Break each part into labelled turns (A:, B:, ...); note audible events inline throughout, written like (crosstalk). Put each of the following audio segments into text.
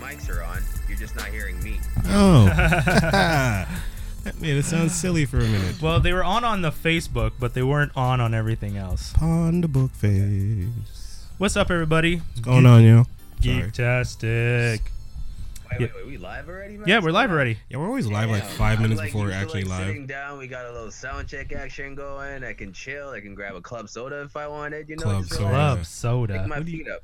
A: mics are on. You're just not hearing me.
B: (laughs) Oh. that made it sound silly for a minute.
C: Well, they were on on the Facebook, but they weren't on on everything else.
B: Pond book face.
C: What's up, everybody?
B: What's going on, yo? Sorry.
A: Wait,
C: Geektastic. Yeah.
A: wait, wait. We live already, man?
C: Yeah, we're live already.
B: Yeah, we're always live like
A: Damn.
B: five
A: I'm
B: minutes
A: like
B: before we're
A: usually,
B: actually
A: like,
B: live.
A: Sitting down, we got a little sound check action going. I can chill. I can grab a club soda if I wanted. You know,
B: Club
A: just
B: soda.
A: relax,
B: Oh,
C: Club
A: Pick
B: Yeah.
C: soda.
A: my
B: What do you-
A: feet up.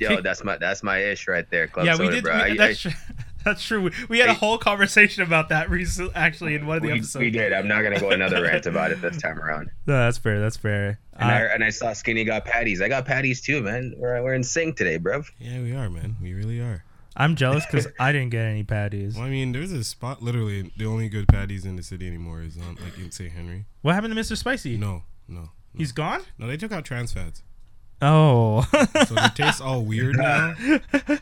A: Yo,
C: Kick-
A: that's my that's my ish right there. Club
C: Yeah,
A: soda,
C: we did.
A: bro. I-
C: We,
A: I-
C: that's, true. (laughs) that's true. We, we had a
A: Hey.
C: whole conversation about that recently, (laughs) actually, in one of the
A: we,
C: episodes.
A: we did. I'm not gonna go another rant about it this time
B: (laughs)
A: around.
C: No, that's fair. That's fair.
A: And, I,
C: Uh,
A: and I saw Skinny got patties. I got patties too, man. We're, we're in sync today, bro.
B: Yeah, we are, man. We really are.
C: I'm jealous because
A: (laughs)
C: I didn't get any patties.
B: Well, I mean, there's a spot literally the only good patties in the city anymore is on like in St. Henry.
C: What happened to Mr. Spicy?
B: No, no. no.
C: He's gone?
B: No, they took out trans fats.
C: Oh.
B: So they taste (laughs) all weird now.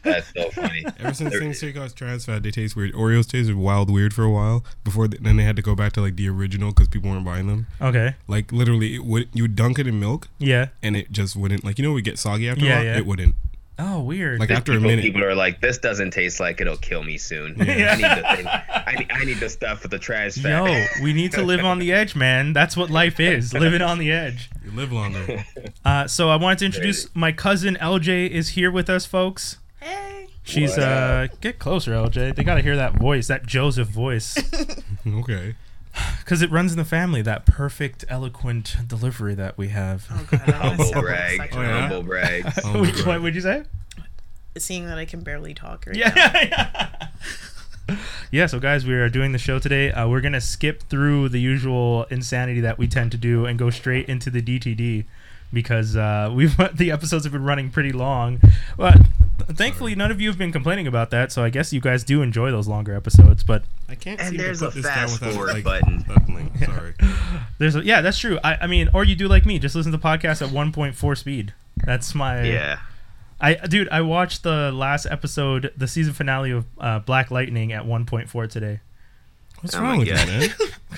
A: That's so funny.
B: Ever since things took out trans fat, they taste weird. Oreos tasted wild weird for a while. Before th- then, they had to go back to like the original because people weren't buying them.
C: (laughs) okay.
B: Like literally, it would you dunk it in milk
C: Yeah.
B: and it just wouldn't. Like you know, we get soggy after
C: Yeah,
B: a while.
C: yeah.
B: It wouldn't.
C: Oh, weird. (laughs)
B: Like after a
A: people,
B: minute,
A: people are like, "This doesn't taste like it'll kill me soon."
B: Yeah.
A: I need the thing. I need, I need the stuff with the trash.
C: Yo,
A: Fat.
C: we need to live on the edge, man. That's what life is living on the edge.
B: you live (laughs) longer.
C: Uh, so I wanted to introduce my cousin LJ is here with us, folks.
D: Hey.
C: She's
A: What
C: uh get closer, LJ. They gotta hear that voice, that Joseph
D: (laughs)
C: voice,
B: okay.
C: because it runs in the family. That perfect, eloquent delivery that we have.
D: Oh,
C: (laughs)
D: God, I
A: (laughs)
D: wanna
A: humble
D: step
A: brag,
D: outside.
B: Oh, yeah.
A: humble brag.
B: Oh,
C: Wait,
B: God.
C: what would you say?
D: Seeing that I can barely talk right
C: (laughs) Yeah.
D: now.
C: yeah. Yeah, so guys, we are doing the show today. Uh, we're gonna skip through the usual insanity that we tend to do and go straight into the DTD because uh, (laughs) we've the episodes have been running pretty long. But thankfully, none of you have been complaining about that, so I guess you guys do enjoy those longer episodes. But
B: I can't.
A: And
B: seem
A: there's
B: to
A: a
B: put this down
A: fast
B: without,
A: forward
B: like,
A: button.
B: buckling. (laughs) Sorry.
C: there's a, yeah, that's true. I, I mean, or you do like me, just listen to the podcast at 1.4 speed. That's my
A: Yeah.
C: I dude, I watched the last episode, the season finale of uh, Black Lightning at 1.4 today.
B: What's
A: Oh my
B: wrong with
A: God.
B: that, man?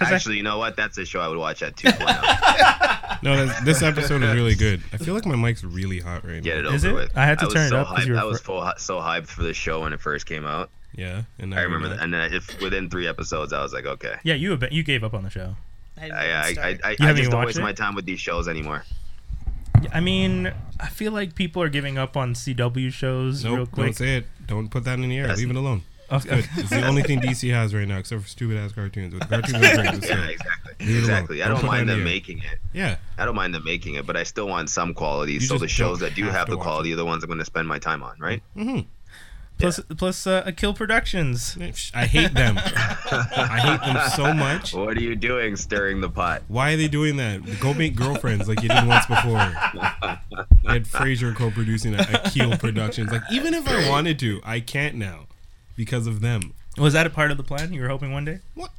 C: I-
A: Actually, you know what? That's a show I would watch at oh. 2.0.
B: No,
A: (laughs)
B: that's, this episode is really good. I feel like my mic's really hot right
A: Get it
B: now.
A: over
C: Is it?
A: with.
C: I had to
A: was
C: turn it
A: so
C: up 'cause
A: hyped-
C: you were
A: I was
C: fr-
A: full, so hyped for the show when it first came out.
B: Yeah. And now
A: I
B: you're
A: remember that.
B: not.
A: And then if within three episodes, I was like, okay.
C: Yeah, you have been, you gave up on the show.
A: I,
D: I,
A: I, I, I,
C: You
A: I
C: haven't
A: just
C: even
A: don't
C: watched
A: waste
C: it?
A: my time with these shows
C: (laughs)
A: anymore.
C: I mean, I feel like people are giving up on CW shows real
B: Nope. Don't
C: quick. (laughs)
B: say it. Don't put that in the air.
A: That's-
B: Leave it alone.
C: Okay.
B: Good. It's the only thing DC has right now, except for stupid ass cartoons. With
A: (laughs)
B: cartoons, are great, it's
A: Yeah,
B: good.
A: exactly.
B: Leave it alone.
A: Exactly. I
B: Don't
A: don't
B: put that in
A: mind
B: the
A: them
B: air.
A: making it.
B: yeah.
A: I don't mind them making it, but I still want some quality.
B: You
A: so the
B: just
A: shows
B: don't
A: that do
B: have
A: have
B: to
A: the
B: watch
A: quality are the ones I'm going to spend my time on,
B: (laughs)
A: right?
B: Mm-hmm.
C: Plus, plus uh, Akil Productions.
B: I hate
A: (laughs)
B: them. I hate them so much.
A: What are you doing stirring the pot?
B: Why are they doing that? Go make girlfriends like you did once
A: (laughs)
B: before. They had Frasier co-producing at Akil Productions. Like even if I wanted to, I can't now because of them.
C: Was that a part of the plan you were hoping one day?
B: What?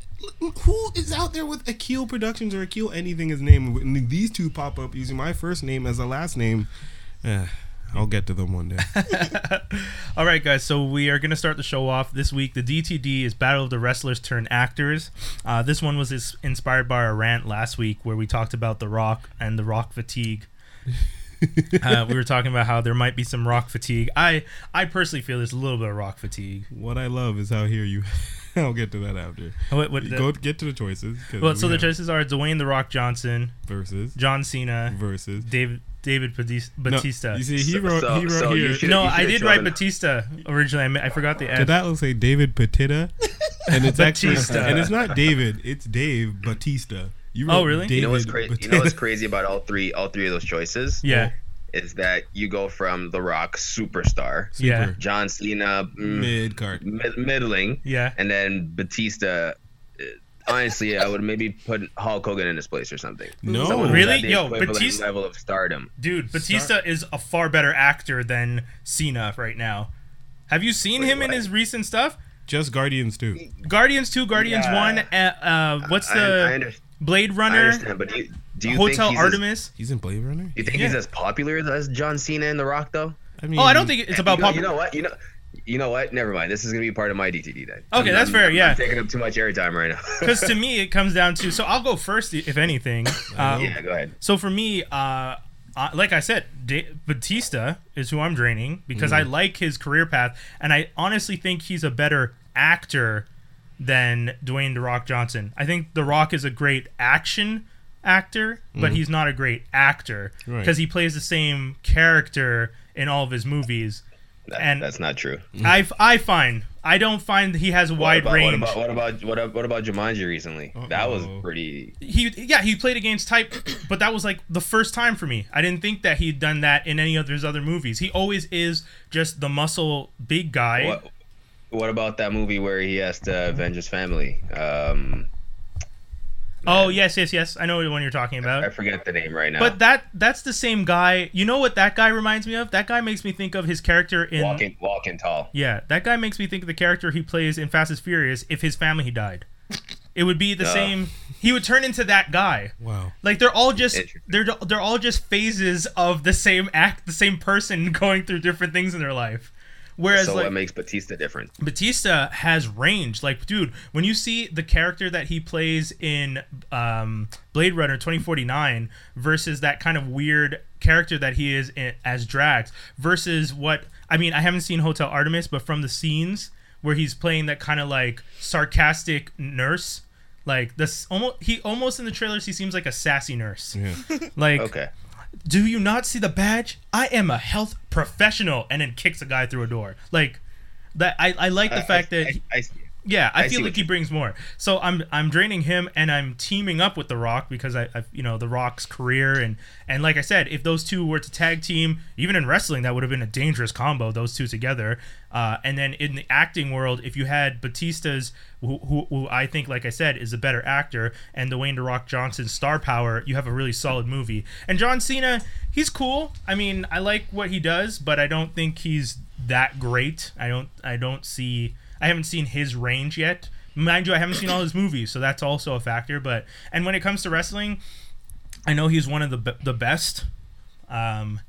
B: Who is out there with Akil Productions or Akil anything his name? When these two pop up using my first name as a last name, eh, I'll get to them
A: (laughs)
B: one day.
C: All right, guys. So we are going to start the show off this week. The DTD is Battle of the Wrestlers Turn Actors. Uh, this one was is- inspired by our rant last week where we talked about The Rock and The
B: (laughs)
C: Rock fatigue. uh, we were talking about how there might be some rock fatigue. I I personally feel there's a little bit of rock fatigue.
B: What I love is how here you. (laughs) I'll get to that after.
C: What, what,
B: Go get to the choices. 'cause
C: well,
B: we
C: so the
B: have
C: choices are Dwayne the Rock Johnson,
B: versus
C: John Cena,
B: versus
C: David David Batis-
B: No,
C: Batista.
B: you see, he
A: So-
B: wrote.
A: so-
B: he wrote
A: so Oh, you
B: here.
A: should-
C: no,
A: you
C: I
A: should've
C: did write
A: chosen-
C: Batista originally. I, ma- I forgot the
B: to
C: end.
B: that looks like
A: (laughs)
B: David Patita, and it's actually
C: Batista.
B: and it's not David, it's Dave Batista. You
C: Oh,
B: wrote
C: really?
B: David
A: You know what's crazy? You know
B: Patita.
A: what's crazy about all three all three of those choices?
C: Yeah,
A: is that you go from The Rock superstar,
B: Super
C: Yeah.
A: John Cena mm,
B: mid card.
A: mid- middling,
C: yeah.
A: and then Batista. uh, Honestly, I would maybe put Hulk Hogan in his place or something.
B: No,
A: Someone who's
C: Really?
A: at the
C: Yo,
A: equivalent
C: Batista-
A: level of stardom.
C: Dude, Batista is a far better actor than Cena right now. Have you seen
A: Wait,
C: him in
A: what?
C: his recent stuff?
B: just Guardians too.
C: Guardians Two, Guardians
A: Yeah.
C: One. Uh, uh, what's
A: I, I,
C: the
A: under,
C: Blade
A: I
C: Runner?
A: understand, but do you, do you
C: Hotel
A: think he's as-
C: Artemis.
B: He's in Blade Runner.
A: you think
C: Yeah.
A: he's as popular as John Cena and The Rock, though?
B: I mean,
C: oh, I don't think it's about
A: Hmm. you know, you
C: pop.
A: know what? You know, you know what? Never mind. This is gonna be part of my DTD then.
C: Okay, that's fair,
A: I'm
C: yeah.
A: taking up too much airtime right
C: (laughs)
A: now.
C: Because
A: (laughs)
C: to
A: Oh.
C: me, it comes down to. So I'll go first, if anything.
B: know.
C: Uh,
A: yeah, go ahead.
C: So for me, uh, uh, like I said, Da Batista is who I'm draining because I like his career path, and I honestly think he's a better actor than Dwayne The Rock Johnson. I think The Rock is a great action actor, but he's not a great actor
B: Right.
C: because he plays the same character in all of his movies.
A: That-
C: And-
A: that's not true.
C: I, I find I don't find he has a
A: What
C: wide
A: about,
C: range.
A: What about what about what about Jumanji recently? That was
B: Uh-oh.
A: pretty.
C: he yeah he played against type but that was like the first time for me i didn't think that he'd done that in any of his other movies he always is just the muscle big guy
A: What what about that movie where he has to avenge his family? Um,
C: oh yes yes yes i know the one you're talking about
A: I forget the name right now.
C: but that that's the same guy you know what that guy reminds me of that guy makes me think of his character in
A: walking walking tall.
C: yeah that guy makes me think of the character he plays in fast and furious if his family he died it would be the
A: Uh.
C: same he would turn into that guy
B: Wow.
C: Like they're all just
A: Interesting.
C: they're they're all just phases of the same act, the same person (laughs) going through different things in their life. Whereas
A: So
C: like
A: what makes Batista different?
C: Batista has range. Like dude, when you see the character that he plays in um, Blade Runner 2049 versus that kind of weird character that he is in, as Drax versus what I mean, I haven't seen Hotel Artemis, but from the scenes where he's playing that kind of like sarcastic nurse like this almost he almost in the trailers he seems like a sassy
A: (laughs)
C: nurse
B: Yeah.
C: like,
A: Okay.
C: do you not see the badge? I am a health professional, and then kicks a guy through a door. Like that. I, I like the
A: I-
C: fact
A: I-
C: that he-
A: I, I see.
C: yeah,
A: I
C: I, feel
A: see
C: like
A: what
C: he
A: you-
C: brings more. So I'm I'm draining him, and I'm teaming up with The Rock because I, I you know The Rock's career and and like I said, if those two were to tag team, even in wrestling, that would have been a dangerous combo. Those two together, uh, and then in the acting world, if you had Batista's, who, who, who I think, like I said, is a better actor, and Dwayne The Rock Johnson's star power, you have a really solid movie. And John Cena, he's cool. I mean, I like what he does, but I don't think he's that great. I don't I don't see. I haven't seen his range yet. Mind you, I haven't seen all his movies, so that's also a factor. But and when it comes to wrestling, I know he's one of the be- the best, um,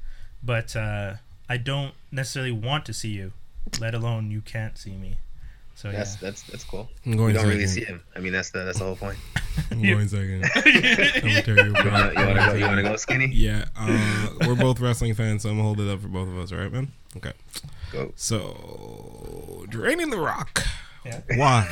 C: but uh, I don't necessarily want to see you, let alone you can't see me. So
A: That's that's that's cool.
B: I'm going
A: You don't
B: second.
A: really see him. I mean, that's the that's the whole point.
B: I'm going
C: (laughs)
B: second.
C: yeah.
B: Ontario
A: You wanna, you wanna go? You wanna go skinny?
B: Yeah, uh, we're both wrestling fans, so I'm gonna hold it up for both of us, all right, man? Okay.
A: Go.
B: So, draining the rock.
C: Yeah.
B: Why?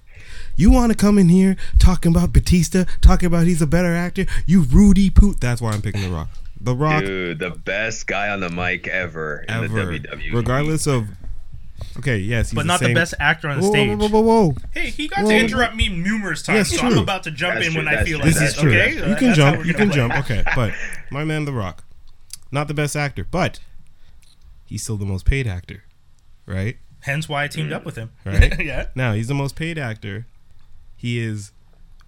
C: (laughs)
B: you want to come in here talking about Batista, talking about he's a better actor? You Rudy Poot. That's why I'm picking the Rock. The Rock
A: Dude, the best guy on the mic ever in
B: Uh, ever,
A: the E. WWE.
B: regardless of. Okay, yes, he's
C: but not the
B: same-
C: best actor on the
B: Whoa,
C: stage.
B: whoa, whoa, whoa, whoa.
C: Hey, he got
B: Whoa.
C: to interrupt me numerous times,
B: Yes,
C: so I'm
B: true.
C: about to jump
A: That's
C: in
A: true,
C: when I
A: that's
C: feel
A: true,
C: like
B: This
A: that's
B: is
C: that.
B: true.
C: Okay,
B: you
C: that's
B: can
C: how
B: jump.
C: we're
B: You
C: gonna
B: can
C: play.
B: jump. Okay, but my man, The Rock, not the best actor, but he's still the most paid actor, right?
C: Hence why I teamed up with him.
B: Right.
C: (laughs) yeah.
B: Now he's the most paid actor. He is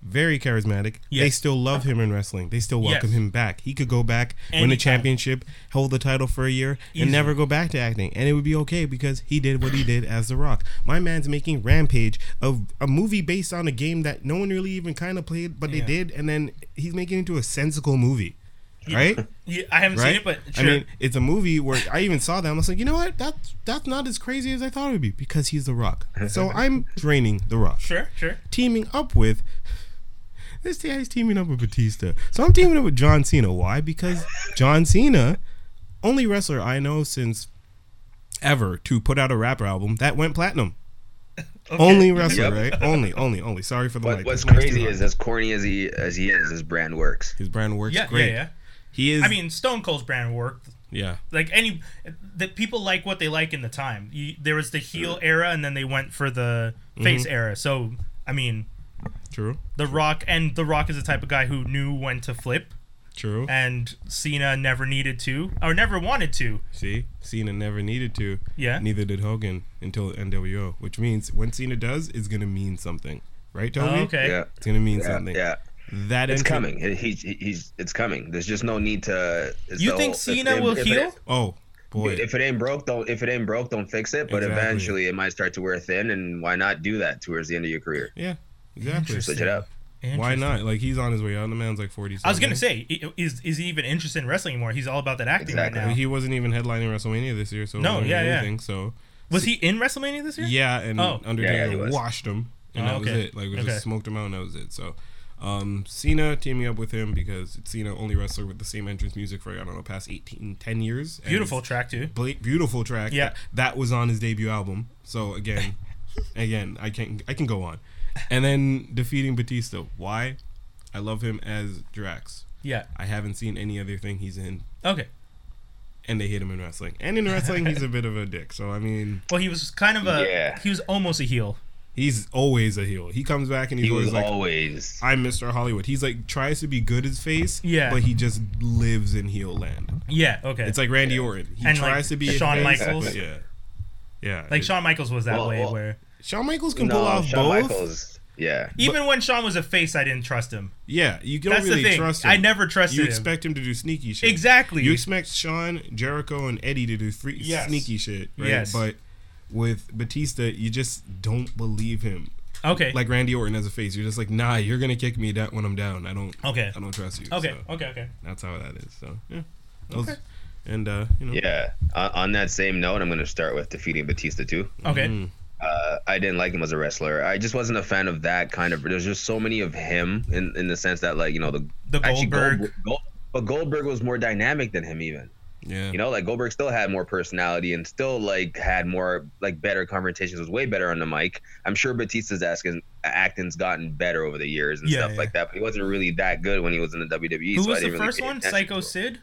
B: very charismatic. They
C: Yes.
B: still love him in wrestling. They still welcome
C: Yes.
B: him back. He could go back, win a
C: Anytime.
B: championship, hold the title for a year,
C: Easy.
B: and never go back to acting, and it would be okay because he did what he did as The Rock. My man's making Rampage of a movie based on a game that no one really even kind of played, but
C: Yeah.
B: they did, and then he's making it into a sensical movie,
C: (laughs)
B: right?
C: Yeah, I haven't seen
B: right?
C: it, but
B: I
C: sure.
B: mean, it's a movie where I even saw that. I was like, you know what? That's that's not as crazy as I thought it would be because he's The Rock.
C: (laughs)
B: So I'm draining The Rock,
C: sure, sure.
B: teaming up with. This guy is teaming up with Batista. So I'm teaming up with John Cena. Why? Because John Cena, only wrestler I know since ever to put out a rap album that went platinum.
C: (laughs)
B: Only wrestler,
A: Yep.
B: right? Only, only, only. Sorry for the
A: What,
B: mic.
A: what's
B: This mic's too
A: crazy
B: hard.
A: is as corny as he as he is, his brand works.
B: his brand works
C: Yeah,
B: great.
C: yeah, yeah.
B: He is.
C: I mean, Stone Cold's brand work.
B: yeah.
C: Like any, the people like what they like in the time. You, there was the
B: Mm.
C: heel era, and then they went for the face
B: Mm-hmm.
C: era. So, I mean,
B: True.
C: The Rock and The Rock is the type of guy who knew when to flip,
B: True.
C: and Cena never needed to or never wanted to.
B: See, Cena never needed to.
C: Yeah.
B: Neither did Hogan until NWO, which means when Cena does, it's gonna mean something, right, Toby?
C: Oh, okay.
A: Yeah,
B: It's gonna mean
A: yeah,
B: something.
A: yeah.
B: That
A: It's
B: entry-
A: coming. He, he's he's it's coming. There's just no need to. it's
C: You
A: the
C: think
A: whole- if
C: Cena
A: it-
C: will
A: if it-
C: heal?
B: Oh boy.
A: If it ain't broke, don't. If it ain't broke, don't fix it. But
B: Exactly.
A: eventually, it might start to wear thin, and why not do that towards the end of your career?
B: yeah. Exactly.
A: Switch it up.
B: Why not? Mm-hmm. Like he's on his way out. The man's like forty.
C: I was gonna say, i- is is he even interested in wrestling anymore? He's all about that acting
A: Exactly.
C: right now.
B: he wasn't even headlining WrestleMania this year, so it
C: No,
B: wasn't
C: yeah, yeah.
B: anything, So
C: Was he in WrestleMania this year?
B: yeah, and
C: Oh.
B: Undertaker
A: Yeah, yeah, he was.
B: washed him, and
C: Oh,
B: that was
C: okay.
B: it. Like we
C: Okay.
B: just smoked him out, and that was it. So Um, Cena teaming up with him because it's Cena only wrestler with the same entrance music for I don't know past 18, 10 years. And
C: Beautiful
B: it's
C: track too.
B: bla- beautiful track.
C: Yeah.
B: that, that was on his debut album. So again,
C: (laughs)
B: again, I can I can go on, and then defeating Batista. Why? I love him as Drax.
C: Yeah.
B: I haven't seen any other thing he's in,
C: Okay.
B: and they hit him in wrestling. And in wrestling, he's a bit of a dick. So I mean,
C: Well, he was kind of a.
A: Yeah.
C: He was almost a heel.
B: he's always a heel. He comes back and he's
A: He was
B: always like,
A: always.
B: "I'm Mr. Hollywood." He's like tries to be good his face,
C: Yeah.
B: but he just lives in heel land.
C: Yeah. Okay.
B: It's like Randy Orton. He
C: And, like,
B: tries to be a
C: Shawn
B: face,
C: Michaels.
B: but yeah, yeah.
C: like
B: it-
C: Shawn Michaels was that
A: Well,
C: way
A: well-
C: where
B: Shawn Michaels can pull
A: No,
B: off
A: Shawn
B: both.
A: Michaels. Yeah.
C: even when Shawn was a face, I didn't trust him.
B: Yeah, you don't
C: That's
B: really
C: the thing.
B: trust him.
C: I never trusted
B: You
C: him.
B: expect him to do sneaky shit.
C: exactly.
B: You expect Sean, Jericho, and Eddie to do free
C: Yes.
B: sneaky shit, right?
C: Yes.
B: But with Batista, you just don't believe him.
C: okay.
B: Like Randy Orton as a face, you're just like, nah, you're gonna kick me that when I'm down. I don't.
C: Okay.
B: I don't trust you.
C: Okay.
B: So
C: Okay. Okay.
B: that's how that is. So yeah. Those- And uh, you know.
A: Yeah. On, on that same note, I'm going to start with defeating Batista too.
C: Okay.
B: Mm.
A: Uh, I didn't like him as a wrestler. I just wasn't a fan of that kind of. There's just so many of him in, in the sense that like you know the
C: The
A: actually
C: Goldberg.
A: Gold- Gold- but Goldberg was more dynamic than him even.
B: Yeah.
A: You know, like Goldberg still had more personality and still like had more like better confrontations. Was way better on the mic. I'm sure Batista's asking, acting's gotten better over the years and
C: Yeah,
A: stuff
C: yeah.
A: like that. But he wasn't really that good when he was in the WWE.
C: Who
A: so I
C: was the
A: didn't really
C: first
A: pay
C: one?
A: attention to
C: Psycho
A: him.
C: Sid.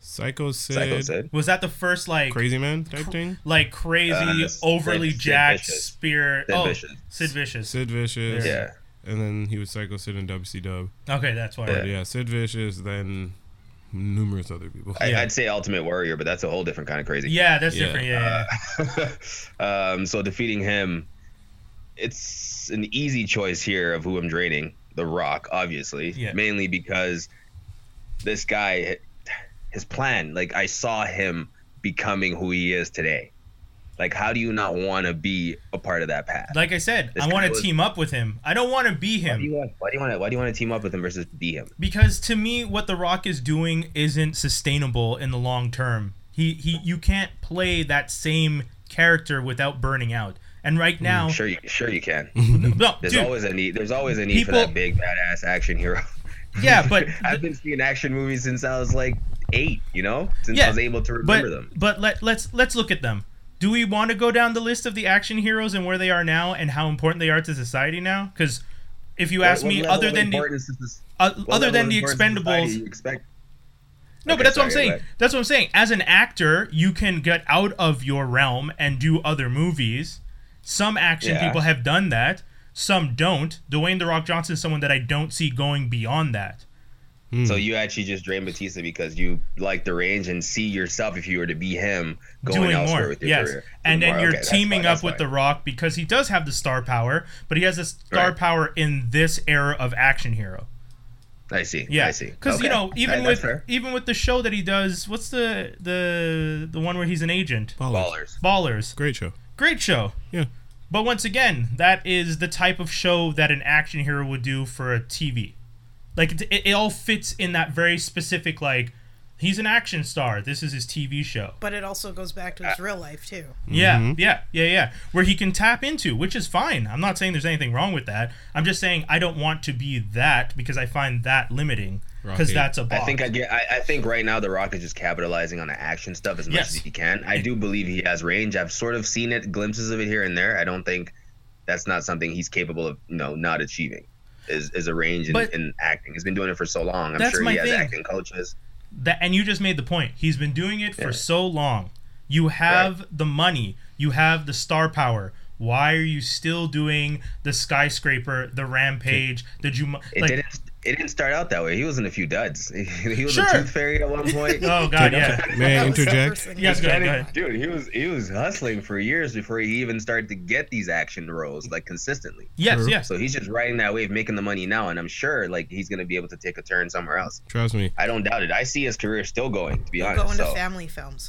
B: Psycho Sid,
A: Psycho Sid.
C: Was that the first like
B: Crazy Man type thing.
C: like crazy,
A: Uh, this-
C: overly
A: Sid- Sid
C: jacked
A: Vicious.
C: spear?
A: Sid
C: oh,
A: Vicious.
C: Sid Vicious.
B: Sid Vicious.
A: Yeah.
B: And then he was Psycho Sid in WCW.
C: Okay, that's why.
A: Yeah.
B: But yeah, Sid Vicious, then numerous other people.
A: I,
C: Yeah.
A: I'd say Ultimate Warrior, but that's a whole different kind of crazy.
C: Yeah, that's
B: Yeah.
C: different.
A: Uh,
C: Yeah, yeah, yeah.
A: (laughs) um, so defeating him, it's an easy choice here of who I'm draining. The Rock, obviously,
C: Yeah.
A: mainly because this guy, his plan. Like I saw him becoming who he is today. Like, how do you not want to be a part of that path?
C: Like I said,
A: This
C: I want
A: guy
C: to
A: was-
C: team up with him. I don't want to be
A: why do you
C: him
A: want? Why do you want to? Why do you want to team up with him versus be him?
C: because to me, what The Rock is doing isn't sustainable in the long term. He he, you can't play that same character without burning out. And right now,
A: Mm, Sure, you, sure you can.
C: (laughs) no,
A: There's
C: dude,
A: always a need. There's always a need
C: people-
A: for that big badass action hero.
C: yeah,
A: (laughs)
C: but
A: I've been seeing action movies since I was like eight, you know, since
C: Yeah,
A: I was able to remember
C: but
A: them.
C: but let let's let's look at them. Do we want to go down the list of the action heroes and where they are now and how important they are to society now? Because if you ask
A: What- what
C: me,
A: level
C: other
A: of
C: than the
A: importance is this-
C: uh,
A: what
C: other
A: level
C: than
A: of
C: the
A: importance in society
C: Expendables,
A: you expect?
C: No,
A: Okay,
C: but that's what I'm
A: sorry,
C: saying.
A: go ahead.
C: That's what I'm saying. As an actor, you can get out of your realm and do other movies. Some action
A: Yeah.
C: people have done that. Some don't. Dwayne the Rock Johnson is someone that I don't see going beyond that.
A: So you actually just drain Batista because you like the range and see yourself if you were to be him going
C: Doing
A: elsewhere
C: more,
A: with your
C: yes,
A: career.
C: and
A: Doing
C: then
A: more.
C: you're
A: Okay, that's
C: teaming
A: fine,
C: up
A: that's
C: with The
A: fine.
C: Rock because he does have the star power, but he has the star
A: Right.
C: power in this era of action hero.
A: I see.
C: Yeah,
A: I see.
C: Because
A: Okay.
C: you know, even
A: That- that's
C: with
A: fair.
C: even with the show that he does, what's the the the one where he's an agent?
B: Ballers.
A: ballers.
C: Ballers.
B: Great show.
C: Great show.
B: Yeah.
C: But once again, that is the type of show that an action hero would do for a TV. Like it, it, it all fits in that very specific like he's an action star. This is his TV show.
D: But it also goes back
A: Uh,
D: to his real life too.
C: Yeah,
B: Mm-hmm.
C: yeah, yeah, yeah. Where he can tap into, which is fine. I'm not saying there's anything wrong with that. I'm just saying I don't want to be that because I find that limiting because
B: Rocky.
C: that's a
A: I
C: box.
A: think I get. I, I think right now the Rock is just capitalizing on the action stuff as much
C: Yes.
A: as he can. I do believe he has range. I've sort of seen it, glimpses of it here and there. I don't think that's not something he's capable of. You know, not achieving is is a range in,
C: But-
A: in acting. He's been doing it for so long. I'm
C: That's
A: sure
C: my
A: he has
C: thing.
A: acting coaches.
C: that and you just made the point he's been doing it for so long you have the money you have the star power why are you still doing the skyscraper the rampage the Juma?
A: It
C: like
A: didn't. It didn't start out that way. He was in a few duds. (laughs) He was
C: Sure.
A: a tooth fairy at one
C: (laughs)
A: point.
C: oh
A: (laughs)
C: god yeah
B: May I
D: Ah, (laughs) That was the first
B: interject?
D: thing
C: yes
D: I-
C: go ahead,
A: And
C: go
A: it-
C: ahead.
A: dude, he was he was hustling for years before he even started to get these action roles like consistently.
C: yes
B: True.
C: yes
A: So he's just riding that wave, making the money now, and I'm sure like he's gonna be able to take a turn somewhere else.
B: Trust me.
A: I don't doubt it. I see his career still going. To be honest,
D: Going to
A: so,
D: family films,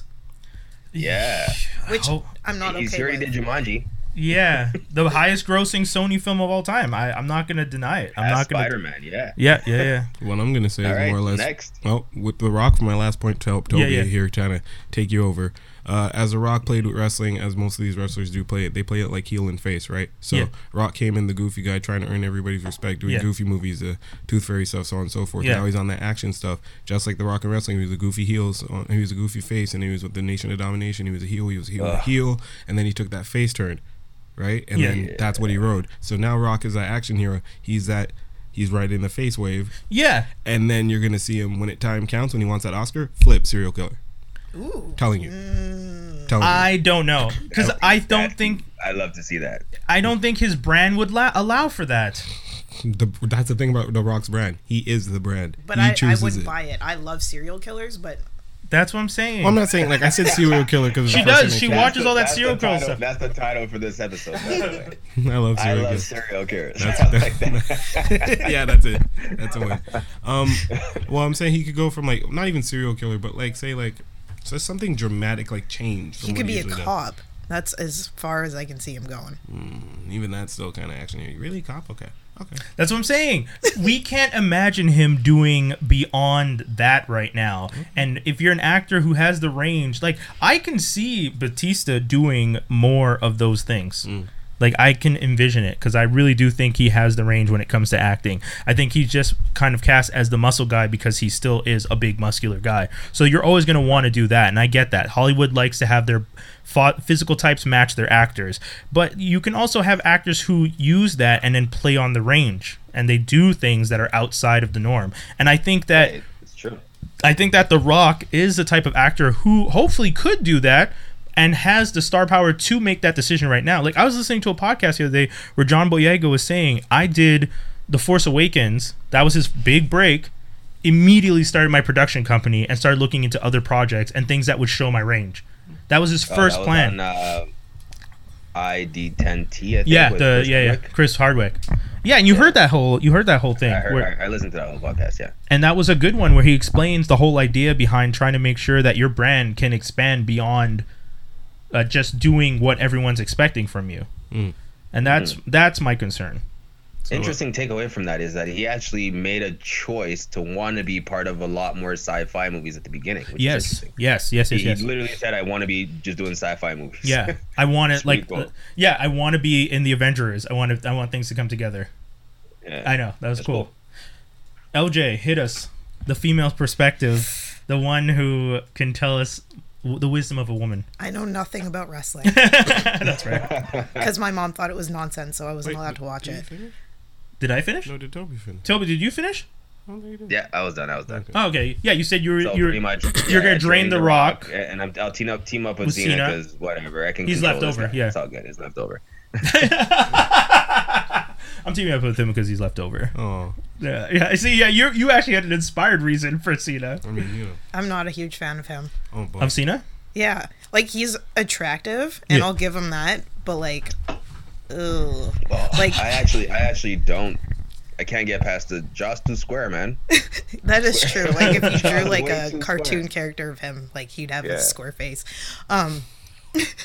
A: yeah,
D: which
C: Oh,
D: I'm not
A: he's
D: okay
A: already
D: with.
A: did Jumanji,
C: yeah the highest grossing sony film of all time I, i'm not gonna deny it i'm
A: as
C: not gonna
A: Spider-Man. Yeah.
C: yeah yeah yeah
B: What I'm gonna say
A: All
B: is
A: right,
B: more or less.
A: next.
B: Well, with the rock for my last point to help Toby
C: Yeah, yeah.
B: here, trying to take you over. uh, as The Rock played with wrestling, as most of these wrestlers do play it, they play it like heel and face, right? So
C: Yeah.
B: Rock came in the goofy guy trying to earn everybody's respect, doing
C: Yeah.
B: goofy movies, the Tooth Fairy stuff, so on and so forth.
C: Yeah.
B: Now he's on that action stuff, just like The Rock in wrestling. He was a goofy heel, so he was a goofy face, and he was with the Nation of Domination. He was a heel, he was a heel, a
A: Ugh.
B: heel, and then he took that face turn, right? And
C: Yeah.
B: then that's what he rode. So now Rock is that action hero. He's that. He's right in the face wave,
C: Yeah,
B: and then you're gonna see him when it time counts when he wants that Oscar. Flip serial killer.
D: Ooh. Mm,
B: Telling you. Telling you.
C: I
A: (laughs)
C: don't know because I don't
A: That-
C: think
A: I love to see that.
C: I don't think his brand would la- allow for that.
B: The, that's the thing about The Rock's brand. He is the brand.
D: But
B: he
D: I, I wouldn't buy it. I love serial killers, but
C: That's what I'm saying.
B: Well, I'm not saying like
D: (laughs)
B: I said serial killer because
C: She does. She
A: That's
C: watches
A: the-
C: all that
A: that's the
C: serial killer
A: title-
C: stuff.
A: That's the title for this episode.
C: (laughs)
A: by the way.
B: I love
A: I
B: serial
A: love
B: killers.
A: serial killers. (laughs) I
B: That's-
A: like that. (laughs)
B: (laughs) yeah, that's it. That's a win. Um, well, I'm saying he could go from like not even serial killer, but like say like so something dramatic like change. From
D: he
B: what
D: could be a
B: usually does.
D: cop. That's as far as I can see him going.
B: Even that's still kind of action. You're really cop? Okay, okay.
C: That's what I'm saying. We can't imagine him doing beyond that right now. And if you're an actor who has the range, like I can see Batista doing more of those things. Like I can envision it because I really do think he has the range when it comes to acting. I think he's just kind of cast as the muscle guy because he still is a big muscular guy. So you're always going to want to do that, and I get that. Hollywood likes to have their pho- physical types match their actors, but you can also have actors who use that and then play on the range, and they do things that are outside of the norm. And I think that
A: it's true. Oh,
C: I think that The Rock is the type of actor who hopefully could do that and has the star power to make that decision right now. Like I was listening to a podcast the other day where John Boyega was saying, "I did The Force Awakens. That was his big break. Immediately started my production company and started looking into other projects and things that would show my range." That was his
A: Oh,
C: first
A: that was on,
C: plan.
A: uh, ID10T. I think,
C: yeah,
A: with
C: the
A: Chris
C: yeah, yeah,
A: Rock.
C: Chris Hardwick. Yeah, and you heard that whole you heard that whole thing
A: I, heard,
C: where-
A: I, I listened to that whole podcast. Yeah,
C: and that was a good one where he explains the whole idea behind trying to make sure that your brand can expand beyond uh, just doing what everyone's expecting from you. And that's
A: Mm.
C: that's my concern.
A: interesting takeaway from that is that he actually made a choice to want to be part of a lot more sci-fi movies at the beginning. Which is
C: Yes,
A: interesting.
C: yes, yes,
A: He,
C: yes, yes.
A: he literally said, "I want to be just doing sci-fi movies."
C: Yeah, I want it like,
A: Sweet
C: uh,
A: goal.
C: yeah, I want to be in the Avengers. I want to, I want things to come together.
A: (laughs) Yeah.
C: I know that was
A: That's
C: cool. LJ, hit us the female perspective, the one who can tell us w- the wisdom of a woman. (laughs)
D: I know nothing about wrestling
B: (laughs)
C: that's right.
D: because my mom thought it was nonsense, so I wasn't allowed to watch
B: did you
D: it.
B: finish?
C: Did I finish?
B: No, did Toby finish?
C: Toby, did you finish?
B: I don't think he did.
A: Yeah, I was done. I was done.
C: Oh, okay. Yeah, you said you were
A: So
C: you were
A: pretty much, yeah,
C: you're gonna
A: I
C: drain
A: joined
C: The Rock.
A: and I'm, I'll team up team up with,
C: With
A: Cena
C: Cena.
A: because whatever I can.
C: He's
A: control
C: left
A: this
C: over,
A: now.
C: yeah.
A: it's all good. It's left over.
C: I'm teaming up with him because he's left over.
B: Oh,
C: Yeah, yeah. See, yeah, you you actually had an inspired reason for Cena.
B: I mean, you know.
D: I'm not a huge fan of him.
B: Oh, boy.
C: Of Cena?
D: Yeah, like he's attractive, and
B: Yeah.
D: I'll give him that. But like, ugh.
A: Well,
D: Like-
A: I actually, I actually don't. I can't get past the Joss too square, man. (laughs)
D: That is true. Like if you drew like
A: Way
D: a
A: too
D: cartoon
A: square.
D: character of him, like he'd have
A: Yeah.
D: a square face. Um,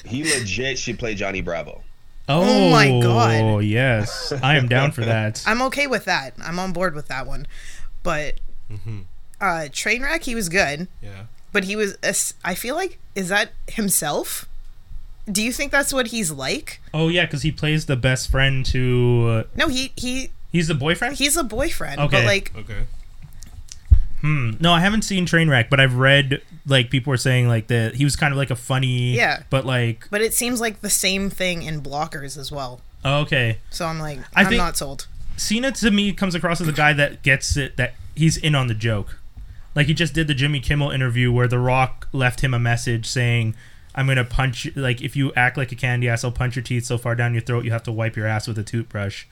A: He legit should play Johnny Bravo.
C: Oh,
D: my God.
C: Oh yes, I am down for
D: (laughs)
C: that.
D: I'm okay with that. I'm on board with that one. But
A: Mm-hmm.
D: uh, Trainwreck, he was good,
B: yeah.
D: but he was. a s- I feel like is that himself? Do you think that's what he's like?
C: Oh yeah, because he plays the best friend to. Uh,
D: No, he he
C: he's the boyfriend.
D: he's a boyfriend.
C: Okay.
D: But like,
B: Okay.
C: Hmm. no, I haven't seen Trainwreck, but I've read like people were saying like that he was kind of like a funny.
D: Yeah.
C: But like,
D: but it seems like the same thing in Blockers as well.
C: oh, okay,
D: So I'm like,
C: I
D: I'm
C: think-
D: not sold.
C: Cena to me comes across as a guy that gets it that he's in on the joke. Like he just did the Jimmy Kimmel interview where The Rock left him a message saying, "I'm gonna punch you- like if you act like a candy ass, I'll punch your teeth so far down your throat you have to wipe your ass with a toothbrush."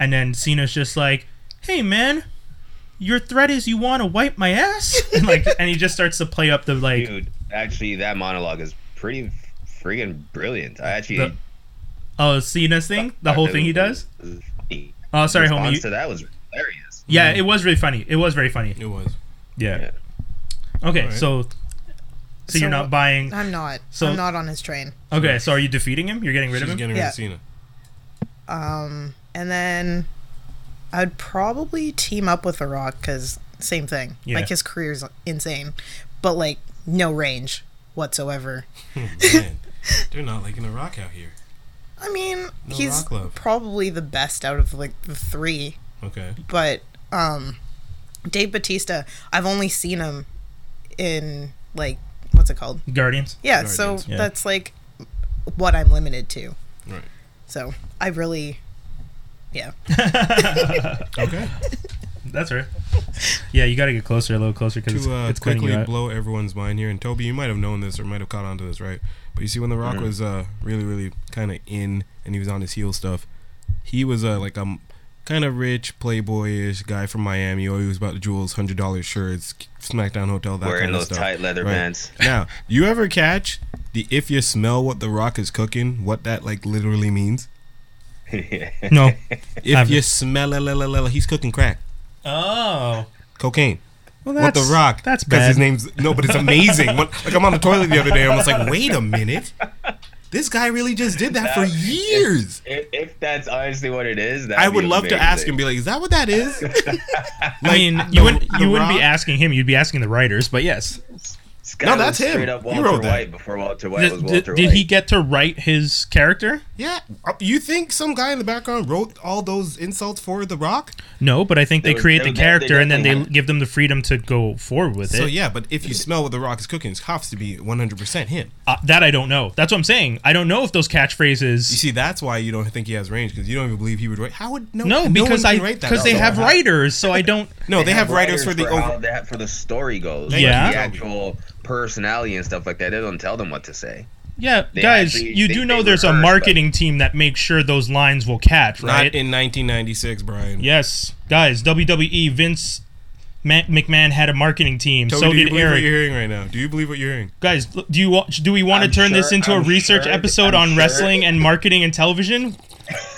C: and then Cena's just like, "Hey man, your threat is you want to wipe my ass," (laughs) and like and he just starts to play up the like
A: Dude, actually, that monologue is pretty friggin' brilliant. I actually
C: The- oh Cena's thing, the whole thing he does.
A: Sorry,
C: Oh sorry, homie.
A: response
C: you-
A: to that was hilarious.
C: yeah, it was really funny. It was very funny.
B: It was.
C: Yeah. Okay,
B: Alright.
C: so. So, you're
D: So
C: not
D: what-
C: buying
D: I'm not.
C: So-
D: I'm not on his train.
C: Okay, so are you defeating him? You're getting rid
B: She's
C: of him?
B: getting rid
D: Yeah.
B: of Cena.
D: Um, and then I'd probably team up with The Rock because same thing.
C: Yeah.
D: Like his career's insane, but like no range. whatsoever.
B: Man, they're not liking the rock out here.
D: I mean,
B: No
D: he's
B: rock love.
D: probably the best out of like the three,
B: Okay.
D: but um, Dave Batista, I've only seen him in like what's it called?
C: Guardians.
D: Yeah,
B: Guardians,
D: so
C: yeah.
D: that's like what I'm limited to.
B: Right.
D: So I really, yeah,
B: Okay.
C: That's right. Yeah, you got to get closer, a little closer, because it's,
B: to uh,
C: it's cutting you
B: quickly
C: out.
B: blow everyone's mind here, and Toby, you might have known this or might have caught on to this, right? But you see, when The
C: Mm-hmm.
B: Rock was uh, really, really kind of in, and he was on his heel stuff, he was uh, like a kind of rich, playboyish guy from Miami. Oh, he was about the jewels, hundred dollar shirts, SmackDown hotel, that
A: Wearing
B: kind of
A: those
B: stuff.
A: tight leather
B: right?
A: pants. (laughs)
B: Now, you ever catch the if you smell what The Rock is cooking, what that like literally means?
C: no.
B: (laughs) If
C: Haven't.
B: you smell it, he's cooking crack,
C: Oh.
B: cocaine.
C: Well,
B: What the Rock?
C: That's
B: 'Cause
C: bad.
B: His name's no, but it's amazing. When- like I'm on the toilet the other day, I was like, wait a minute, this guy really just did that for
A: That-
B: years.
A: If, if that's honestly what it is, that
B: I would love to ask and be like, is that what that is?
C: I mean,
B: Like,
C: you wouldn't
B: The
C: you wouldn't be
B: Rock-
C: asking him. You'd be asking the writers. (laughs) But yes,
A: no,
B: that's him.
A: Straight up
B: He
A: Walter
B: wrote that.
A: White before Walter White was
C: did,
A: Walter
C: did- did
A: White.
C: he get to write his character?
B: Yeah, Uh, you think some guy in the background wrote all those insults for The Rock?
C: No, but I think they,
A: They-
C: create
A: they-
C: the
A: they
C: character and then they
A: definitely-
C: give them the freedom to go forward with
B: So
C: it.
B: yeah, but if you smell what The Rock is cooking, it's has to be 100% him.
C: Uh, that I don't know. That's what I'm saying. I don't know if those catchphrases.
B: You see, that's why you don't think he has range because you don't even believe he would write. How would no?
C: no,
B: one
C: because
B: can
C: I
B: write that
C: because they
B: stuff.
C: have writers, so I don't.
B: No, Oh, they, have, writers for the
A: how
B: over.
A: that for the story goes.
B: Thank
A: like,
C: you.
A: the actual personality and stuff like that. They don't tell them what to say.
C: Yeah,
A: They
C: guys,
A: actually-
C: you
A: they-
C: do
A: they
C: know there's a
A: rehearse, but-
C: marketing team that makes sure those lines will catch,
B: Not
C: right?
B: in 1996, Brian.
C: yes, guys, WWE Vince Ma- McMahon had a marketing team.
B: Toby,
C: so
B: do you
C: did
B: believe what
C: Eric.
B: you're hearing right now? Do you believe what you're hearing?
C: Guys, l- do you wa- do we want to
A: I'm
C: turn this
A: sure-
C: into a
A: I'm
C: research
A: sure-
C: episode
A: I'm
C: on
A: sure-
C: wrestling and marketing
A: (laughs)
C: and television?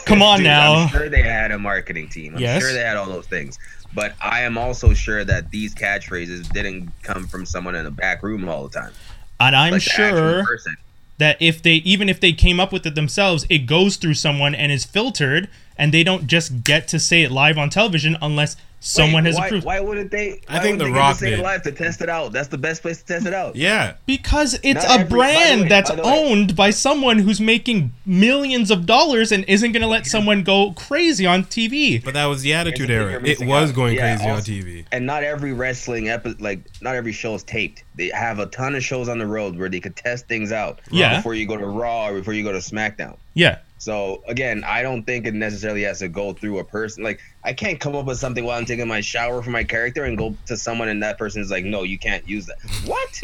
C: Come on
A: Dude,
C: now.
A: I'm sure they had a marketing team. I'm
C: Yes.
A: sure they had all those things. But I am also sure that these catchphrases didn't come from someone in a back room all the time.
C: And I'm
A: Like the actual
C: sure
A: person.
C: that if they even if they came up with it themselves, it goes through someone and is filtered and they don't just get to say it live on television unless someone
A: Wait,
C: has
A: why,
C: approved.
A: Why wouldn't they?
B: I
A: why wouldn't
B: think The
A: they get to
B: Rock
A: say it
B: did.
A: live to test it out. That's the best place to test it out.
B: Yeah.
C: Because it's
A: Not
C: a
A: every- by the
C: brand
A: way,
C: that's
A: by the way.
C: owned by someone who's making millions of dollars and isn't going to let someone go crazy on TV.
B: But that was the attitude
A: Here's the thing
B: era.
A: you're
B: It
A: missing
B: was
A: out.
B: going
A: Yeah,
B: crazy on
A: also-
B: TV.
A: And not every wrestling episode, like not every show is taped. They have a ton of shows on the road where they could test things out
C: Yeah.
A: before you go to Raw or before you go to SmackDown.
C: Yeah.
A: So again, I don't think it necessarily has to go through a person. Like I can't come up with something while I'm taking my shower for my character and go to someone and that person's like, "No, you can't use that."
D: (laughs)
A: What?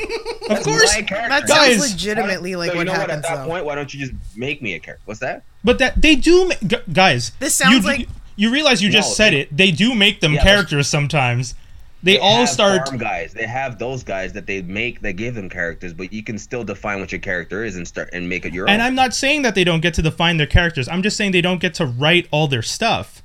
C: Of course.
D: that
C: Guys,
D: sounds legitimately like
A: so
D: what
A: you know what?
D: happens
A: At that
D: though.
A: point, why don't you just make me a character? What's that?
C: But that they do ma- gu- guys.
D: This
C: you
D: sounds
C: do-
D: like-
C: you realize you just
A: No,
C: said
A: they-
C: it. They do make them
A: Yeah, that's-
C: characters sometimes. They, all
A: have
C: start
A: farm guys. They have those guys that they make that give them characters, but you can still define what your character is and start and make it your
C: And
A: own.
C: I'm not saying that they don't get to define their characters. I'm just saying they don't get to write all their stuff.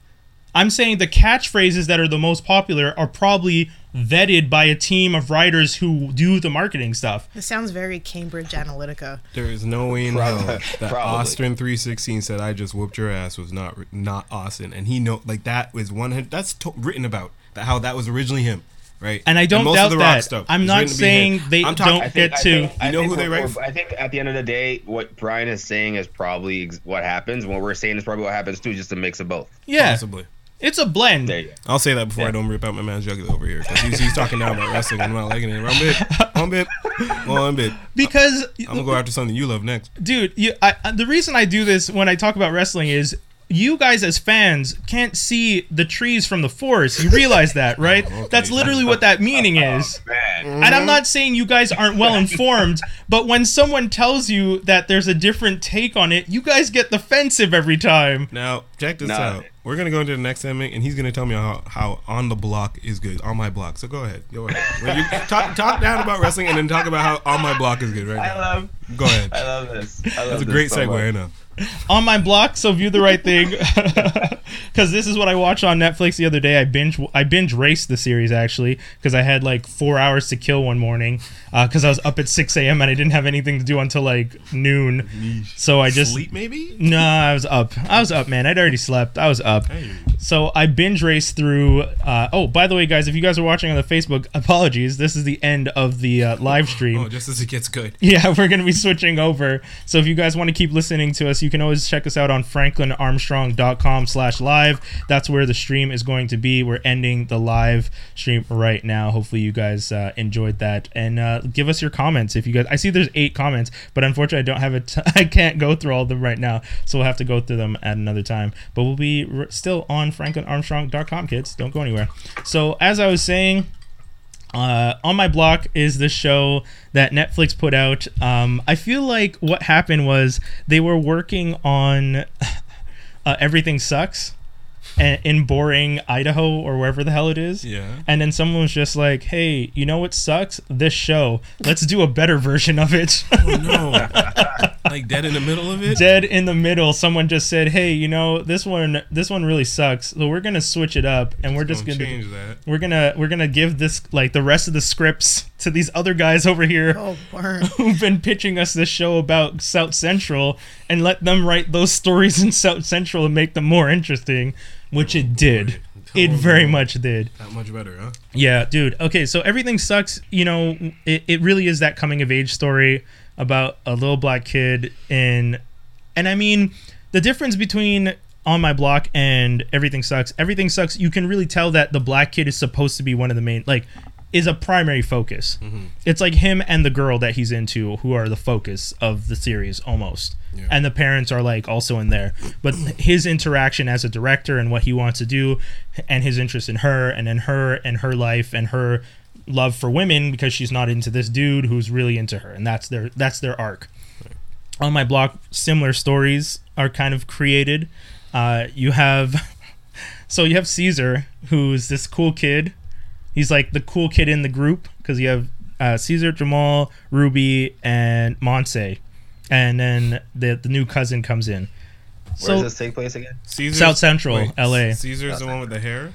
C: I'm saying the catchphrases that are the most popular are probably vetted by a team of writers who do the marketing stuff.
D: This sounds very Cambridge Analytica.
B: There is no way in hell that
A: Probably.
B: Austin three sixteen said "I just whooped your ass" was not not Austin, and he know like that was one hun- that's to- written about that how that was originally him, right?
C: And I don't doubt that. I'm
B: is written
C: not
B: to be him.
C: saying they
B: talking-
C: don't get to-
B: You know
A: think
B: who they
A: we're-
B: write
A: we're- I think at the end of the day, what Brian is saying is probably ex- what happens. What we're saying is probably what happens too. Just a mix of both.
C: Yeah,
B: Possibly.
C: it's a blend.
A: There you go.
B: I'll say that before I don't rip out my man's jugular over here 'cause he's, he's talking down about wrestling. and I'm not liking it. One bit, one bit, one bit.
C: Because
B: I'm gonna go after something you love next.
C: dude you, I, I- the reason i do this when i talk about wrestling is you guys as fans can't see the trees from the forest you realize that right that's literally what that meaning is
A: Man,
C: and i'm not saying you guys aren't well informed but when someone tells you that there's a different take on it you guys get defensive every time
B: Now, check this
A: Nah.
B: out. We're gonna go into the next segment, and he's gonna tell me how, how on the block is good on my block. So go ahead, go ahead. Well, you
A: (laughs)
B: talk, talk down about wrestling, and then talk about how on my block is good right
A: I
B: now.
A: love,
B: Go ahead.
A: I love this. I love
B: That's a
A: this
B: great
A: so
B: segue. I
A: much.
B: know.
C: on my block so view the right thing (laughs) because this is what i watched on netflix the other day i binge i binge raced the series actually because i had like four hours to kill one morning because i was up at 6 a.m and i didn't have anything to do until like noon so i just
B: Sleep maybe.
C: no, I was up. I was up, man. I'd already slept. I was up. job. So I binge raced through. Uh, oh, by the way, guys, if you guys are watching on the Facebook, apologies. This is the end of the uh, live stream.
B: Oh, just as it gets good.
C: (laughs) Yeah, we're going to be switching over. So if you guys want to keep listening to us, you can always check us out on franklinarmstrong.com slash live. That's where the stream is going to be. We're ending the live stream right now. Hopefully you guys uh, enjoyed that. And uh, give us your comments if you guys... I see there's eight comments, but unfortunately I don't have a t- (laughs) I can't go through all of them right now. So we'll have to go through them at another time. But we'll be r still on franklinarmstrong.com, kids. Don't go anywhere. So as I was saying... Uh, on my block is the show that Netflix put out. Um, I feel like what happened was they were working on (laughs) uh, Everything Sucks a- in boring Idaho or wherever the hell it is.
B: Yeah.
C: And then someone was just like, hey, you know what sucks? This show. Let's do a better (laughs) version of it.
B: Oh, no. (laughs) like dead in the middle of it.
C: dead in the middle someone just said hey you know this one this one really sucks so we're gonna switch it up and we're just
B: Don't
C: gonna
B: change that.
C: we're gonna we're gonna give this like the rest of the scripts (laughs) to these other guys over here
D: Oh, burn.
C: who've been pitching us this show about South Central and let them write those stories in South Central and make them more interesting, which it did. It very much did.
B: Not much better, huh?
C: Yeah, dude. Okay, so everything sucks. You know, it, it really is that coming of age story about a little black kid in, and I mean, the difference between on my block and everything sucks. Everything sucks. You can really tell that the black kid is supposed to be one of the main like is a primary focus. It's like him and the girl that he's into who are the focus of the series almost. And the parents are like also in there. But his interaction as a director and what he wants to do and his interest in her and in her and her life and her love for women because she's not into this dude who's really into her and that's their that's their arc on my blog, similar stories are kind of created. Uh, you have, (laughs) so you have Caesar, who's this cool kid. He's like the cool kid in the group because you have uh, Caesar, Jamal, Ruby, and Monse, and then the the new cousin comes in.
A: Where
C: So
A: does this take place again?
B: Caesar's,
C: South Central, LA.
B: Caesar's the one with the hair.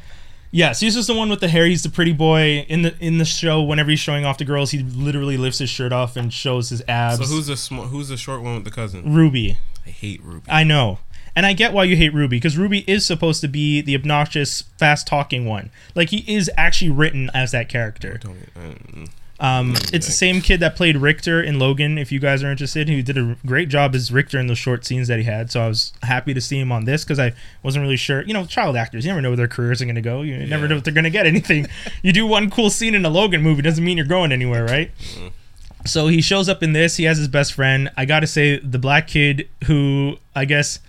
C: yeah, Caesar's the one with the hair. He's the pretty boy in the in the show. Whenever he's showing off the girls, he literally lifts his shirt off and shows his abs.
B: So who's the sm- who's the short one with the cousin?
C: Ruby?
B: I hate Ruby.
C: I know. And I get why you hate Ruby because Ruby is supposed to be the obnoxious, fast talking one. Like, he is actually written as that character.
B: Don't- uh,
C: Um, it's the same kid that played Richter in Logan, if you guys are interested, who did a great job as Richter in those short scenes that he had. So I was happy to see him on this because I wasn't really sure. You know, child actors, you never know where their careers are going to go. You never know if they're going to get anything. you do one cool scene in a Logan movie, doesn't mean you're going anywhere, right? So he shows up in this. He has his best friend. I gotta say, the black kid who I guess,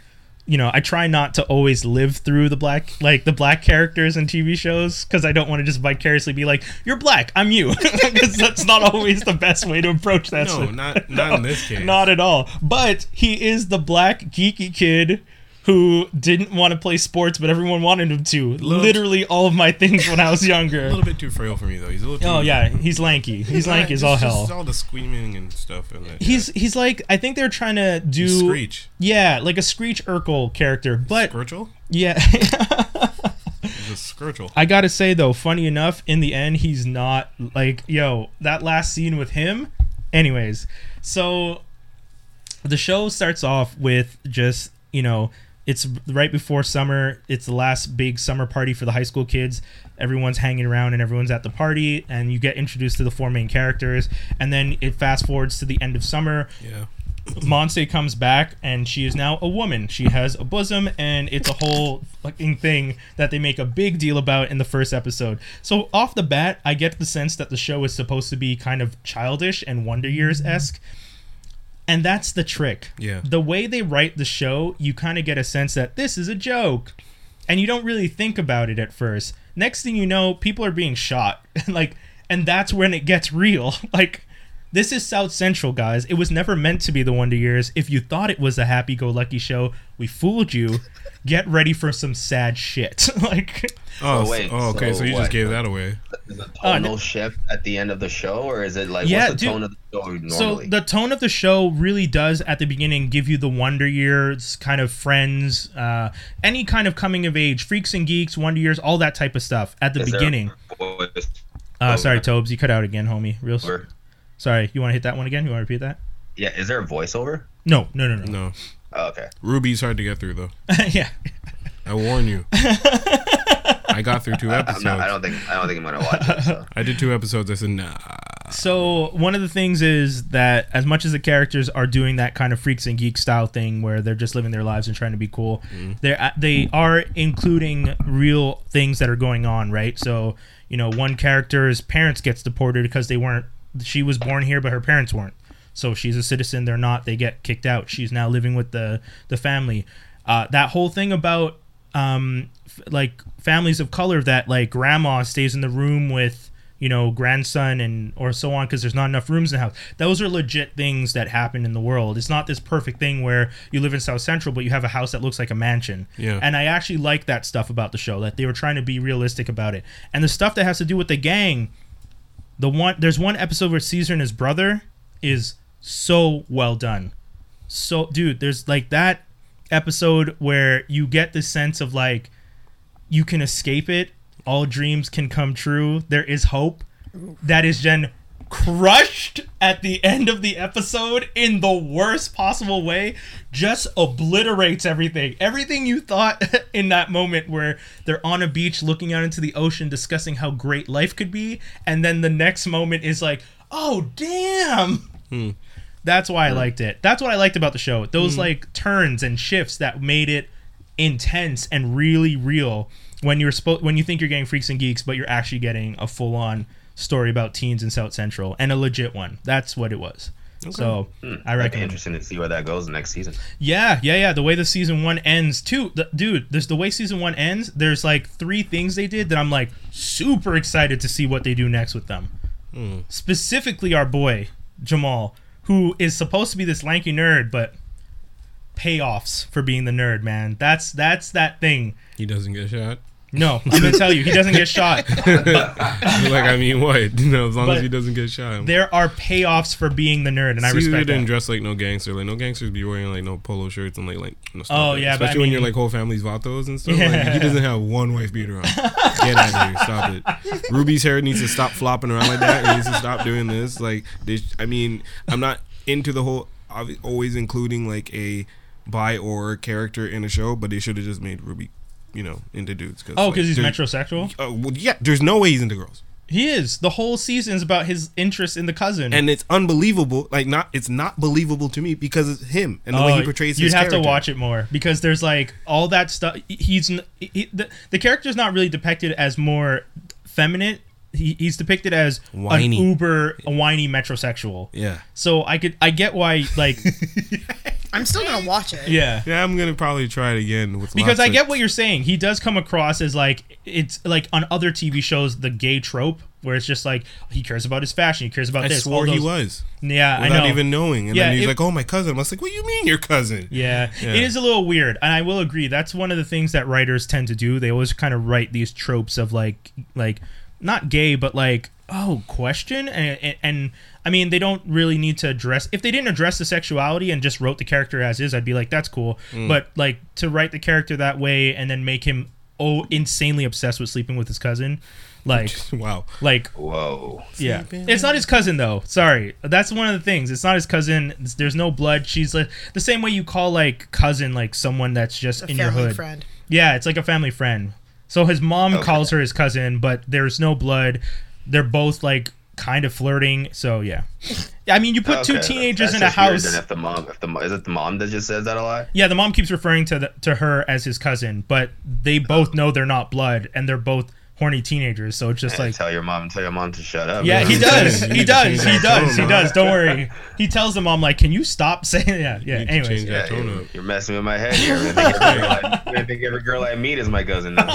C: you know, I try not to always live through the black like the black characters in TV shows because I don't want to just vicariously be like, "You're black, I'm you," (laughs) because that's not always the best way to approach that.
B: no,
C: shit.
B: not not in
C: (laughs)
B: this case.
C: Not at all. But he is the black geeky kid who didn't want to play sports, but everyone wanted him to. Literally all of my things when I was
B: a (laughs)
C: younger.
B: little bit too frail for me though. He's a little. Too
C: Oh yeah, he's
B: (laughs)
C: lanky. He's lanky as all
B: It's just
C: hell.
B: all the screaming and stuff. And that,
C: He's he's like I think they're trying to do
B: Screech.
C: Yeah, like a Screech Urkel character. But
B: Squirtle?
C: yeah, (laughs)
B: He's a Squirtle.
C: I gotta say though, funny enough, in the end, he's not like yo. That last scene with him, anyways. So the show starts off with just you know it's right before summer it's the last big summer party for the high school kids everyone's hanging around and everyone's at the party and you get introduced to the four main characters and then it fast forwards to the end of summer
B: Yeah.
C: Monse comes back and she is now a woman. She has a bosom and it's a whole fucking thing that they make a big deal about in the first episode. So off the bat, I get the sense that the show is supposed to be kind of childish and Wonder Years esque. And that's the trick.
B: Yeah.
C: The way they write the show, you kind of get a sense that this is a joke. And you don't really think about it at first. Next thing you know, people are being shot. (laughs) And like and that's when it gets real. (laughs) Like this is South Central, guys. It was never meant to be the Wonder Years. If you thought it was a happy go lucky show, we
A: (laughs)
C: fooled you. Get ready for some sad shit. (laughs) like
B: Oh,
A: So wait,
B: so- oh, okay. So,
A: so
B: you
A: what?
B: just gave that away.
A: Is the
C: Uh,
A: tonal shift at the end of the show, or is it like
C: Yeah,
A: what's the
C: dude.
A: tone of the show normally?
C: So the tone of the show really does at the beginning give you the Wonder Years kind of friends, uh, any kind of coming of age, freaks and geeks, Wonder Years, all that type of stuff at the
A: Is there a
C: beginning.
A: voice
C: Uh,
A: over?
C: sorry, Tobes, you cut out again, homie. Real s-
A: Or-
C: sorry. You want to hit that one again? You want to repeat that?
A: Yeah, is there a voiceover?
C: No, no, no, no.
B: No,
A: Oh, okay.
B: Ruby's hard to get through though.
C: (laughs) yeah.
B: I warn
C: (laughs)
B: you. I
A: (laughs)
B: got through two
A: I'm
B: episodes.
A: not, I don't think I don't think I'm gonna watch it. So.
B: I did two episodes. I said, nah.
C: So one of the things is that as much as the characters are doing that kind of freaks and geek style thing where they're just living their lives and trying to be cool, they're they are including real things that are going on, right? So you know, one character's parents gets deported because they weren't. She was born here, but her parents weren't. So she's a citizen. They're not. They get kicked out. She's now living with the the family. Uh, that whole thing about um, f- like families of color that like grandma stays in the room with you know grandson and or so on because there's not enough rooms in the house those are legit things that happen in the world it's not this perfect thing where you live in south central but you have a house that looks like a mansion
B: Yeah.
C: and i actually like that stuff about the show that they were trying to be realistic about it and the stuff that has to do with the gang the one there's one episode where Caesar and his brother is so well done. So dude, there's like that episode where you get the sense of like you can escape it, all dreams can come true, there is hope. That is then crushed at the end of the episode in the worst possible way just obliterates everything everything you thought (laughs) in that moment where they're on a beach looking out into the ocean discussing how great life could be and then the next moment is like oh damn that's why i liked it that's what i liked about the show those like turns and shifts that made it intense and really real when you're spo- when you think you're getting freaks and geeks, but you're actually getting a full on story about teens in South Central and a legit one. That's what it was. So I
A: I'd be
C: recommend. it.
A: interested to see where that goes next season.
C: Yeah, yeah, yeah. The way the season one ends, too, the, dude. There's the way season one ends. There's like three things they did that I'm like super excited to see what they do next with them. Specifically, our boy Jamal, who is supposed to be this lanky nerd, but payoffs for being the nerd, man. That's that's that thing.
B: He doesn't get shot. (laughs)
C: No, I'm gonna tell you, he doesn't get shot.
B: like, I mean, what? (laughs) You know, as long
C: But
B: as he doesn't get shot. I'm-
C: There are payoffs for being the nerd, and I
B: Caesar
C: respect
B: didn't
C: that.
B: dress like no gangster. Like no gangsters be wearing like no polo shirts and like like no stuff.
C: Oh,
B: like that.
C: yeah, but I
B: especially when
C: mean-
B: your like whole family's vatos and stuff.
C: Yeah.
B: Like, he doesn't have one wife beater on. Get out of here! Stop it. Ruby's hair needs to stop flopping around like that. It needs to stop doing this. Like, they, sh- I mean, I'm not into the whole obvi- always including like a bi or character in a show, but they should have just made Ruby, you know, into dudes. Cause,
C: Oh,
B: like,
C: because he's
B: there-
C: metrosexual.
B: Oh, well, yeah, there's no way he's into girls.
C: He is. The whole season is about his interest in the cousin.
B: and it's unbelievable. Like not, it's not believable to me because it's him and the way he portrays.
C: Oh, You'd
B: his
C: have to
B: character.
C: watch it more because there's like all that stuff. He's n- he, the the character's not really depicted as more feminine. He, he's depicted as
B: Whiny.
C: an uber whiny metrosexual.
B: Yeah.
C: So I could I get why like
D: I'm still gonna watch it.
C: yeah.
B: (laughs) Yeah, I'm gonna probably try it again with
C: because
B: lots
C: I
B: of-
C: get what you're saying. He does come across as like it's like on other TV shows the gay trope where it's just like he cares about his fashion, he cares about
B: I
C: this. all
B: swore he
C: those-
B: was
C: Yeah, I
B: without
C: know.
B: even knowing, and
C: Yeah,
B: then he's
C: it-
B: like, "Oh, my cousin." I was like, "What do you mean, your cousin?"
C: yeah.
B: Yeah.
C: it is a little weird, and I will agree. That's one of the things that writers tend to do. They always kind of write these tropes of like, like not gay, but like oh question, and, and, and I mean they don't really need to address. If they didn't address the sexuality and just wrote the character as is, I'd be like that's cool. But like to write the character that way and then make him oh insanely obsessed with sleeping with his cousin, like
B: (laughs) Wow.
C: like
A: Whoa.
C: yeah, it's not his cousin though. Sorry, that's one of the things. It's not his cousin. It's- There's no blood. She's like the same way you call like cousin like someone that's just
D: A
C: in your
D: family
C: hood.
D: friend.
C: Yeah, it's like a family friend. So his mom
A: Okay.
C: calls her his cousin, but there's no blood. They're both like kind of flirting. So yeah, I mean you put two
A: Okay,
C: teenagers
A: that's
C: in a
A: just weird
C: house.
A: then if the mom, if the mo- is it the mom that just says that a lot?
C: Yeah, the mom keeps referring to the, to her as his cousin, but they
A: Oh.
C: both know they're not blood, and they're both horny teenagers. So it's just like
A: tell your mom, tell your mom to shut up.
C: Yeah, he
B: I'm
C: does.
B: saying, you
C: He
B: need to
C: does.
B: change
C: He
B: that
C: does. He
B: tone,
C: does. Don't worry. He tells the mom like, "Can you stop (laughs) saying that?" Yeah.
B: need to
C: Anyways,
B: change that.
A: Yeah,
B: tone
A: you're,
B: up.
A: you're messing with my head here. I'm gonna think every girl I- I'm gonna think every girl I meet is my cousin. Now.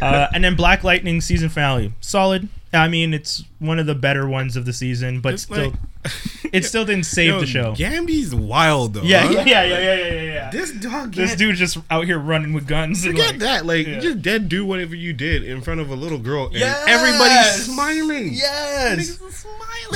C: uh, and then Black Lightning season finale, solid. I mean, it's one of the better ones of the season, but
B: It's
C: still,
B: like-
C: it still didn't save
B: Yo,
C: the show. Yeah,
B: Gamby's wild though.
C: yeah,
B: huh?
C: yeah, yeah, yeah, yeah, yeah. This,
B: This dog.
C: this
B: can't-
C: dude just out here running with guns. And,
B: Forget
C: like,
B: that. Like,
C: Yeah.
B: you just dead do whatever you did in front of a little girl, and
C: Yes!
B: everybody's smiling.
C: Yes.
B: Niggas are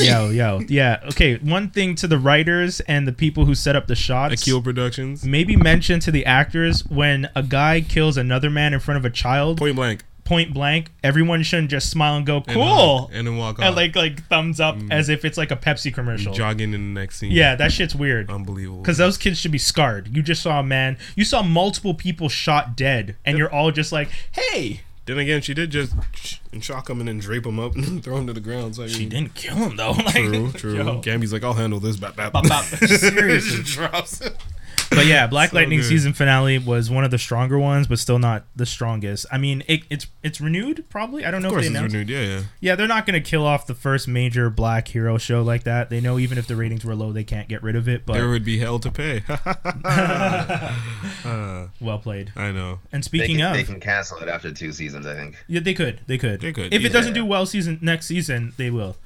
B: smiling.
C: Yo, yo, yeah. Okay, one thing to the writers and the people who set up the shots.
B: Akil Productions.
C: Maybe mention to the actors when a guy kills another man in front of a child.
B: Point blank.
C: point blank, everyone shouldn't just smile and go
B: And, uh,
C: cool and,
B: and Mm. then walk off.
C: like like thumbs up as if it's like a Pepsi commercial.
B: jogging in the next scene.
C: yeah, that shit's weird.
B: unbelievable.
C: Because those kids should be scarred. You just saw a man. You saw multiple people shot dead, and you're all just like, "Hey,
B: then again, she did just sh- and shock him and then drape him up (laughs) and throw him to the ground. So I mean,
C: you didn't kill him though." (laughs) Like,
B: True, true.
C: yo.
B: Gamby's like, I'll handle this. Bap, bap. (laughs)
C: Bop, (laughs) bop. Seriously.
B: drops.
C: But yeah, Black Lightning
B: good.
C: season finale was one of the stronger ones, but still not the strongest. I mean, it, it's it's renewed probably. I don't know
B: Of course,
C: if
B: it's
C: they announced.
B: renewed. Yeah, yeah.
C: Yeah, they're not going to kill off the first major black hero show like that. They know even if the ratings were low, they can't get rid of it. But
B: There would be hell to pay. (laughs) Uh,
C: well played.
B: I know.
C: And
A: They
C: speaking
A: can, they
C: of,
A: can cancel it after two seasons, I think.
C: yeah, they could, they could,
B: They could,
C: If
B: yeah.
C: it doesn't do well season next season, they will.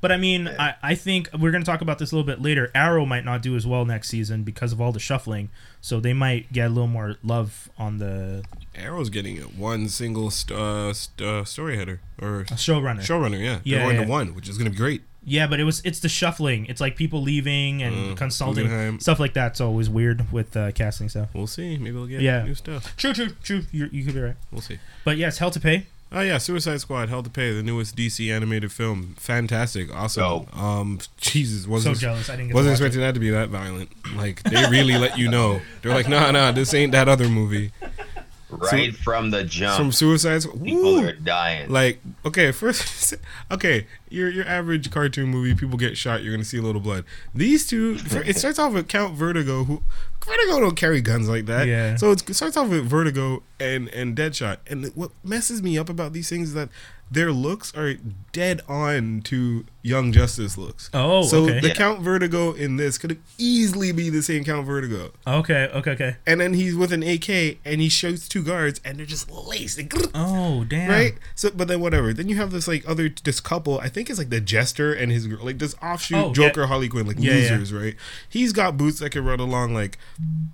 C: But I mean, I, I think we're going to talk about this a little bit later. Arrow might not do as well next season because of all the shuffling, so they might get a little more love on the
B: Arrow's getting it. one single st- uh, st- uh, story header or
C: showrunner.
B: showrunner. Yeah,
C: Yeah,
B: they're going
C: yeah.
B: to one, which is gonna be great.
C: Yeah, but it was it's the shuffling. It's like people leaving and
B: Mm,
C: consulting
B: Guggenheim.
C: stuff like that's always weird with uh, casting stuff.
B: We'll see. Maybe we'll get
C: Yeah.
B: new stuff.
C: True, true, true. You're, you could be right.
B: We'll see.
C: But yes, Hell to Pay.
B: Oh yeah, Suicide Squad, Hell to Pay, the newest DC animated film. Fantastic, awesome.
A: Dope.
B: Um, Jesus, wasn't
C: So jealous. I didn't get.
B: wasn't
C: to watch
B: expecting that to be that violent. Like they really let you know. They're like, nah, nah, this ain't that other movie.
A: Right from the jump,
B: From Suicide Squad,
A: people
B: woo!
A: are dying.
B: Like, okay, first, (laughs) okay, your your average cartoon movie, people get shot, you're gonna see a little blood. These two, it starts off with Count Vertigo, who Vertigo don't carry guns like that.
C: Yeah.
B: So it's, it starts off with Vertigo and and Deadshot, and what messes me up about these things is that their looks are dead on to Young Justice looks.
C: Oh,
B: so
C: okay.
B: the
A: Yeah.
B: Count Vertigo in this could easily be the same Count Vertigo
C: Okay, okay, okay.
B: and then he's with an AK and he shoots two guards and they're just laced. and
C: Oh damn.
B: Right, so but then whatever. Then you have this like other this couple. I think it's like the jester and his girl, like this offshoot
C: Oh, yeah.
B: Joker Harley Quinn, like
C: Yeah, yeah.
B: losers, right? He's got boots that can run along like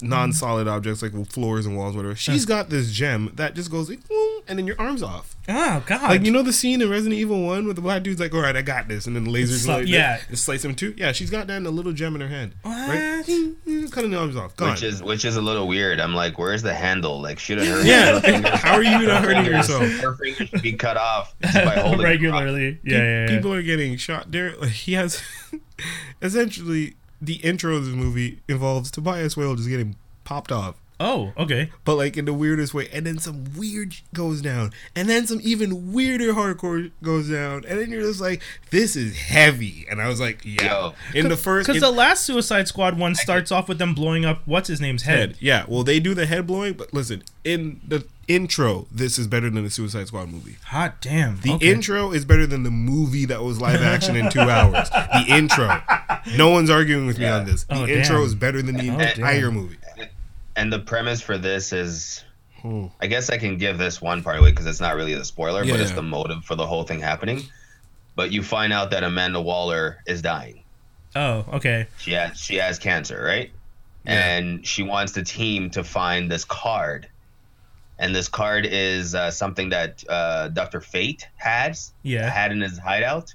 B: non-solid objects, like floors and walls, whatever. She's got this gem that just goes like, boom, and then your arms off.
C: Oh god.
B: Like you know the scene in Resident Evil One where the black dude's like, "All right, I got this," and then the lasers
C: Sli-
B: like,
C: yeah.
B: it slice him too. Yeah, she's got that in a little gem in her hand, right?
C: What?
B: Cutting the arms off, gone.
A: which is which is a little weird. I'm like, where's the handle? Like, should have hurt.
B: Yeah, (laughs)
C: (laughs)
B: how are you not
A: (laughs)
B: hurting yourself?
A: Her fingers should be cut off just
B: (laughs)
A: by holding it. (laughs)
C: (laughs) regularly. Yeah, yeah, yeah.
B: People are getting shot. There, like, he has (laughs) essentially the intro of this movie involves Tobias Whale just getting popped off,
C: Oh, okay.
B: but like in the weirdest way. And then some weird sh- goes down, and then some even weirder hardcore goes down, and then you're just like, "This is heavy." And I was like, "Yeah."
A: Yo.
B: in the first,
C: Because
B: in-
C: the last Suicide Squad one starts off with them blowing up what's his name's head.
B: head. Yeah, well, they do the head blowing, but listen, in the intro, this is better than the Suicide Squad movie.
C: Hot damn.
B: The
C: okay.
B: intro is better than the movie that was live action in
C: (laughs)
B: two hours. The intro. No one's arguing with me on this. The
C: Oh,
B: intro
C: damn. Oh,
B: is better than the
C: damn.
B: entire movie.
A: And the premise for this is,
C: Hmm.
A: I guess I can give this one part away because it's not really the spoiler,
B: Yeah,
A: but it's
B: yeah.
A: the motive for the whole thing happening. But you find out that Amanda Waller is dying.
C: Oh, okay.
A: She has she has cancer, right? And she wants the team to find this card. And this card is uh, something that uh, Doctor Fate has
C: Yeah.
A: had in his hideout,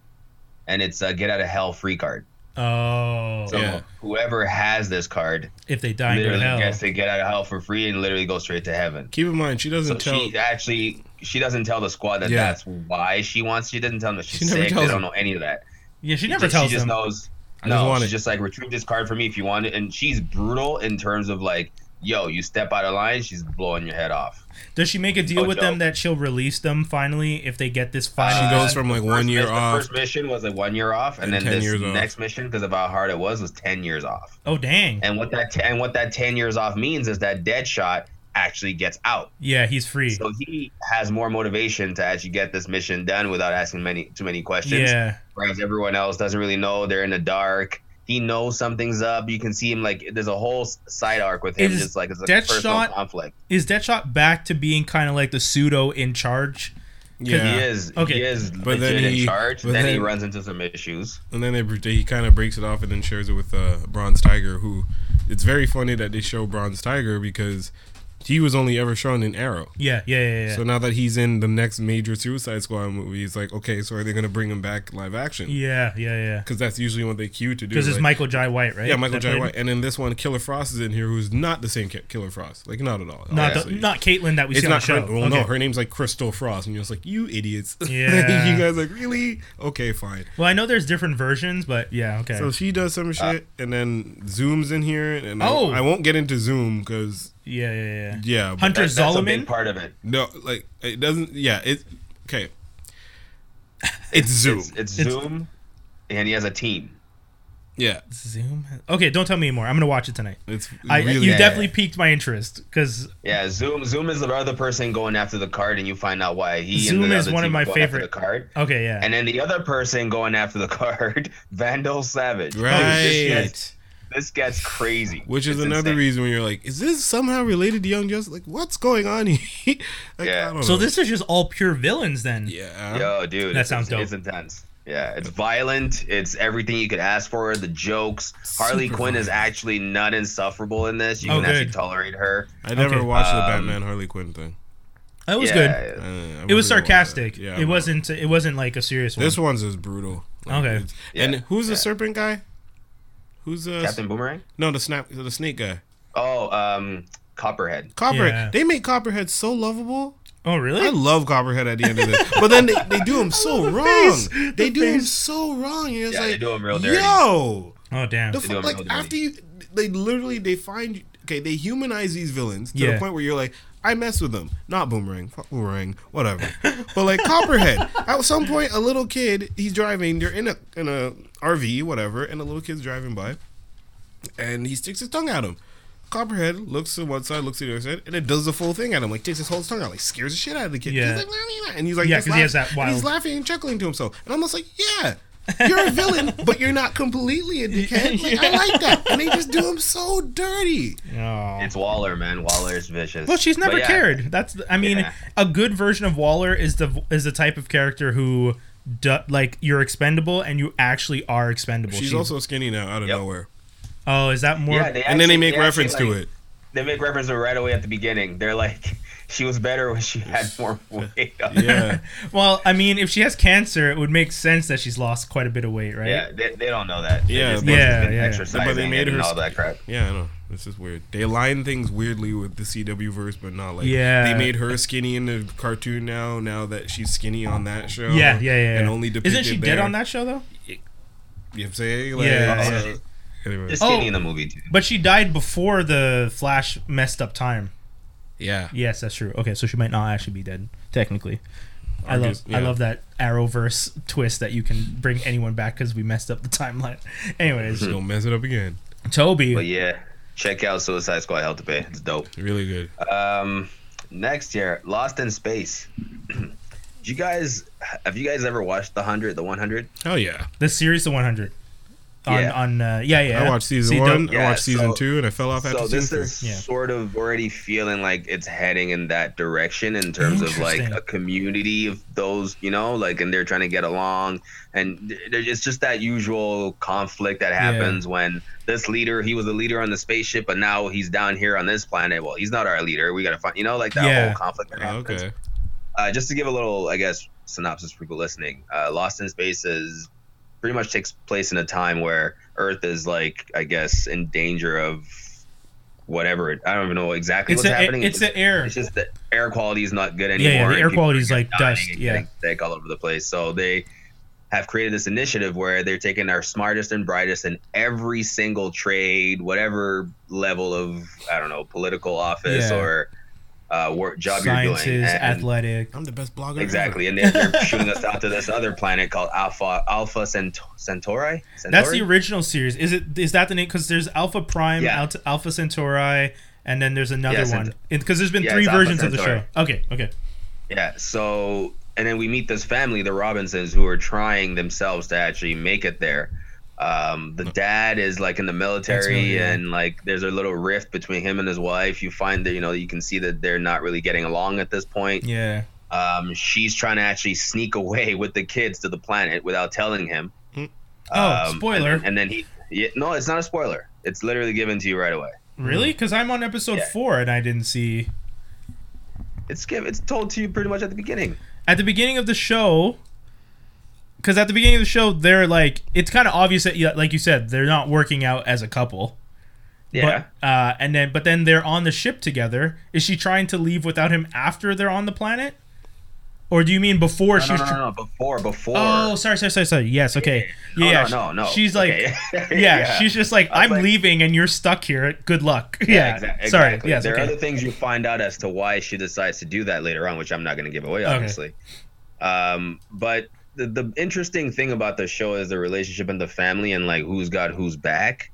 A: and it's a get out of hell free card.
C: Oh,
A: So
B: Yeah.
A: whoever has this card
C: if they die in
A: literally
C: hell.
A: gets to get out of hell for free and literally go straight to heaven.
B: Keep in mind, she
A: So
B: doesn't tell.
A: she actually she doesn't tell the squad that
B: Yeah.
A: that's why she wants. She doesn't tell them that she's
B: She never
A: sick. They
B: tells
A: don't
B: them.
A: know any of that.
C: Yeah, she
A: She
C: never
A: just-
C: tells
A: She just
C: them.
A: knows.
B: I
A: no,
B: just want
A: she's
B: it.
A: just like retrieve this card for me if you want it, and she's brutal in terms of like, yo, you step out of line, she's blowing your head off.
C: Does she make a deal
A: Oh,
C: with them
A: no. Uh,
C: that she'll release them finally if they get this final?
B: She goes from like one
A: First
B: year
A: miss- the
B: off.
A: First mission was like one year off, and,
B: And
A: then
B: 10
A: this
B: years off.
A: next mission because of how hard it was was ten years off.
C: oh dang!
A: And what that and what that ten years off means is that Deadshot actually gets out.
C: Yeah, he's
B: Hmm.
C: free.
A: So he has more motivation to actually get this mission done without asking many too many questions.
C: yeah,
A: Whereas everyone else doesn't really know. They're in the dark. He knows something's up. You can see him like there's a whole s- side arc with him,
C: Is
A: just like it's a
C: Deathshot-
A: personal conflict.
C: is Deadshot back to being kind of like the pseudo in charge?
B: yeah.
A: He is.
C: Okay.
A: He is legit
B: But then
A: in
B: he-
A: charge.
B: but
A: Then, he
B: then-
A: runs into some issues.
B: And then they, he kind of breaks it off and then shares it with uh, Bronze Tiger, who it's very funny that they show Bronze Tiger because He was only ever shown in Arrow.
C: Yeah, yeah, yeah, yeah.
B: So now that he's in the next major Suicide Squad movie, it's like, okay, so are they going to bring him back live action?
C: yeah, yeah, yeah.
B: Because that's usually what they cue to do.
C: Because it's
B: like-
C: Michael Jai White, right?
B: Yeah, Michael
C: That
B: J.
C: played-
B: White. And then this one, Killer Frost is in here, who's not the same Ki- Killer Frost. Like, not at all.
C: Not the,
B: obviously.
C: not Caitlyn that we
B: It's
C: see on the
B: not her.
C: show.
B: Well,
C: Okay.
B: no, her name's like Crystal Frost, and you're just like, you idiots. (laughs)
C: Yeah.
B: you guys like really okay, fine.
C: Well, I know there's different versions, but yeah, okay.
B: So she does some shit, and then Zoom's in here, and I-
C: Oh.
B: I, won't get into Zoom because
C: yeah, yeah, yeah.
B: yeah, but
C: Hunter
A: That- that's a big
C: Zolomon.
A: part of it.
B: no, like it doesn't. Yeah, it okay. It's Zoom.
A: It's, it's Zoom, and he has a team.
B: yeah,
C: Zoom. Okay, don't tell me anymore. I'm gonna watch it tonight.
B: it's
C: I,
B: really
C: you
A: Yeah.
C: definitely piqued my interest because
A: Yeah, Zoom. Zoom is the other person going after the card, and you find out why he.
C: Zoom
A: and the
C: is
A: other
C: one of
A: team
C: my
A: are going after
C: favorite-
A: The card.
C: okay, yeah,
A: And then the other person going after the (laughs) card, Vandal Savage.
B: Right.
A: This
B: Right.
A: gets, this gets crazy.
B: Which is
A: It's
B: another
A: insane.
B: reason when you're like, is this somehow related to Young Justice? Like, what's going on (laughs) here? like,
A: Yeah.
B: I don't
C: So
B: know.
C: this is just all pure villains then.
B: yeah,
A: Yo, dude,
C: That
A: it's-
C: sounds dope.
A: It's intense. Yeah, it's violent. It's everything you could ask for. The jokes. Harley
B: Super
A: Quinn is actually not insufferable in this. You
C: Oh,
A: can actually
C: good.
A: tolerate her.
B: I never
C: Okay.
B: watched the
A: Um,
B: Batman Harley Quinn thing.
C: That was
A: yeah,
C: good.
B: Uh, I
C: It was
B: really wanna-
C: sarcastic.
B: Yeah,
C: it
B: I'm-
C: wasn't. It wasn't like a serious one.
B: This one's is brutal.
C: Okay.
B: it's- And
A: Yeah,
B: who's the
A: yeah.
B: serpent guy? Who's uh,
A: Captain Boomerang.
B: no the snap the snake guy?
A: Oh, um, Copperhead.
B: Copperhead.
C: Yeah.
B: They make Copperhead so lovable.
C: oh
B: I
C: really?
B: love Copperhead at the end of this, but then they, they
C: (laughs)
B: do him so wrong.
C: face.
B: They
C: The
B: do him
C: face.
B: so wrong. You're just
A: Yeah, they
B: like,
A: do him real dirty.
B: yo,
C: Oh damn.
B: the
A: do
B: fu-
A: him
B: like
A: real dirty.
B: after you, they literally they find okay, they humanize these villains to
C: Yeah.
B: the point where you're like, I mess with them, not Boomerang, fuck Boomerang, whatever. (laughs) but like Copperhead, at some point, a little kid, he's driving, they're in a in a RV, whatever, and a little kid's driving by, and he sticks his tongue at him. Copperhead looks to one side, looks to the other side, and it does the full thing at him. Like takes his whole tongue out, like scares the shit out of the kid.
C: Yeah.
B: He's like, "Nah, nah, nah," and he's like,
C: Yeah,
B: just
C: 'cause he has
B: laugh-
C: that
B: and He's
C: wild-
B: laughing and chuckling to himself, and I'm just like, yeah, you're a
C: (laughs)
B: villain, but you're not completely a dickhead. Like, I like that, and they just do him so dirty.
C: Oh.
A: It's Waller, man. Waller's vicious.
C: Well, she's
A: But
C: never
A: yeah,
C: cared. That's the- I mean,
A: Yeah.
C: a good version of Waller is the is the type of character who du- like you're expendable and you actually are expendable.
B: She's also skinny now, out of
A: Yep.
B: nowhere,
C: Oh, is that more
A: Yeah, they
B: and then they
A: actually-
B: make
A: they
B: reference
A: actually,
B: to
A: like,
B: it.
A: They make reference to it right away at the beginning. They're like, (laughs) she was better when she
B: (laughs)
A: had more weight.
C: (laughs)
B: Yeah,
C: Well, I mean, if she has cancer, it would make sense that she's lost quite a bit of weight, right?
A: Yeah, they, they don't know that. They
B: Yeah,
A: just
B: but-
A: must have
C: Yeah,
A: been
C: yeah.
A: Exercising
B: But they made
A: it and
B: her
A: all
B: sk-
A: that crap.
B: yeah, I know. This is weird. They line things weirdly with the CW verse, but not like
C: Yeah.
B: They made her skinny in the cartoon now. Now that she's skinny on that show,
C: Yeah, yeah, yeah.
B: and
C: yeah.
B: only
C: Isn't she
B: depicted
C: dead
B: there.
C: on that show though?
B: You know what I'm saying?
C: Yeah,
B: so- anyway.
A: Just
C: Oh.
A: skinny in the movie too.
C: But she died before the Flash messed up time.
A: (laughs)
B: yeah.
C: Yes, that's true. Okay, so she might not actually be dead technically. I love
B: guess- yeah.
C: I love that Arrowverse twist that you can bring anyone back because we messed up the timeline. (laughs) Anyways,
B: Don't mess it up again.
C: Toby.
A: But yeah, check out Suicide Squad Hell to Pay. It's dope.
B: Really good.
A: Um, next year, Lost in Space. (clears throat) Did you guys have you guys ever watched the hundred, the one hundred?
B: Hell yeah.
C: The series The 100. On,
A: Yeah.
C: on uh, yeah, yeah.
B: I watched season
C: See,
B: one.
C: don't-
B: I
A: Yeah,
B: watched season
A: so-
B: two, and I fell off after
A: So this
B: season
A: is
C: Yeah.
A: sort of already feeling like it's heading in that direction in terms of like
C: Interesting.
A: a community of those, you know, like and they're trying to get along, and th- there- it's just that usual conflict that happens when this leader, he was the leader on the spaceship, but now he's down here on this planet. Well, he's not our leader. We gotta find, you know, like that
C: Yeah.
A: whole conflict. That
B: three. Oh,
A: happens.
B: okay.
A: uh, just to give a little, I guess, synopsis for people listening, uh, Lost in Space is pretty much takes place in a time where Earth is like, I guess, in danger of whatever. It, I don't even know exactly
C: It's
A: what's
C: a,
A: happening.
C: it's the air.
A: It's just the air quality is not good
C: yeah,
A: anymore.
C: yeah, the
A: and
C: air
A: people
C: quality is like
A: dying
C: dust.
A: and
C: Yeah.
A: getting sick all over the place. So they have created this initiative where they're taking our smartest and brightest in every single trade, whatever level of I don't know political office
C: Yeah.
A: or uh, work job
C: Sciences,
A: you're doing. And-
C: athletic.
B: I'm the best blogger.
A: Exactly, and they're, they're shooting us out to this other planet called Alpha Alpha Cent- Centauri. Centauri?
C: That's the original series. Is it? Is that the name? Because there's Alpha Prime,
A: Yeah.
C: Alt- Alpha Centauri, and then there's another
A: Yeah,
C: one.
A: Cent-
C: Because there's been
A: Yeah,
C: three
A: it's Alpha
C: versions of the show.
A: Centauri.
C: Okay, okay.
A: yeah. So, and then we meet this family, the Robinsons, who are trying themselves to actually make it there. Um, the dad is like in the
C: really,
A: military,
C: yeah.
A: and like there's a little rift between him and his wife. You find that you know you can see that they're not really getting along at this point.
C: Yeah.
A: Um, she's trying to actually sneak away (laughs) with the kids to the planet without telling him.
C: Oh,
A: Um,
C: spoiler.
A: And, and then he, yeah, no, it's not a spoiler. It's literally given to you right away.
C: Really? Because I'm on episode
A: Yeah.
C: four and I didn't see.
A: It's give it's told to you pretty much at the beginning.
C: At the beginning of the show. Because at the beginning of the show, they're like. It's kind of obvious that, yeah, like you said, they're not working out as a couple.
A: Yeah.
C: But, uh, and then, but then they're on the ship together. Is she trying to leave without him after they're on the planet? Or do you mean before she
A: no,
C: was?
A: no,
C: tr-
A: no, no, before, before.
C: Oh, sorry, sorry, sorry, sorry. Yes, okay.
A: Oh,
C: Yeah, yeah.
A: no, no, no.
C: She's like,
A: (laughs) Okay.
C: yeah,
A: Yeah.
C: she's just like,
A: I was
C: I'm
A: like-
C: leaving and you're stuck here. Good luck. (laughs) Yeah,
A: exac-
C: sorry.
A: exactly.
C: Yes,
A: there
C: okay.
A: are other things you find out as to why she decides to do that later on, which I'm not going to give away, obviously. Um, but the, the interesting thing about the show is the relationship and the family and like who's got who's back. You-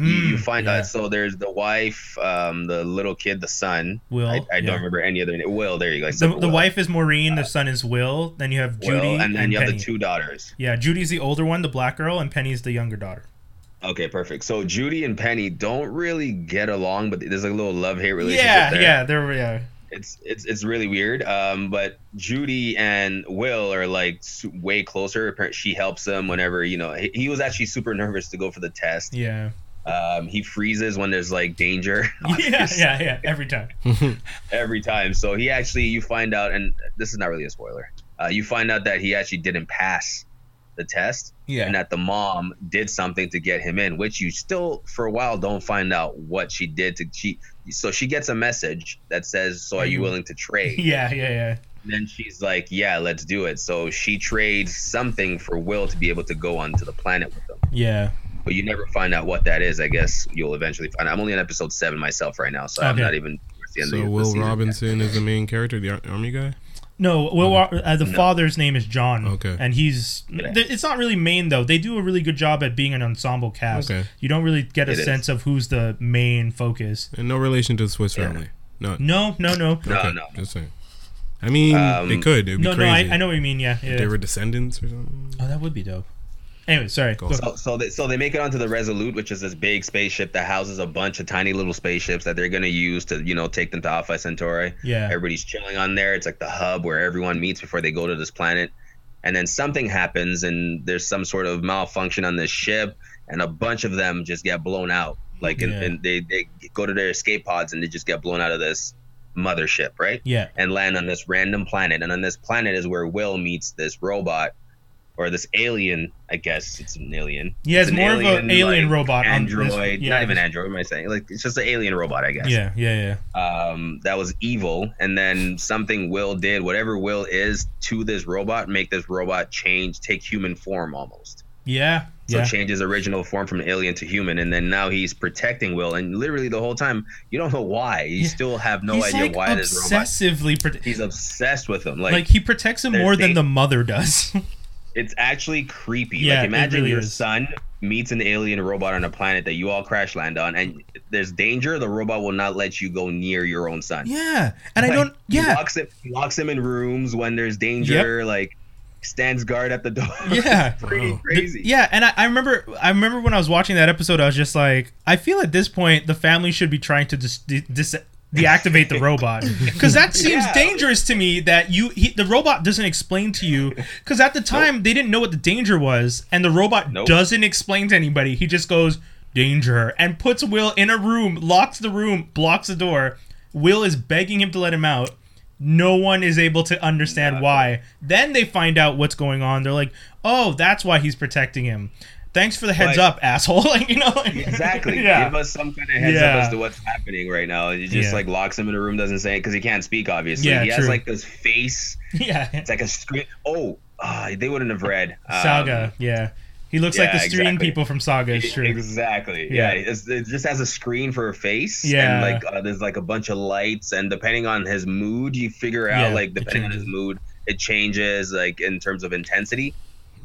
C: Mm,
A: you find
C: yeah.
A: out. So there's the wife, um, the little kid, the son.
C: Will,
A: I, I
C: yeah.
A: don't remember any other name. Will. There you go. I
C: The,
A: said
C: the
A: Will. uh,
C: wife is Maureen. The son is Will. Then you have
A: Will,
C: Judy
A: and then you have
C: Penny.
A: the two daughters.
C: Yeah, Judy's the older one, the black girl, and Penny's the younger daughter.
A: Okay, perfect. So Judy and Penny don't really get along, but there's like a little love hate relationship.
C: Yeah,
A: there.
C: yeah, they're yeah.
A: it's it's it's really weird. Um, but Judy and Will are like s- way closer. Appar- She helps him whenever you know he, he was actually super nervous to go for the test.
C: Yeah,
A: Um, he freezes when there's like danger.
C: (laughs) yeah, yeah, yeah. Every time.
A: (laughs) every time. So he actually you find out, and this is not really a spoiler. Uh, you find out that he actually didn't pass the test,
C: Yeah.
A: and that the mom did something to get him in, which you still for a while don't find out what she did to cheat. So she gets a message that says, "So are you
B: Mm-hmm.
C: you-
A: willing to trade?"
B: (laughs)
C: Yeah, yeah, yeah.
A: then she's like, "Yeah, let's do it." So she trades something for Will to be able to go onto the planet with them.
C: Yeah.
A: But you never find out what that is. I guess you'll eventually find. I'm only on episode seven myself right now, so I'm
C: Okay.
A: not even towards the end of
B: So
A: the
B: Will
A: season.
B: Robinson is the main character, the ar- army guy.
C: No, well, uh, the father's name is John.
B: Okay.
C: and he's th- it's not really main though. They do a really good job at being an ensemble cast.
B: Okay.
C: You don't really get a
A: It is.
C: sense of who's the main focus.
B: And no relation to the Swiss family. No.
C: No, no, no,
A: No,
B: okay,
A: no.
B: Just saying. I mean,
A: Um,
B: they could. It'd be
C: no, no. I,
B: crazy.
C: I know what you mean. Yeah, yeah.
B: They were descendants or something.
C: oh, that would be dope. Anyway, sorry.
B: Go.
C: Go-
A: So, so they so they make it onto the Resolute, which is this big spaceship that houses a bunch of tiny little spaceships that they're gonna use to you know take them to Alpha Centauri.
C: Yeah.
A: everybody's chilling on there. It's like the hub where everyone meets before they go to this planet. And then something happens, and there's some sort of malfunction on this ship, and a bunch of them just get blown out. Like, and,
C: Yeah.
A: and they they go to their escape pods, and they just get blown out of this mothership, right?
C: Yeah.
A: and land on this random planet. And on this planet is where Will meets this robot or this alien. I guess it's an alien.
C: Yeah, it's
A: an
C: more of a alien robot on this-
A: Android,
C: yeah.
A: not even android. What am I saying? Like it's just an alien robot, I guess.
C: Yeah, yeah, yeah.
A: Um, that was evil, and then something Will did, whatever Will is to this robot, make this robot change, take human form almost.
C: Yeah.
A: So
C: yeah.
A: change his original form from alien to human, and then now he's protecting Will. And literally the whole time, you don't know why. You
C: Yeah.
A: still have no
C: He's
A: idea
C: like
A: why this robot.
C: obsessively prote-
A: He's obsessed with him.
C: like, he protects him
A: their
C: more than
A: date-
C: the mother does. (laughs)
A: it's actually creepy.
C: Yeah,
A: like
C: it
A: imagine
C: really
A: your
C: is.
A: son meets an alien robot on a planet that you all crash land on, and there's danger. The robot will not let you go near your own son.
C: yeah, and I
A: Like,
C: don't.
A: He
C: Yeah,
A: locks him. He locks him in rooms when there's danger. Like stands guard at the door.
C: (laughs) Yeah.
A: It's (laughs) pretty
B: Wow.
C: The-
A: crazy.
C: yeah, and I, I remember I remember when I was watching that episode, I was just like, I feel at this point the family should be trying to dis- de- dis- deactivate the robot because that
A: (laughs)
C: seems
A: Yeah.
C: dangerous to me. That you he, the robot doesn't explain to you because at the time they didn't know what the danger was, and the robot
A: Nope.
C: doesn't explain to anybody. He just goes danger and puts Will in a room, locks the room, blocks the door. Will is begging him to let him out no one is able to understand why. Then they find out what's going on. They're like, "Oh, that's why he's protecting him." Thanks for the heads
A: Like-
C: up, asshole. (laughs) like, you know, like- (laughs)
A: Exactly.
C: yeah,
A: Give us some kind of heads
C: Yeah.
A: up as to what's happening right now. And he just
C: Yeah.
A: like locks him in a room, doesn't say it because he can't speak. Obviously,
C: Yeah,
A: he has
C: true.
A: like this face.
C: yeah.
A: It's like a screen. Oh, ah, they wouldn't have read um,
C: Saga. yeah, he looks like the
A: yeah,
C: stream
A: exactly.
C: people from Saga. It's true.
A: Exactly.
C: Yeah.
A: Yeah. It's, it just has a screen for a face.
C: Yeah.
A: And like uh, there's like a bunch of lights, and depending on his mood, you figure out
C: Yeah, it
A: like depending on his
C: changes.
A: mood, it changes like in terms of intensity.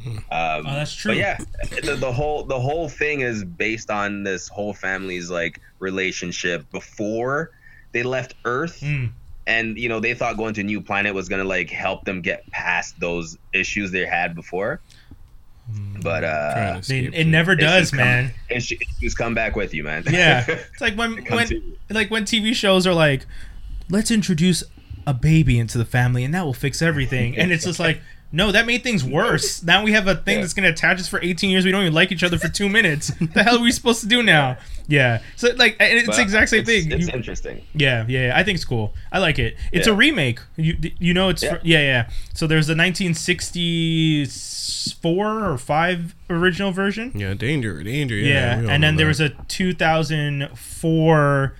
A: Um, oh,
C: Hmm. that's true.
A: But yeah, the, the whole the whole thing is based on this whole family's like relationship before they left Earth
C: Mm,
A: and you know they thought going to a new planet was gonna like help them get past those issues they had before
C: Hmm.
A: but uh
C: they- it never
A: Issues
C: does,
A: come-
C: man.
A: issues, issues come back with you man (laughs)
C: Yeah, it's like when
A: come to
C: when
A: you.
C: like when TV shows are like, "Let's introduce a baby into the family, and that will fix everything," and it's just like. No, that made things worse. Now we have a thing that's going to attach us for 18 years. We don't even like each other for two minutes. the hell are we supposed to do now? Yeah. So, like, and it's
A: But
C: the exact same
A: it's-
C: thing.
A: It's
C: You-
A: interesting.
C: yeah, yeah, yeah. I think it's cool. I like it. It's a
A: Yeah.
C: remake. You you know it's
A: Yeah.
C: yeah. yeah yeah. So there's the 1964 or five original version.
B: Yeah, danger, danger.
C: Yeah,
B: Yeah,
C: and then there was a 2004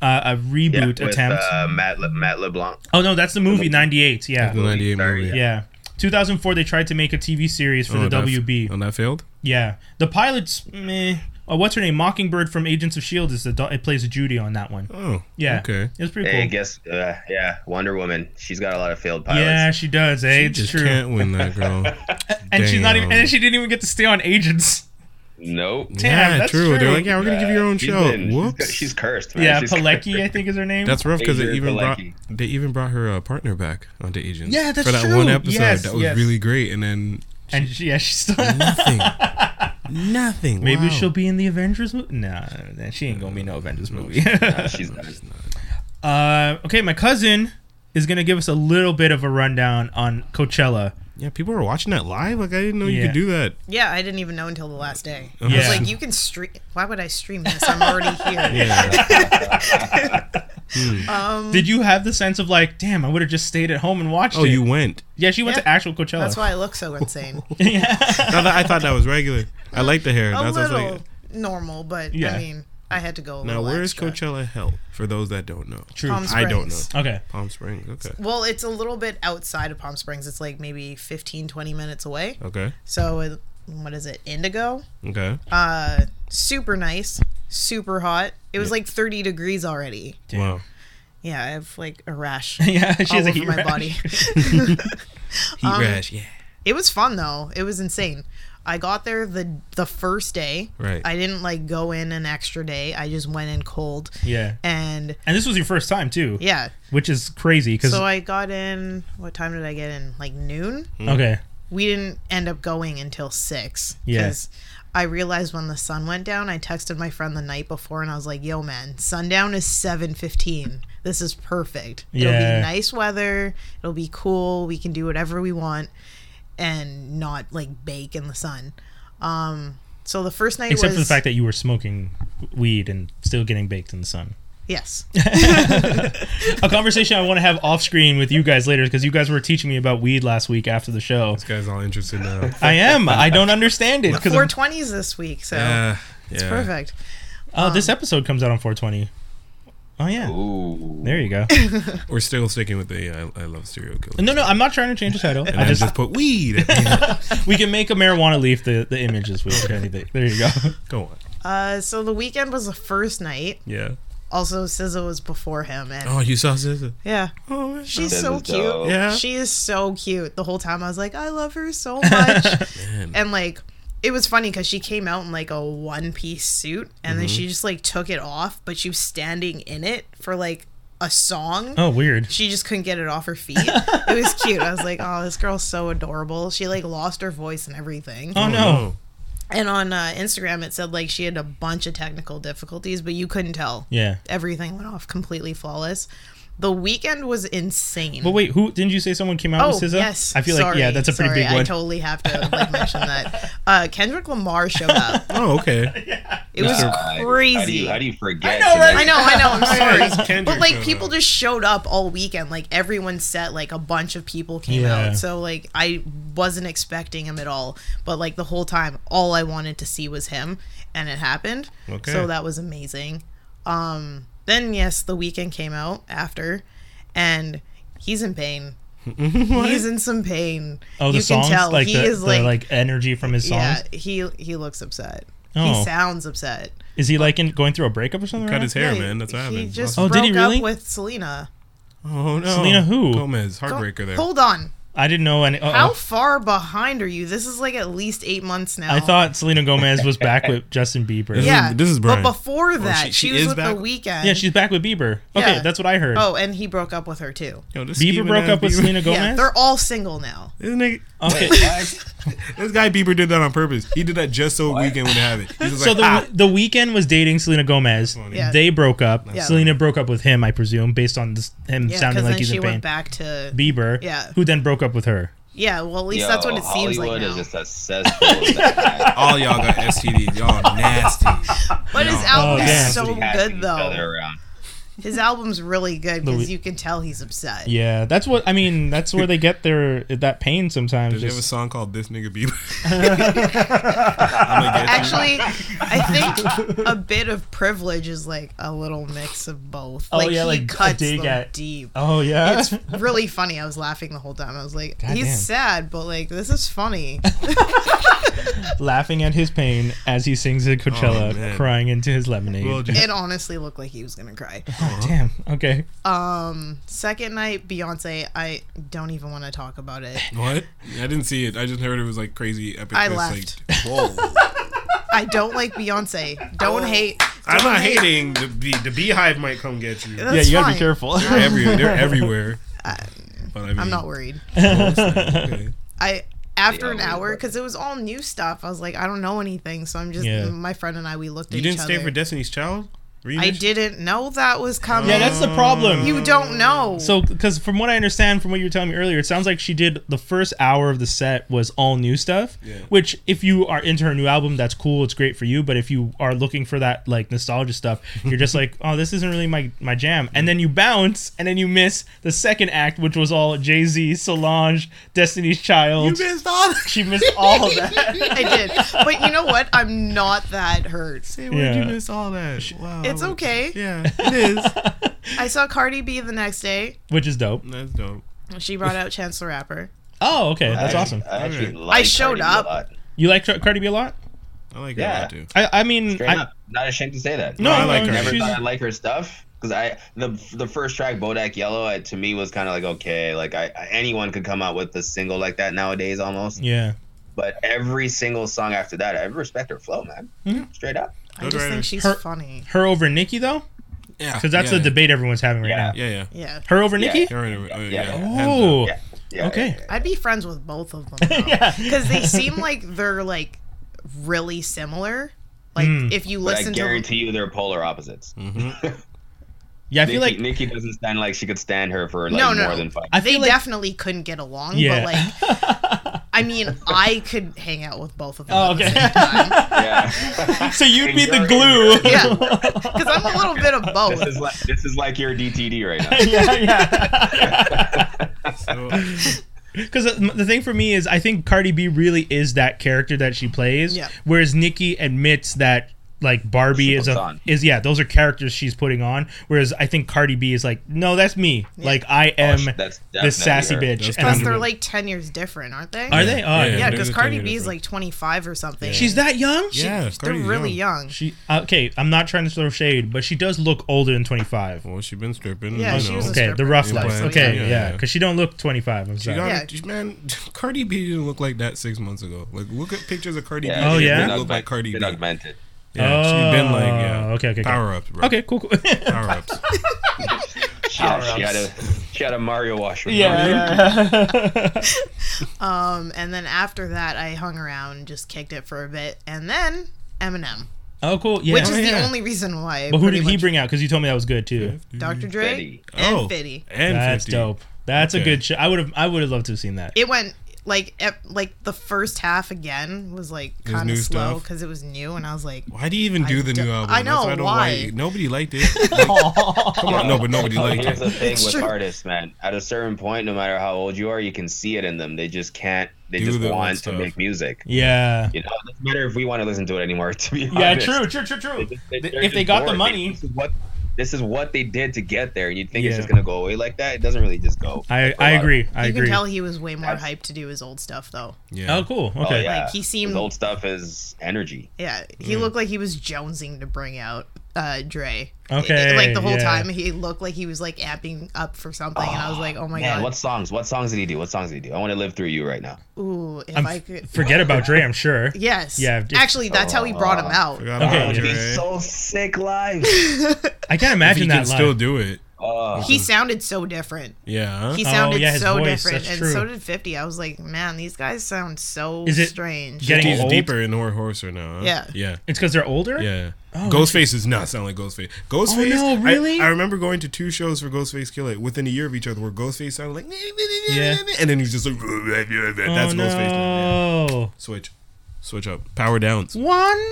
C: uh, a
A: Yeah,
C: reboot
A: with,
C: attempt.
A: Uh, Matt Le- Matt LeBlanc.
C: oh no, that's the movie 98. Yeah.
B: the '98
A: Sorry,
B: movie.
A: yeah.
C: Yeah. 2004 they tried to make a TV series for
B: Oh,
C: the
B: that's-
C: WB.
B: and that failed.
C: Yeah. The pilots meh. Oh, what's her name? Mockingbird from Agents of Shield E is the do- it plays Judy on that one.
B: Oh,
C: Yeah.
B: Okay,
C: It was pretty cool.
A: Hey, guess uh, yeah, Wonder Woman. She's got a lot of failed pilots.
C: Yeah, she does. Eh?
B: you
C: it's
B: just
C: true.
B: can't win that
C: (laughs)
B: girl.
C: and she's not even
B: Damn.
C: and she didn't even get to stay on
A: (laughs)
C: agents
A: Nope.
C: Damn,
B: yeah,
C: that's
B: true. They're
C: true.
B: like, yeah, we're gonna give you your own
A: She's
B: show.
A: been-
B: Whoops.
A: She's, she's cursed, man.
C: yeah
A: she's
C: Pilecki,
A: cursed.
C: i think is her name
B: That's rough because they
A: Adrian
B: even brought
A: Pilecki.
B: they even brought her uh, partner back onto Agents.
C: Yeah, that's
B: for that
C: true.
B: one episode.
C: Yes,
B: that was
C: yes.
B: really great, and then
C: and she, yeah she's
B: (laughs)
C: still
D: (laughs)
B: nothing, nothing.
C: maybe
B: Wow.
C: she'll be in the avengers movie nah nah, she ain't gonna be no avengers movie
A: Uh, (laughs) she's done.
C: uh, okay my cousin is gonna give us a little bit of a rundown on coachella
B: Yeah, people were watching that live. Like I didn't know you
C: Yeah.
B: could do that.
D: Yeah, I didn't even know until the last day. I
C: Yeah.
D: was like, you can stream. Why would I stream this? I'm
C: (laughs)
D: already here.
C: did you have the sense of like damn i would have just stayed at home and watched
B: Oh,
C: it
B: you went.
C: yeah she went
D: Yeah.
C: to actual coachella (laughs)
D: That's why I look so insane.
C: yeah.
B: (laughs) I thought, I thought that was regular. I like the hair.
D: A
B: That's what I was
D: little
B: like.
D: normal, but
C: Yeah.
D: I mean, I had to go. A
B: Now,
D: little
B: where's
D: extra.
B: Coachella held? For those that don't know,
C: true
D: Palm
B: I don't know.
D: Springs.
C: okay
B: Palm Springs. Okay.
D: Well, it's a little bit outside of Palm Springs. It's like maybe 15, 20 minutes away.
B: Okay.
D: So, it, what is it? Indigo.
B: Okay.
D: Uh, super nice, super hot. It was like 30 degrees already.
B: Wow.
D: Yeah, I have like a
C: (laughs)
D: rash
C: yeah she
D: all
C: has a
D: over
C: heat
D: my
C: rash.
D: body.
B: Heat
D: Um,
B: rash. Yeah.
D: It was fun though. It was insane. I got there the the first day.
B: Right.
D: I didn't like go in an extra day. I just went in cold.
C: (laughs) yeah
D: And
C: and this was your first time too
D: yeah,
C: which is crazy because
D: so I got in. What time did I get in? Like noon.
C: okay
D: We didn't end up going until six.
C: Yeah.
D: 'cause I realized when the sun went down. I texted my friend the night before, and I was like, "Yo, man, sundown is seven fifteen. This is perfect. It'll
C: Yeah.
D: be nice weather. It'll be cool. We can do whatever we want, and not like bake in the sun." Um. So the first night
C: except
D: was
C: for the fact that you were smoking weed and still getting baked in the sun. (laughs)
D: yes,
C: A conversation I want to have off screen with you guys later because you guys were teaching me about weed last week after the show.
B: This guy's all interested
D: (laughs)
B: now.
C: I am. I don't understand it because
D: four twenties this week. So
B: Yeah.
D: it's
B: yeah.
D: perfect.
C: oh, this episode comes out on 420. Oh yeah,
A: Ooh.
C: there you go.
B: We're still sticking with the I, I love serial killers.
C: (laughs) No, no, I'm not trying to change the title.
B: And
C: I
B: I
C: just
B: just put weed. at the end.
C: we can make a marijuana leaf the the image this week. or anything. (laughs) There you go.
B: (laughs) Go on.
D: Uh, so the weekend was the first night.
B: Yeah.
D: Also, SZA was before him, and
B: Oh, you saw SZA.
D: yeah,
B: Oh, man.
D: she's
A: This
D: so
A: is
D: cute.
A: dope.
B: Yeah.
D: She is so cute. The whole time I was like, I love her so
C: (laughs)
D: much. and like, it was funny because she came out in like a one piece suit and then
C: Mm-hmm.
D: she just like took it off, but she was standing in it for like a song.
C: Oh weird.
D: She just couldn't get it off her feet. it was cute. I was like, oh, this girl's so adorable. She like lost her voice and everything.
C: Oh no.
D: And on uh, Instagram, it said like she had a bunch of technical difficulties, but you couldn't tell.
C: Yeah.
D: Everything went off completely flawless. The weekend was insane.
C: But wait, who didn't you say someone came out
D: Oh
C: with SZA?
D: yes,
C: I feel like
D: Sorry.
C: yeah, that's a pretty
D: Sorry,
C: big one.
D: I totally have to
C: (laughs)
D: like mention that. Uh, Kendrick Lamar showed up.
B: Oh,
C: (laughs)
B: okay.
D: It was
A: God. How do
D: crazy.
A: you, how do you forget?
C: know, right?
D: I know, I know. I'm sorry,
B: Kendrick
D: but like
B: showed
D: people
B: up.
D: just showed up all weekend. Like everyone set, like a bunch of people came
C: Yeah.
D: out. So like I wasn't expecting him at all. But like the whole time, all I wanted to see was him, and it happened.
B: Okay.
D: So that was amazing. Um, then yes, the weekend came out after, and he's in
C: (laughs)
D: pain. he's in some pain.
C: Oh, the
D: you
C: songs
D: can tell
C: like
D: he
C: the,
D: is
C: the,
D: like,
C: like energy from his songs.
D: yeah. He he looks upset.
C: Oh.
D: He sounds upset.
C: Is he like in, going through a breakup or something?
B: Cut
C: right
B: his
C: now?
B: hair,
D: Yeah,
B: man. That's what
D: He
B: happened.
D: just
C: Oh,
D: broke
C: did he really?
D: up with Selena.
B: oh no.
C: (laughs) Selena who?
B: Gomez, heartbreaker there.
D: Hold on.
C: I didn't know any. uh-oh.
D: How far behind are you? This is like at least eight months now.
C: I thought
D: (laughs)
C: Selena Gomez was back with Justin Bieber.
B: Yeah. This is- this is Brian.
D: But before that,
B: she-
D: she,
B: she
D: was
B: is
D: with
B: back-
D: the weekend.
C: Yeah, she's back with Bieber. Okay,
D: Yeah.
C: that's what I heard.
D: Oh, and he broke up with her too.
B: Yo, this
C: Bieber
B: scheming
C: broke
B: ass
C: up with
B: Bieber.
C: Selena
D: Yeah,
C: Gomez.
D: they're all single now.
B: This nigga,
D: (laughs)
C: okay,
B: this guy Bieber did that on purpose. He did that just so we can would have it. He's just
C: so
B: like,
C: the
B: ah.
C: the weekend was dating Selena Gomez.
D: Yeah.
C: They broke up.
D: Yeah.
C: Selena broke up with him, I presume, based on this, him
D: Yeah,
C: sounding
D: because
C: like
D: then
C: he's
D: she
C: in pain.
D: went back to
C: Bieber,
D: Yeah.
C: who then broke up with her.
D: Yeah, well, at least
A: Yo,
D: that's what it seems like
A: Hollywood
D: now.
A: is just a cesspool. of
D: (laughs)
A: that.
B: All y'all got STDs. Y'all nasty.
A: (laughs)
D: but his
B: No.
D: album
C: Oh,
D: is
C: damn.
D: so
A: Everybody has
D: good
A: each
D: though.
A: other around.
D: His album's really good
C: Louis-
D: because you can tell he's upset.
C: Yeah, that's what I mean. That's where they get their that pain sometimes.
B: Did you have a
C: just-
B: song called "This Nigga
C: (laughs)
B: Bieber"? I'm gonna get you.
D: Actually,
C: (laughs)
D: I think a bit of privilege is like a little mix of both.
C: Oh,
D: like
C: yeah,
D: he
C: like a
D: cuts
C: dig
D: them
C: at-
D: deep.
C: oh yeah,
D: It's really funny. I was laughing the whole time. I was like,
C: God
D: he's
C: damn.
D: sad, but like this
C: (laughs)
D: is funny.
C: (laughs) laughing at his pain as he sings at
B: Oh,
C: Coachella,
B: man.
C: crying into his lemonade.
B: Well, just-
D: it honestly looked like he was gonna cry.
C: Damn. Okay.
D: Um, second night, Beyonce. I don't even want to talk about it.
B: what? I didn't see it. I just heard it was like crazy epic.
D: I
B: It's
D: laughed.
B: Like, whoa.
D: (laughs) I don't like Beyonce. Don't hate.
B: I'm
D: don't
B: not
D: hate.
B: hating. The, bee, the beehive might come get you. They're
D: That's
C: yeah, you gotta
D: fine.
C: be careful.
B: everywhere.
D: (laughs)
B: They're everywhere. But I mean,
D: I'm not worried.
B: (laughs)
C: (laughs)
B: okay.
D: I after
A: Yeah,
D: an
A: we
D: hour
A: were-
D: because it was all new stuff. I was like, I don't know anything, so I'm just
C: Yeah.
D: my friend and I. We looked at
B: You didn't
D: each
B: stay
D: other.
B: for Destiny's Child? Were you
D: I
B: there?
D: didn't know that was coming.
C: yeah, that's the problem.
D: you don't know.
C: So, because from what I understand from what you were telling me earlier, it sounds like she did the first hour of the set was all new stuff.
B: Yeah.
C: Which, if you are into her new album, that's cool. It's great for you. But if you are looking for that like nostalgia stuff, you're just like, oh, this isn't really my my jam. And then you bounce, and then you miss the second act, which was all Jay Z, Solange, Destiny's Child.
B: missed all.
C: she missed all of that.
D: I did, but you know what? I'm not that hurt.
B: Say,
C: Yeah.
B: where'd you miss all that? Wow.
D: It's
B: I would-
D: okay.
B: Yeah, it is. (laughs)
D: I saw Cardi B the next day.
C: Which is dope.
B: That's dope.
D: She brought out Chance the Rapper.
C: Oh, okay, that's
A: I-
C: awesome.
A: I, actually
B: Alright.
A: like
D: I
A: Cardi
D: showed
A: B a
D: up.
A: lot.
C: You like Car- Cardi B a lot?
B: I like
A: Yeah.
B: her a lot too.
C: I, I mean,
A: Straight
C: I,
A: up, not ashamed to say that.
C: no,
B: I like
C: no,
B: her.
A: never
C: she's-
A: thought I like her stuff because I the the first track Bodak Yellow I, to me was kind of like okay, like I, I anyone could come out with a single like that nowadays almost.
C: yeah.
A: But every single song after that, I respect her flow, man.
C: Mhm.
A: Straight up.
D: I
B: Good
D: just
B: writer.
D: think she's
C: Her-
D: funny.
C: Her over Nicki though,
B: Yeah,
C: because that's
B: yeah,
C: the debate everyone's having right
A: Yeah.
C: now.
B: Yeah, yeah.
D: Yeah,
C: Her over
A: Yeah.
C: Nikki?
B: You're right, you're right,
A: Yeah.
B: Uh, yeah. Hands
C: Oh.
A: Yeah. Yeah,
C: Okay.
D: I'd be friends with both of
C: (laughs)
D: them. though. because they seem like they're like really similar. Like
C: Hmm.
D: if you
A: But I
D: listen to
A: guarantee you they're polar opposites.
B: up. Mhm.
C: (laughs) Yeah, Mm. I
A: Nikki,
C: feel like
A: Nikki doesn't stand like she could stand her for like
D: No, no.
A: more than
D: (laughs)
A: five.
C: I
D: they
C: feel like
D: definitely couldn't get along,
C: yeah.
D: but like I mean, I could hang out with both of
C: (laughs)
D: them.
C: Oh,
D: (laughs)
C: okay.
D: okay. Because
A: yeah.
C: (laughs) so you'd be the
A: Enjoy.
C: glue. (laughs)
D: Yeah. (laughs) I'm a little bit of
A: this is
D: both.
A: like this is like your DTD right
C: (laughs)
A: now.
C: yeah, yeah. (laughs)
B: So,
C: Because the thing for me is, I think Cardi B really is that character that she plays.
D: Yeah.
C: Whereas Nicki admits that like Barbie
A: She
C: is
A: puts
C: a
A: on.
C: is yeah those are characters she's putting on. Whereas I think Cardi B is like no that's me like I
A: (laughs)
C: am
A: That's
C: the sassy
A: definitely her.
C: bitch.
B: That's
C: And
D: Plus,
C: I'm-
D: they're like ten years different, aren't
C: (laughs)
D: they?
C: are they? Oh,
B: Yeah.
D: yeah,
B: they're
D: because
B: the
D: Cardi
B: 10
D: B
B: years
D: is like twenty five or something.
C: She's that young?
B: yeah,
D: they're
B: Cardi's
D: really
B: young.
D: young.
C: She uh, okay. I'm not trying to throw shade, but she does look older than 25.
B: Well, she been stripping.
D: Yeah,
B: you
D: she
B: know.
D: was a
C: Okay, the
D: stripper.
C: rough
B: Yeah,
C: life.
B: yeah,
C: Okay,
B: yeah,
C: yeah,
B: yeah.
C: because she don't look 25. I'm
B: She
C: sorry.
B: got, man, (laughs) Cardi B didn't look like that six months ago. Like, look at pictures of Cardi B.
A: Yeah,
C: Oh,
B: She
C: yeah?
B: didn't
A: been
B: look like
A: augment-
B: Cardi B.
A: been augmented.
B: Yeah, she been like yeah.
C: Oh, okay, okay, okay.
B: power ups, bro.
C: okay, cool, (laughs) cool.
B: power ups.
A: She had, she had a she had a Mario wash. with her.
C: yeah.
D: Um, and then after that, I hung around, just kicked it for a bit, and then Eminem,
C: (laughs) oh, cool. Yeah.
D: which
C: Oh,
D: is the
C: yeah.
D: only reason why. I
C: But who
D: pretty
C: did he
D: much-
C: bring out? Because you told me that was good too.
D: Dr.
A: Mm, Fetty.
D: Dre (laughs) and
B: Oh,
D: Fitty.
B: and
C: That's
B: 50.
C: dope. That's a
B: Okay.
C: good show. I would have. I would have loved to have seen that.
D: It went like ep- like the first half again was like
B: His
D: kind
B: new
D: of slow
B: stuff?
D: because it was new, and I was like,
B: Why do you even do
D: I
B: the
D: don't-
B: new album?
D: I know,
B: That's don't
D: why?
B: like- nobody liked
D: (laughs)
B: it. Like, come
C: (laughs)
B: on, no, but nobody
A: But
B: liked
A: here's the
B: it.
A: thing with
D: true.
A: artists, man. At a certain point, no matter how old you are, you can see it in them. They just can't. They
B: Do
A: just
B: the old
A: want to
B: stuff.
A: make music.
C: yeah. Uh,
A: You know, it doesn't matter if we want to listen to it anymore. (laughs) To be
C: Yeah.
A: honest.
C: True. True.
A: They
C: True. True.
A: just- they-
C: Th-
A: they're
C: if they
A: just
C: got the
A: bored.
C: money-
A: this is what this is what they did to get there. And you think
C: Yeah.
A: it's just gonna go away like that? It doesn't really just go.
C: I
A: It's a
C: I
A: lot of-
C: agree. I
D: you can
C: agree.
D: tell he was way more
A: That's-
D: hyped to do his old stuff though.
B: Yeah.
C: Oh, cool.
A: Oh,
C: Okay.
A: yeah.
D: Like, he seemed- Oh
A: His old stuff is energy.
D: Yeah, he
C: Mm.
D: looked like he was jonesing to bring out uh Dre.
C: Okay,
D: like the whole
C: yeah.
D: time he looked like he was like amping up for something, and I was like, oh my
A: Man,
D: god,
A: what songs? What songs did he do? What songs did he do? I want to live through you right now.
D: ooh, if
C: I'm
D: i
C: f-
D: could.
C: forget about Dre. I'm sure.
D: Yes.
C: Yeah, if-
D: Actually, that's how he brought him out.
B: Oh, Forgot
C: Okay,
B: about
C: yeah.
B: Dre.
C: (laughs)
A: so sick live.
C: I
B: If
C: can't
B: he
C: imagine
B: can
C: that live.
B: still do it.
A: Uh,
D: He sounded so different.
B: Yeah. huh?
D: He
C: Oh,
D: sounded
C: yeah, his
D: so
C: voice,
D: different,
C: that's
D: and
C: true.
D: so did Fifty. I was like, man, these guys sound so
C: Is it
D: strange.
C: getting
B: He's
C: old?
B: deeper in Hor- Horser now. Huh?
D: Yeah.
B: Yeah.
C: It's because they're older.
B: Yeah. Ghostface does not sound like Ghostface. Ghostface.
C: Oh, no,
B: I-
C: really?
B: I, remember going to two shows for Ghostface Killer within a year of each other where Ghostface sounded like.
C: Yeah.
B: And then he's just like. That's
C: oh,
B: Ghostface. now. Yeah.
C: no.
B: Switch. Switch up. Power downs.
C: One.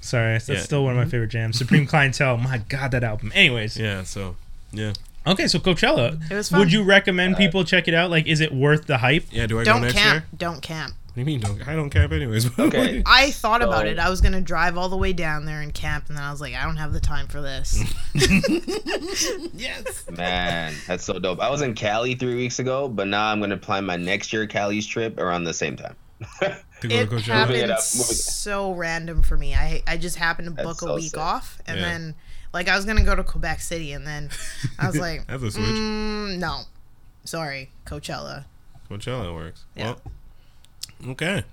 C: Sorry, that's
B: Yeah. Mm-hmm.
C: still one of my favorite
B: (laughs)
C: jams. Supreme Clientele. My God, that album. Anyways,
B: Yeah, so. Yeah.
C: okay, so Coachella.
D: It was
C: Would
D: fun.
C: you recommend people check it out? Like, is it worth the hype?
B: Yeah, do I go
D: Don't
B: next
D: camp.
B: year?
D: Don't camp.
B: What do you mean don't? I don't camp anyways. (laughs)
A: Okay.
D: I thought about
A: So-
B: Oh.
D: it. I was gonna drive all the way down there and camp, and then I was like, I don't have the time
B: (laughs)
C: (laughs)
D: for this. (laughs) yes.
A: Man, that's so dope. I was in Cali three weeks ago, but now I'm gonna plan my next year Cali's trip around the same time. (laughs)
B: to go
D: It
B: to Coachella.
A: Moving it
D: happened
A: up, moving it.
D: so random for me. I I just happened to
A: That's
D: book
A: so
D: a week
A: sick.
D: off, and
B: Yeah.
D: then like I was gonna go to Quebec City, and then
B: (laughs)
D: I was like,
B: That's a switch.
D: mm, no, sorry, Coachella.
B: Coachella works.
D: Yeah.
B: Well, okay.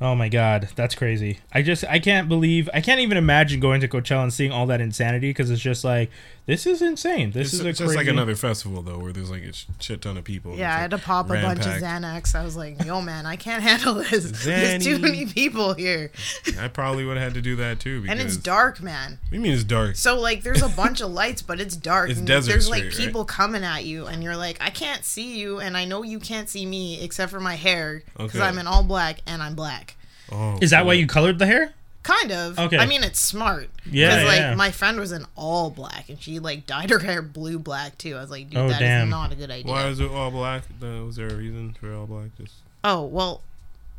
C: Oh my God, that's crazy. I just I can't believe I can't even imagine going to Coachella and seeing all that insanity because it's just like this is insane.
B: It's
C: This is
B: just
C: a crazy.
B: like another festival though, where there's like a sh- shit ton of people.
D: Yeah, I had to pop a bunch of Xanax. I was like, yo, man, I can't (laughs) handle this. There's too
B: Xanny.
D: many people here.
B: Xanax. I probably would have had to do that too. Because,
D: And it's dark, man.
B: What do you mean it's dark?
D: So, like, there's a bunch of lights, but it's dark.
B: It's
D: and
B: desert
D: There's, like,
B: street, right?
D: people coming at you, and you're like, I can't see you, and I know you can't see me except for my hair because
B: Okay.
D: I'm in all black and I'm black.
B: Oh,
C: is that why you colored the hair?
D: Kind of.
C: Okay.
D: I mean, it's smart.
C: Yeah,
D: Because, like,
C: yeah.
D: my friend was in all black, and she, like, dyed her hair blue black, too. I was like, dude,
C: Oh,
D: that is
C: damn.
D: not a good idea.
B: Why is it all black? Uh, was there a reason for all black? Just
D: Oh, well,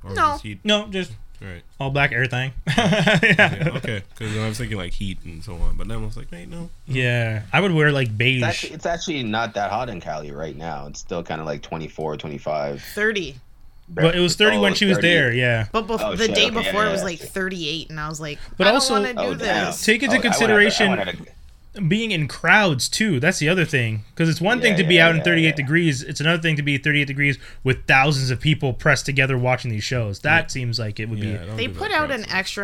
B: or
D: No.
B: just heat.
C: No, just
B: All right.
C: all black (laughs) everything. yeah.
B: Yeah, (laughs) okay. Because I was thinking like heat and so on, but then I was like, wait, no.
C: yeah, I would wear like beige.
A: It's actually, it's actually not that hot in Cali right now. It's still kind of like 24, 25.
D: 30.
C: But it was 30
A: Oh,
C: when she was
A: 30.
C: there, yeah.
D: But bef-
A: Oh,
D: the
A: shit,
D: day
A: okay, yeah,
D: before it was
A: yeah,
D: like
A: yeah.
D: 38, and I was like,
C: But
D: I don't
C: also-
D: want to do
A: Oh, damn.
D: this.
C: Take into
A: Oh, I went out there- I
C: consideration-
A: went out there-
C: Being in crowds, too, that's the other thing. Because it's one
A: Yeah,
C: thing to be
A: yeah,
C: out in
A: yeah,
C: 38
A: yeah.
C: degrees, it's another thing to be 38 degrees with thousands of people pressed together watching these shows. That seems like it would
B: Yeah,
C: be.
B: don't
D: They
B: do
D: put
B: that
D: out
B: crap.
D: an extra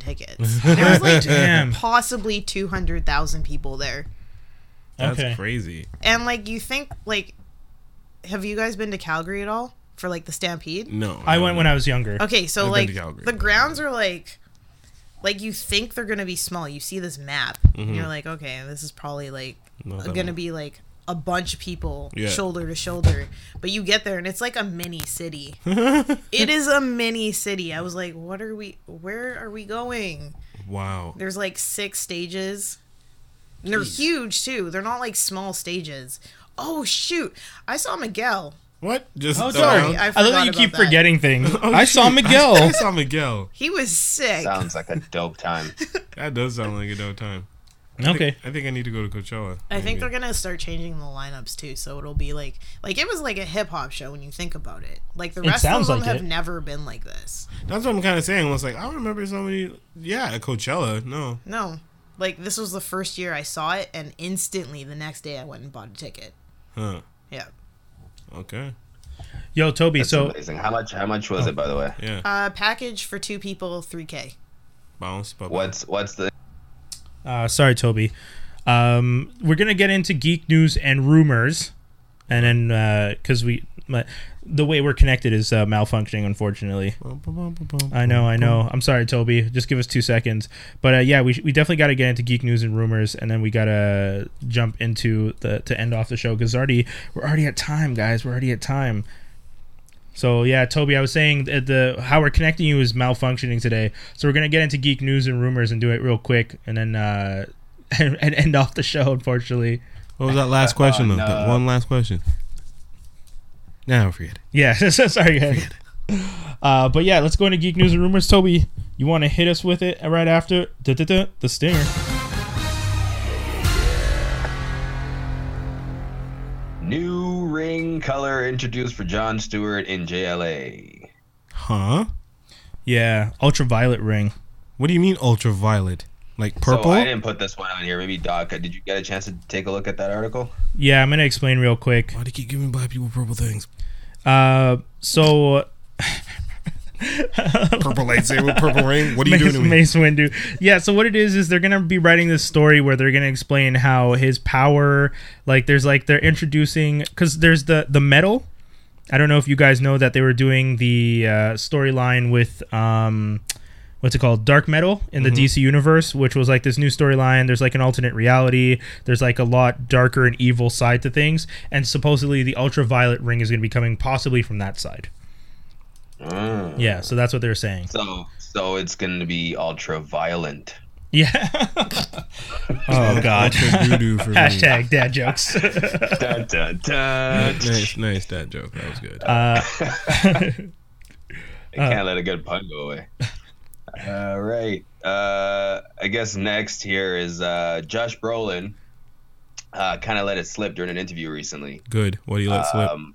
C: (laughs)
D: tickets. There was like
C: Damn.
D: possibly 200,000 people there.
B: That's
C: Okay.
B: crazy.
D: And like, you think, like, have you guys been to Calgary at all for like the Stampede?
B: No,
C: I went when I was younger.
D: Okay, so
B: I've been
D: like,
B: to Calgary.
D: the grounds are like, like you think they're gonna be small. You see this map, and you're like, okay, this is probably like
B: Mm-hmm. Not that
D: gonna
B: much.
D: be like a bunch of people
B: Yeah.
D: shoulder to shoulder. But you get there and it's like a mini
B: (laughs)
D: city. it is a mini city. I was like, what are we? Where are we going?
B: Wow.
D: There's like six stages. And they're huge too. They're not like small stages. Oh shoot! I saw Miguel.
B: What? Just
C: Oh,
B: around?
C: sorry. I,
D: I
C: love that
D: forgot
C: you
D: about
C: keep
D: that.
A: (laughs)
C: forgetting things.
B: Oh,
C: I saw
B: shoot.
C: Miguel.
B: (laughs)
C: (laughs)
B: I saw Miguel.
D: He was sick.
A: Sounds like a dope time.
B: That does sound like a dope time.
C: okay.
B: I think I need to go to Coachella.
D: I think
B: maybe.
D: they're gonna start changing the lineups too, so it'll be like like it was like a hip hop show when you think about it. Like the rest of
C: sounds
D: them
C: like
D: have
C: it.
D: never been like this.
B: That's what I'm kind of saying. I was like, I remember somebody. Yeah, at Coachella. No.
D: No. Like this was the first year I saw it and instantly the next day I went and bought a ticket.
B: Huh.
D: Yeah.
B: Okay.
C: Yo, Toby,
A: That's
C: so
A: amazing. How much? How much was it, by the way?
B: Yeah.
D: Uh package for two people, three K.
B: Bounce. But
A: What's What's the?
C: Uh, sorry, Toby. Um, we're gonna get into geek news and rumors, and then because we, my, the way we're connected is uh, malfunctioning, unfortunately. I know, I know. I'm sorry, Toby. Just give us two seconds. But uh, yeah, we, sh- we definitely got to get into geek news and rumors, and then we gotta jump into the to end off the show because already we're already at time, guys. We're already at time. So yeah, Toby, I was saying that the how we're connecting you is malfunctioning today. So we're gonna get into geek news and rumors and do it real quick, and then uh, (laughs) and, and end off the show. Unfortunately,
B: What was that last
A: (laughs)
B: question
A: Oh,
B: though? That
A: no.
B: one last question. Now I forget.
C: yeah. (laughs) so sorry, guys. (laughs) Uh, but yeah, let's go into geek news and rumors. Toby, you want to hit us with it right after duh, duh, duh, the stinger?
A: New ring color introduced for John Stewart in JLA.
B: Huh?
C: Yeah, ultraviolet ring.
B: What do you mean ultraviolet? Like
A: So
B: purple?
A: I didn't put this one on here. Maybe Doc, did you get a chance to take a look at that article?
C: Yeah, I'm gonna explain real quick.
B: Why do you keep giving black people purple things?
C: Uh, so
B: Purple lightsaber, purple rain. What are you
C: Mace,
B: doing to me?
C: Mace Windu. Yeah, so what it is is they're gonna be writing this story where they're gonna explain how his power, like there's like they're introducing because there's the the metal. I don't know if you guys know that they were doing the uh, storyline with um, what's it called, Dark Metal in
B: Mm-hmm.
C: the DC universe, which was like this new storyline. There's like an alternate reality. There's like a lot darker and evil side to things, and supposedly the ultraviolet ring is gonna be coming possibly from that side.
A: Ah.
C: Yeah, so that's what they're saying.
A: So so it's going to be ultra violent.
C: Yeah. (laughs) oh God.
B: Ultra doo-doo for me.
C: (laughs) Hashtag dad jokes.
A: (laughs)
C: (laughs)
A: Dun, dun, dun.
B: Nice, nice that joke. That was good.
C: Uh,
A: I can't let a good pun go away. All right. Uh, I guess next here is uh, Josh Brolin. Uh, kind of let it slip during an interview recently.
B: good. What do you let
A: um,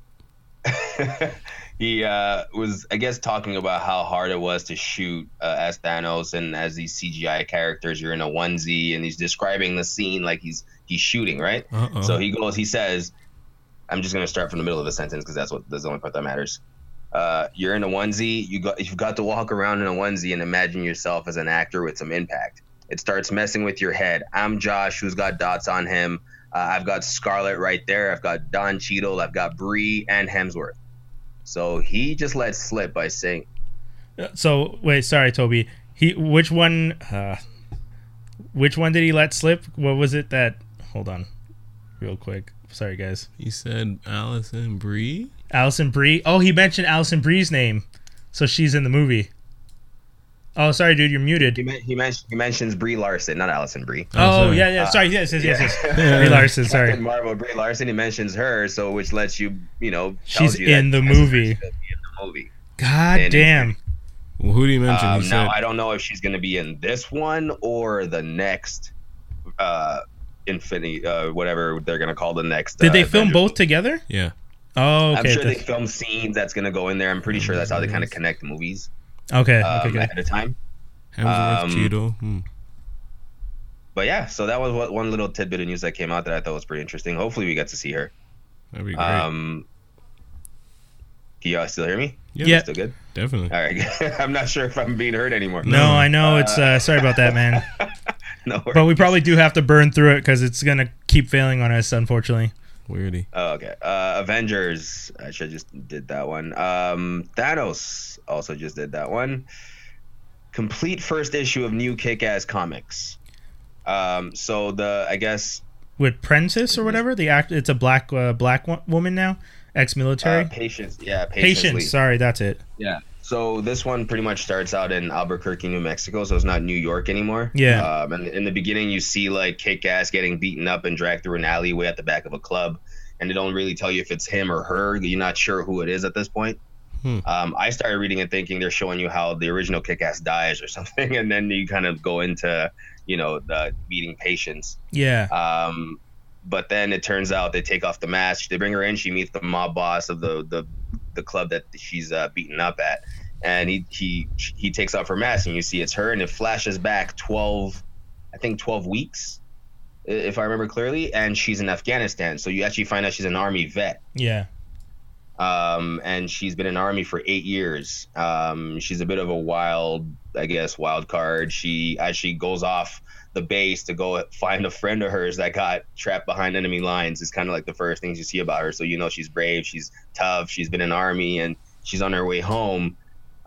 B: slip?
A: (laughs) He uh, was, I guess, talking about how hard it was to shoot uh, as Thanos and as these CGI characters. You're in a onesie, and he's describing the scene like he's he's shooting, right?
B: Uh-oh.
A: So he goes, he says, "I'm just gonna start from the middle of the sentence because that's what that's the only part that matters." Uh, you're in a onesie. You got you've got to walk around in a onesie and imagine yourself as an actor with some impact. It starts messing with your head. I'm Josh, who's got dots on him. Uh, I've got Scarlett right there. I've got Don Cheadle. I've got Bree and Hemsworth. So he just let slip by saying,
C: so wait, sorry, Toby. He which one? Uh, which one did he let slip? What was it that? Hold on, real quick. Sorry, guys.
B: He said Allison Brie.
C: Allison Brie. Oh, he mentioned Allison Brie's name, so she's in the movie. Oh, sorry, dude, you're
A: he,
C: muted.
A: men- he, men- he mentions Brie Larson, not Allison Brie.
C: Oh,
B: sorry.
C: yeah, yeah.
A: Uh,
C: Sorry, yes, yes, yes.
A: (laughs)
C: (laughs) yes. Brie Larson.
A: Captain
C: Sorry.
A: Marvel, Brie Larson, he mentions her, so which lets you, you know, tells
C: She's
A: you that
C: in the
A: she has a
C: movie.
A: chance to be in the movie.
C: God
A: And-
C: damn.
B: Well, who do you mention?
A: Um,
B: he said
A: now I don't know if she's going to be in this one or the next, uh, Infinity, uh, whatever they're going to call the next.
C: Did
A: uh,
C: they film
A: Avengers.
C: both together?
B: yeah.
C: Oh, okay.
A: I'm sure
C: the-
A: they film scenes that's going to go in there. I'm pretty sure that's how they kind of connect the movies
C: okay.
A: um,
C: okay.
A: ahead
C: Good.
A: of time.
B: Hemsworth,
A: Um,
B: Cheeto. Hmm.
A: But yeah, so that was what, one little tidbit of news that came out that I thought was pretty interesting. Hopefully, we get to see her.
B: That'd be great.
A: Um, can y'all still hear me?
B: yeah,
C: yeah.
A: Still good.
B: definitely.
A: All right. (laughs) I'm not sure if I'm being heard anymore.
C: No, I know it's. Uh, sorry about that, man.
A: (laughs) No.
C: But
A: Worries.
C: we probably do have to burn through it because it's gonna keep failing on us, unfortunately.
B: Weirdy.
A: Oh, okay. Uh, Avengers. I should just did that one. Um, Thanos also just did that one. Complete first issue of new Kick-Ass comics. Um, so the I guess uh,
C: With Prentice or whatever, the act. It's a black uh, black wo- woman now, ex-military.
A: uh, patience. Yeah, patience.
C: Patience. Sorry, that's it.
A: Yeah. So this one pretty much starts out in Albuquerque, New Mexico, so it's not New York anymore.
C: Yeah.
A: Um, and in the beginning, you see like Kick Ass getting beaten up and dragged through an alleyway at the back of a club, and they don't really tell you if it's him or her. You're not sure who it is at this point.
B: Hmm.
A: Um, I started reading and thinking they're showing you how the original Kick Ass dies or (laughs) something, and then you kind of go into, you know, the beating patients.
C: Yeah.
A: Um, but then it turns out they take off the mask. They bring her in. She meets the mob boss of the the, the club that she's uh, beaten up at, and he he he takes off her mask, and you see it's her, and it flashes back twelve, I think twelve weeks, i- if I remember clearly, and she's in Afghanistan. So you actually find out she's an army vet
C: Yeah.
A: um, and she's been in army for eight years. Um, she's a bit of a wild, I guess, wild card. She actually goes off the base to go find a friend of hers that got trapped behind enemy lines. Is kind of like the first things you see about her. So you know she's brave, she's tough, she's been in army, and she's on her way home.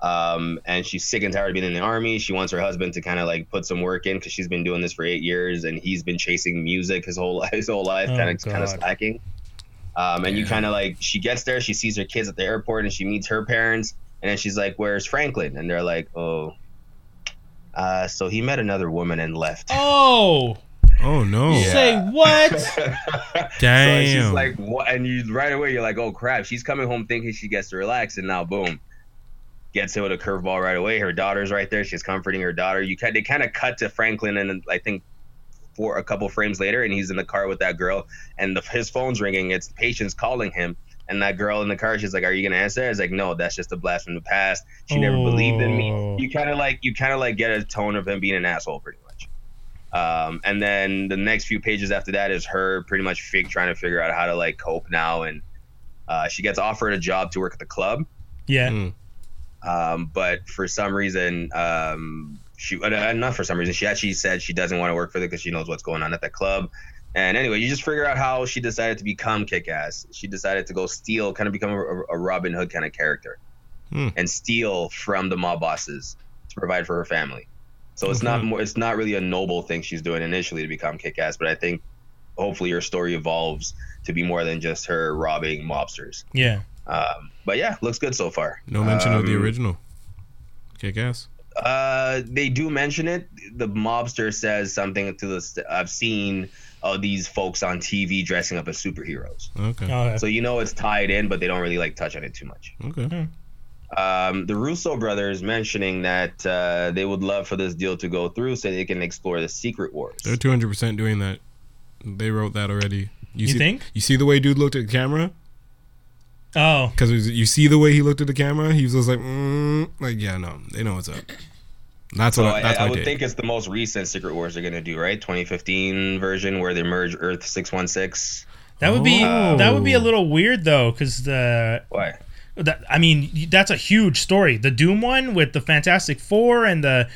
A: Um, and she's sick and tired of being in the army. She wants her husband to kind of like put some work in because she's been doing this for eight years, and he's been chasing music his whole (laughs) his whole life,
C: Oh,
A: kind of kind
C: God.
A: of slacking. Um, and you kind of like, she gets there, she sees her kids at the airport, and she meets her parents, and then she's like, "Where's Franklin?" And they're like, "Oh, uh, so he met another woman and left."
C: Oh.
B: Oh no!
A: Yeah. Say
C: what?
B: Damn.
A: So she's like, "What?" And you right away, you're like, "Oh crap!" She's coming home thinking she gets to relax, and now boom, gets hit with a curveball right away. Her daughter's right there. She's comforting her daughter. You kind they kind of cut to Franklin, and I think for a couple frames later, and he's in the car with that girl, and the, his phone's ringing. It's the patient's calling him. And that girl in the car, she's like, "Are you gonna answer?" It's like, "No, that's just a blast from the past. She never believed in
C: Oh.
A: me." You kind of like, you kind of like get a tone of him being an asshole, pretty much. Um, and then the next few pages after that is her pretty much fig- trying to figure out how to like cope now, and uh, she gets offered a job to work at the club.
C: (laughs) Yeah.
B: Mm.
A: Um, but for some reason, um, she uh, not for some reason she actually said she doesn't want to work for it because she knows what's going on at the club. And anyway, you just figure out how she decided to become kick ass. She decided to go steal, kind of become a, a Robin Hood kind of character,
E: Hmm.
A: and steal from the mob bosses to provide for her family. So it's not more, it's not really a noble thing she's doing initially to become kick ass, but I think hopefully her story evolves to be more than just her robbing mobsters.
C: Yeah.
A: Um, but yeah, looks good so far.
B: No mention of the
A: Um,
B: original. Kick ass.
A: uh, they do mention it. The mobster says something to this. I've seen all these folks on TV dressing up as superheroes,
B: Okay.
C: Oh,
A: so you know it's tied in, but they don't really like touch on it too much.
B: Okay.
A: Um, the Russo brothers mentioning that uh, they would love for this deal to go through so they can explore the secret wars.
B: They're two hundred percent doing that. They wrote that already.
C: You
B: see,
C: think?
B: You see the way dude looked at the camera?
C: oh.
B: Because you see the way he looked at the camera, he was just like, mm, like yeah, no, they know what's up. That's
A: so
B: what.
A: I,
B: I, that's
A: I
B: what I,
A: would
B: did.
A: think it's the most recent Secret Wars they're gonna do, right? 2015 version where they merge Earth 616.
C: That would be
B: Oh.
C: that would be a little weird though, because the
A: Why?
C: that, I mean y- that's a huge story. The Doom one with the Fantastic Four and the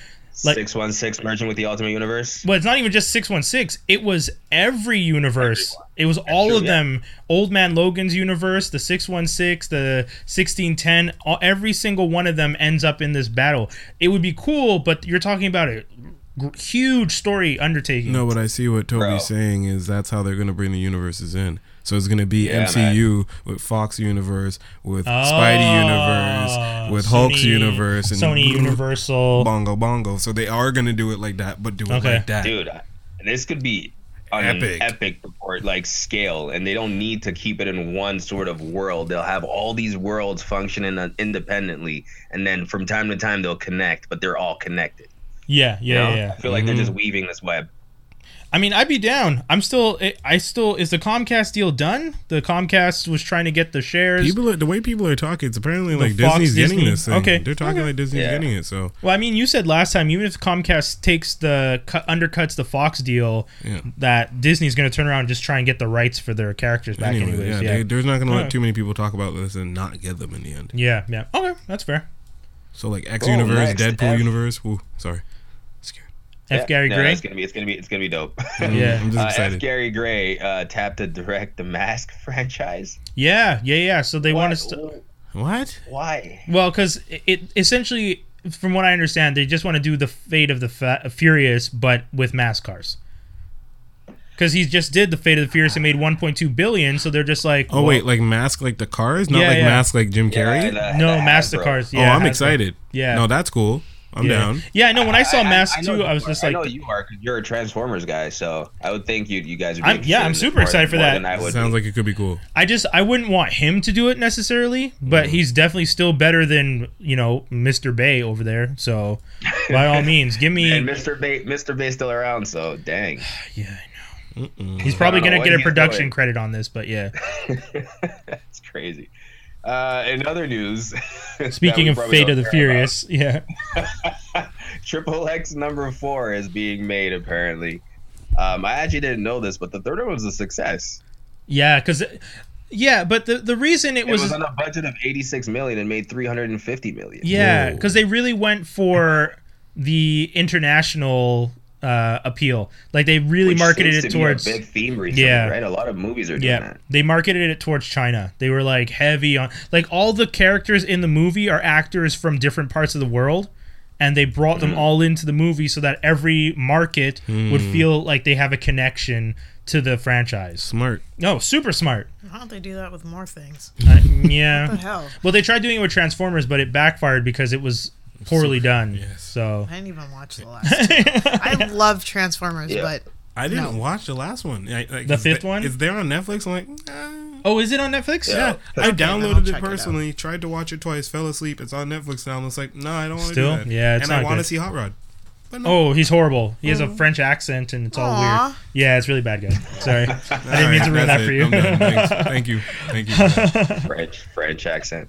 C: Like-
A: 616 merging with the Ultimate Universe.
C: well, it's not even just six one six. It was every universe. It was all
A: true,
C: of
A: yeah.
C: them. Old Man Logan's universe, the six one six, the sixteen ten. Every single one of them ends up in this battle. It would be cool, but you're talking about a gr- huge story undertaking.
B: No, but I see what Toby's
A: Bro.
B: saying is that's how they're gonna bring the universes in. So it's gonna be
A: Yeah,
B: MCU with Fox universe, with Spidey universe, with Hulk's
C: Oh, Ah, Sony-
B: universe, and
C: Sony Universal.
B: bongo bongo. So they are gonna do it like that, but do it
C: Okay.
B: like that.
A: dude I- this could be on
B: Epic.
A: an epic report like scale and they don't need to keep it in one sort of world they'll have all these worlds functioning uh, independently and then from time to time they'll connect but they're all connected
C: Yeah,
A: you
C: yeah,
A: know?
C: yeah. Mm-hmm.
A: i feel like they're just weaving this web
C: I mean, I'd be down. I'm still, I- I still, is the Comcast deal done? The Comcast was trying to get the shares.
B: People, are, the way people are talking, it's apparently like
C: Fox,
B: Disney's getting
C: Disney.
B: this thing.
C: Okay.
B: they're talking like Disney's
A: Yeah.
B: getting it. So
C: well, I mean, you said last time, even if Comcast takes the cut, undercuts the Fox deal,
B: Yeah.
C: that Disney's going to turn around and just try and get the rights for their characters back,
B: anyway,
C: anyways.
B: yeah,
C: Yeah, yeah,
B: They, there's not gonna
C: Yeah.
B: let too many people talk about this and not get them in the end.
C: yeah, Okay, that's fair.
B: So like X
C: Oh,
A: Cool,
B: universe,
A: next,
B: Deadpool
A: F.
B: universe. Woo,
C: (laughs)
B: sorry, scared.
C: F. Gary
A: no,
C: Gray.
A: it's gonna be it's gonna be it's gonna be dope (laughs)
C: Yeah.
B: I'm just
A: Uh, F.
B: excited.
A: Gary Gray uh, tapped to direct the Mask (laughs) franchise.
C: yeah, yeah, yeah. So they want us to.
B: What?
A: Why?
C: Well, because it essentially, from what I understand, they just want to do the fate of the fa- Furious, but with mass cars. Because he just did the Fate of the Furious and made 1.2 billion, so they're just like,
B: Oh wait, like mask like the cars, not
C: Yeah,
B: like
C: yeah.
B: mask like Jim
A: Yeah,
B: Carrey.
A: the- the
C: no, mass the
A: Hasbro.
C: cars.
B: oh,
C: Yeah,
B: I'm
C: Hasbro.
B: excited.
C: Yeah.
B: No, that's cool. I'm
C: yeah.
B: down.
C: Yeah, I know. When I saw Mass
A: know
C: Two, I
A: you
C: was just
A: are.
C: like,
A: I know you are because you're a Transformers guy, so I would think you you guys would. Be
C: I'm- yeah,
A: interested
C: I'm
A: in
C: super
A: more-
C: excited for
A: more
C: that.
A: than I would be.
B: Sounds like it could be cool.
C: I just I wouldn't want him to do it necessarily, but he's definitely still better than you know Mr. Bay over there. So by all means,
A: (laughs) And
C: give me.
A: Mr. Bay, Mr. Bay's still around, so dang. (laughs)
C: Yeah, I know. He's probably
A: I don't know
C: gonna
A: what
C: get a
A: he's
C: production
A: doing.
C: credit on this, but yeah.
A: That's crazy. Uh, in other news, (laughs) that
C: Speaking
A: we
C: of
A: probably
C: Fate of
A: don't
C: the
A: care about,
C: Furious, yeah.
A: Triple X number four is being made apparently. Um, I actually didn't know this, but the third one was a success.
C: Yeah, because yeah, but the the reason
A: It
C: it
A: was,
C: was,
A: on a budget of 86 million and made 350 million.
C: yeah,
B: Whoa.
C: because they really went for the international uh, appeal. Like they really
A: Which
C: marketed
A: seems
C: it
A: to be a
C: towards
A: big theme recently,
C: Yeah.
A: right? A lot of movies are doing
C: yeah.
A: that.
C: They marketed it towards China. They were like heavy on like all the characters in the movie are actors from different parts of the world. And they brought
A: Mm.
C: them all into the movie so that every market would feel like they have a connection to the franchise.
B: Smart.
C: No, super
A: (laughs)
C: smart.
D: Why don't they do that with more things?
C: Uh, yeah.
D: (laughs) What the hell?
C: Well, they tried doing it with Transformers, but it backfired because it was poorly done. So
D: I didn't even watch the last.
C: (laughs)
D: Two. I love Transformers,
A: Yeah.
D: but
B: I didn't
D: No.
B: watch the last one. I- like,
C: The
B: it's
C: fifth
B: the-
C: one?
B: It's there on Netflix. I'm like, eh.
C: Oh, is it on Netflix?
A: Yeah.
B: I
D: then I'll
B: downloaded
D: check
B: it
D: it out.
B: personally. tried to watch it twice. Fell asleep. It's on Netflix now. I'm just like, no, I don't want to do
C: Still?
B: that.
C: Yeah, it's
B: and
C: not
B: I want to
C: good.
B: see Hot Rod. But no.
C: Oh, he's horrible. He
B: Mm.
C: has a French accent and it's all
D: Aw.
C: weird. Yeah, it's really bad, guys.
B: (laughs)
C: Sorry. I didn't mean
B: All right,
C: to ruin that
B: that's
C: for
B: it.
C: you.
B: I'm
C: (laughs)
B: done. Thanks. Thank you. Thank you. for that.
A: French French
C: (laughs)
A: accent.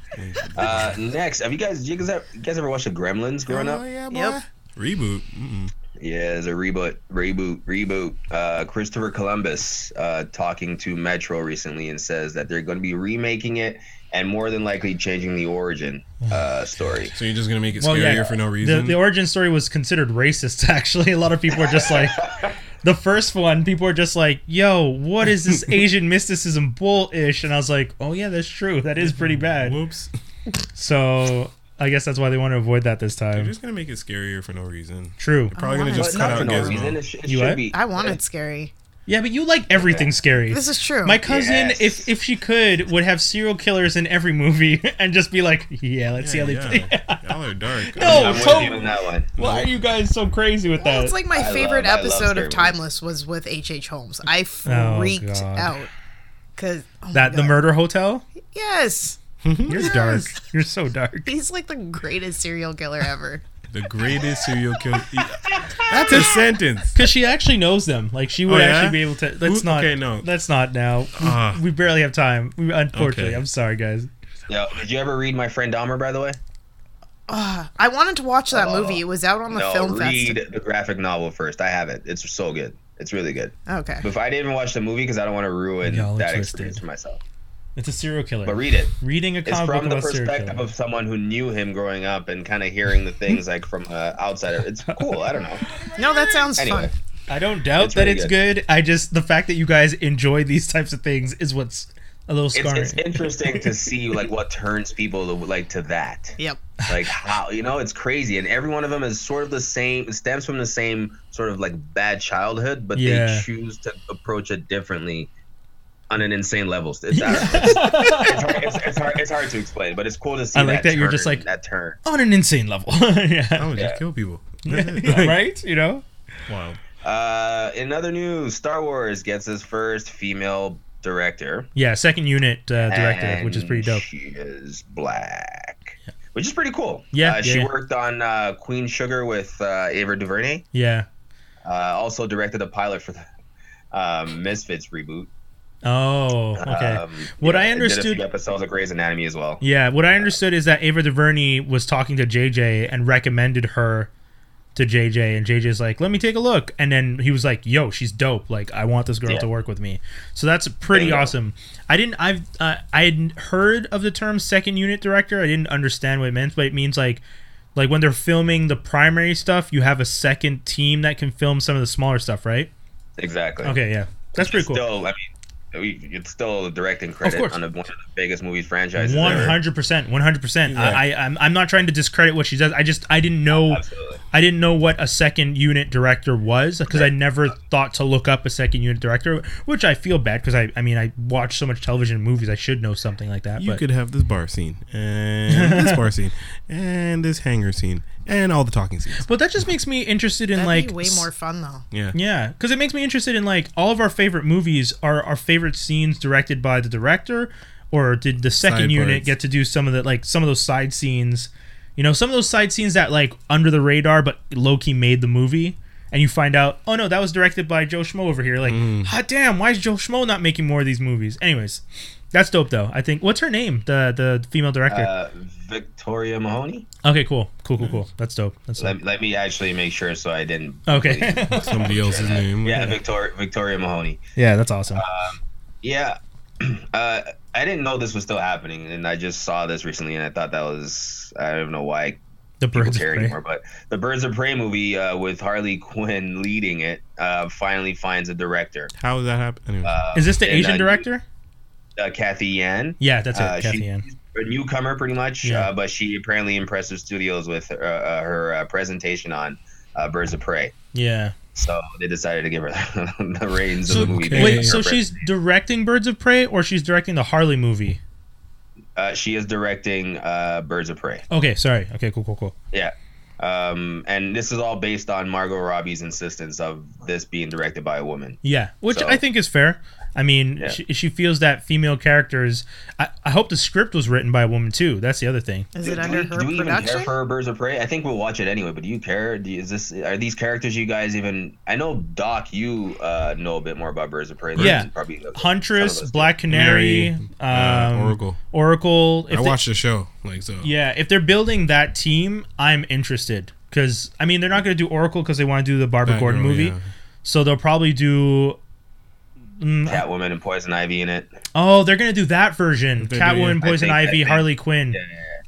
A: Uh, next, have you guys you guys, ever, you guys ever watched the Gremlins (laughs) growing up?
B: Oh
D: Uh-huh.
B: yeah, boy.
D: Yep.
B: Reboot. Mm-mm.
A: Yeah, it's a reboot, reboot, reboot. Uh, Christopher Columbus uh, talking to Metro recently and says that they're going to be remaking it and more than likely changing the origin
C: Mm.
A: uh, story.
B: So you're just gonna make it
C: Well,
B: scarier
C: yeah,
B: for no
C: The,
B: reason.
C: the origin story was considered racist. (laughs) Actually, a lot of people are just like, the first one, people are just like, "Yo, what is
B: (laughs)
C: this Asian mysticism bullish?" And I was like, "Oh yeah, that's true. That is pretty bad."
B: Whoops.
C: So I guess that's why they want to avoid that this
B: They're
C: time.
B: just gonna make it scarier for no reason.
C: True.
B: Probably gonna
D: why?
B: just
A: Oh, But
B: cut
A: not
B: out
A: for no reason.
B: Gizmo.
A: It, sh- it
C: You
A: should
C: what?
A: be.
D: I want it scary.
C: Yeah, but you like everything scary.
D: This is true.
C: My cousin,
A: Yes.
C: if if she could, would have serial killers in every movie (laughs) and just be like, "Yeah, let's see how they play."
B: Yeah. (laughs) Y'all are dark.
C: No,
A: I'm with
C: so-
A: you on that one.
C: (laughs) Why are you guys so crazy with
D: Well,
C: that?
D: it's like my
A: I
D: favorite
A: love- I love
D: episode
A: scary
D: of
A: movies.
D: Timeless was with H.H. H. Holmes. I
C: Oh,
D: freaked
C: God.
D: out. Cause oh my
C: that the
D: God.
C: murder hotel.
D: Yes,
C: You're dark. You're so dark.
D: he's like the greatest serial
A: (laughs)
D: killer ever.
B: The greatest serial
C: (laughs)
B: killer. That's a sentence.
C: Because she actually knows them. Like she would
B: Oh, yeah?
C: actually be able to. Let's
B: Who-
C: not.
B: okay, no.
C: Let's not now. We,
B: Ah.
C: we barely have time. We, unfortunately,
B: Okay.
C: I'm sorry, guys.
A: Yo, did you ever read My Friend Dahmer, by the way?
D: I wanted to watch that movie. It was out on the
A: no,
D: film
A: read
D: festival.
A: the graphic novel first. I have it. It's so good. It's really good.
D: Okay.
A: But if I didn't even watch the movie because I don't want to ruin
C: Y'all are
A: that
C: twisted.
A: experience for myself.
C: It's a serial killer.
A: But read it.
C: Reading a
A: It's
C: comic book
A: from the
C: about serial
A: perspective
C: killer.
A: of someone who knew him growing up and kind of hearing the things like from uh, outsider. It's cool. I don't
C: (laughs)
A: know.
D: No, that sounds
A: Anyway,
D: fun.
C: I don't doubt
A: It's
C: that
A: really
C: it's good. I just the fact that you guys enjoy these types of things is what's a little
A: it's,
C: scarring.
A: it's interesting to see like what turns people to, like to that.
D: Yep.
A: like how you know it's crazy and every one of them is sort of the same it stems from the same sort of like bad childhood but
C: Yeah.
A: they choose to approach it differently on an insane level it's, I don't
C: (laughs)
A: know. it's, hard, it's, it's hard, it's hard to explain but it's cool to see
C: I like that you're
A: turn,
C: just like-
A: that turn
C: On an insane level. (laughs)
B: I
C: yeah.
B: would
A: Yeah.
B: just kill people.
C: (laughs) Yeah, right? You know?
B: Wow.
A: uh in other news star wars gets its first female director
C: Yeah, second unit uh, director, which is
A: and
C: pretty dope.
A: She is black, which is pretty cool.
C: Yeah,
A: uh,
C: yeah,
A: she
C: yeah.
A: worked on uh, Queen Sugar with uh, Ava DuVernay.
C: Yeah.
A: Uh, also directed a pilot for the um, Misfits reboot.
C: Oh, okay.
A: Um,
C: What I
A: did a
C: understood-
A: few episodes of Grey's Anatomy as well.
C: Yeah, what I understood is that Ava DuVernay was talking to JJ and recommended her to JJ, and JJ's like, "Let me take a look," and then he was like, "Yo, she's dope. Like, I want this girl
A: Yeah.
C: to work with me." So that's pretty
A: Bingo.
C: awesome. I didn't. I've. Uh, I had heard of the term second unit director. I didn't understand what it meant, but it means like. Like when they're filming the primary stuff, you have a second team that can film some of the smaller stuff, right?
A: Exactly.
C: Okay, yeah, that's pretty cool.
A: Still, I mean, we, it's still a directing credit
C: course.
A: on a, one of the biggest movies franchises.
C: One
A: ever.
C: hundred percent, one hundred percent. I, I- I'm, I'm not trying to discredit what she does. I just, I didn't know,
A: Absolutely.
C: I didn't know what a second unit director was because I never thought to look up a second unit director, which I feel bad because I, I mean, I watch so much television and movies. I should know something like that.
B: You
C: but
B: could have this bar scene and this
C: (laughs)
B: bar scene and this hangar scene and all the talking scenes.
C: but that just makes me interested in
D: That'd
C: like
D: be way
C: s-
D: more fun though.
B: Yeah.
C: Yeah, because it makes me interested in like all of our favorite movies are our favorite scenes directed by the director, or did the second
B: Side
C: unit
B: parts.
C: get to do some of the like some of those side scenes? You know, some of those side scenes that like under the radar but low key made the movie, and you find out, oh no, that was directed by Joe Schmo over here. Like, hot damn, why is Joe Schmo not making more of these movies? Anyways, that's dope though. I think what's her name, the the female director?
A: Uh, mm. Victoria Mahoney.
C: okay, cool, cool, cool, cool. That's dope. That's dope.
A: Let, let me actually make sure so I didn't. (laughs)
C: Okay, (laughs)
B: Somebody else's name.
A: Yeah, Victoria Victoria Mahoney.
C: yeah, that's awesome.
A: Uh, Yeah. (clears throat) Uh, I didn't know this was still happening, and I just saw this recently, and I thought that was I don't know why
C: the
A: people
C: birds of
A: care
C: prey.
A: anymore, but the Birds of Prey movie uh, with Harley Quinn leading it uh, finally finds a director.
B: How does that happen? Anyway.
A: Uh,
C: Is this the
A: and,
C: Asian
A: uh,
C: director?
A: Uh, Kathy Yan.
C: Yeah, that's it,
A: Uh,
C: Kathy
A: she-
C: Ann.
A: A newcomer, pretty much,
C: Yeah.
A: uh, but she apparently impressed the studios with uh, uh, her uh, presentation on uh, Birds of Prey.
C: Yeah.
A: So they decided to give her (laughs) the reins
C: So,
A: of the movie.
B: Okay.
C: wait, so
A: Her-
C: she's directing Birds of Prey or she's directing the Harley movie?
A: uh, she is directing uh, Birds of Prey.
C: Okay, sorry. Okay, cool, cool, cool.
A: Yeah. Um, and this is all based on Margot Robbie's insistence of this being directed by a woman.
C: Yeah, which
A: So-
C: I think is fair. I mean,
A: Yeah.
C: she, she feels that female characters. I, I hope the script was written by a woman too. That's the other thing.
D: Is it
A: do,
D: under
A: we,
D: her
A: do we even care
D: production?
A: for Birds of Prey? I think we'll watch it anyway. But do you care? Do you, is this are these characters you guys even? I know Doc, you uh, know a bit more about Birds of Prey. than
C: Yeah.
A: probably some of
C: Huntress,
A: us
C: Black Canary,
B: Canary,
C: um,
B: uh, Oracle.
C: Oracle. If
B: I
C: they-
B: watched the show. Like so.
C: yeah, if they're building that team, I'm interested because I mean they're not going to do Oracle because they want to do the Barbara Gordon
B: Batgirl,
C: movie,
B: yeah.
C: so they'll probably do
A: Catwoman and Poison Ivy in it.
C: Oh, they're gonna do that version.
B: do, yeah.
C: Catwoman,
A: I
C: Poison
A: think- I
C: Ivy,
A: think-
C: Harley Quinn.
A: Yeah,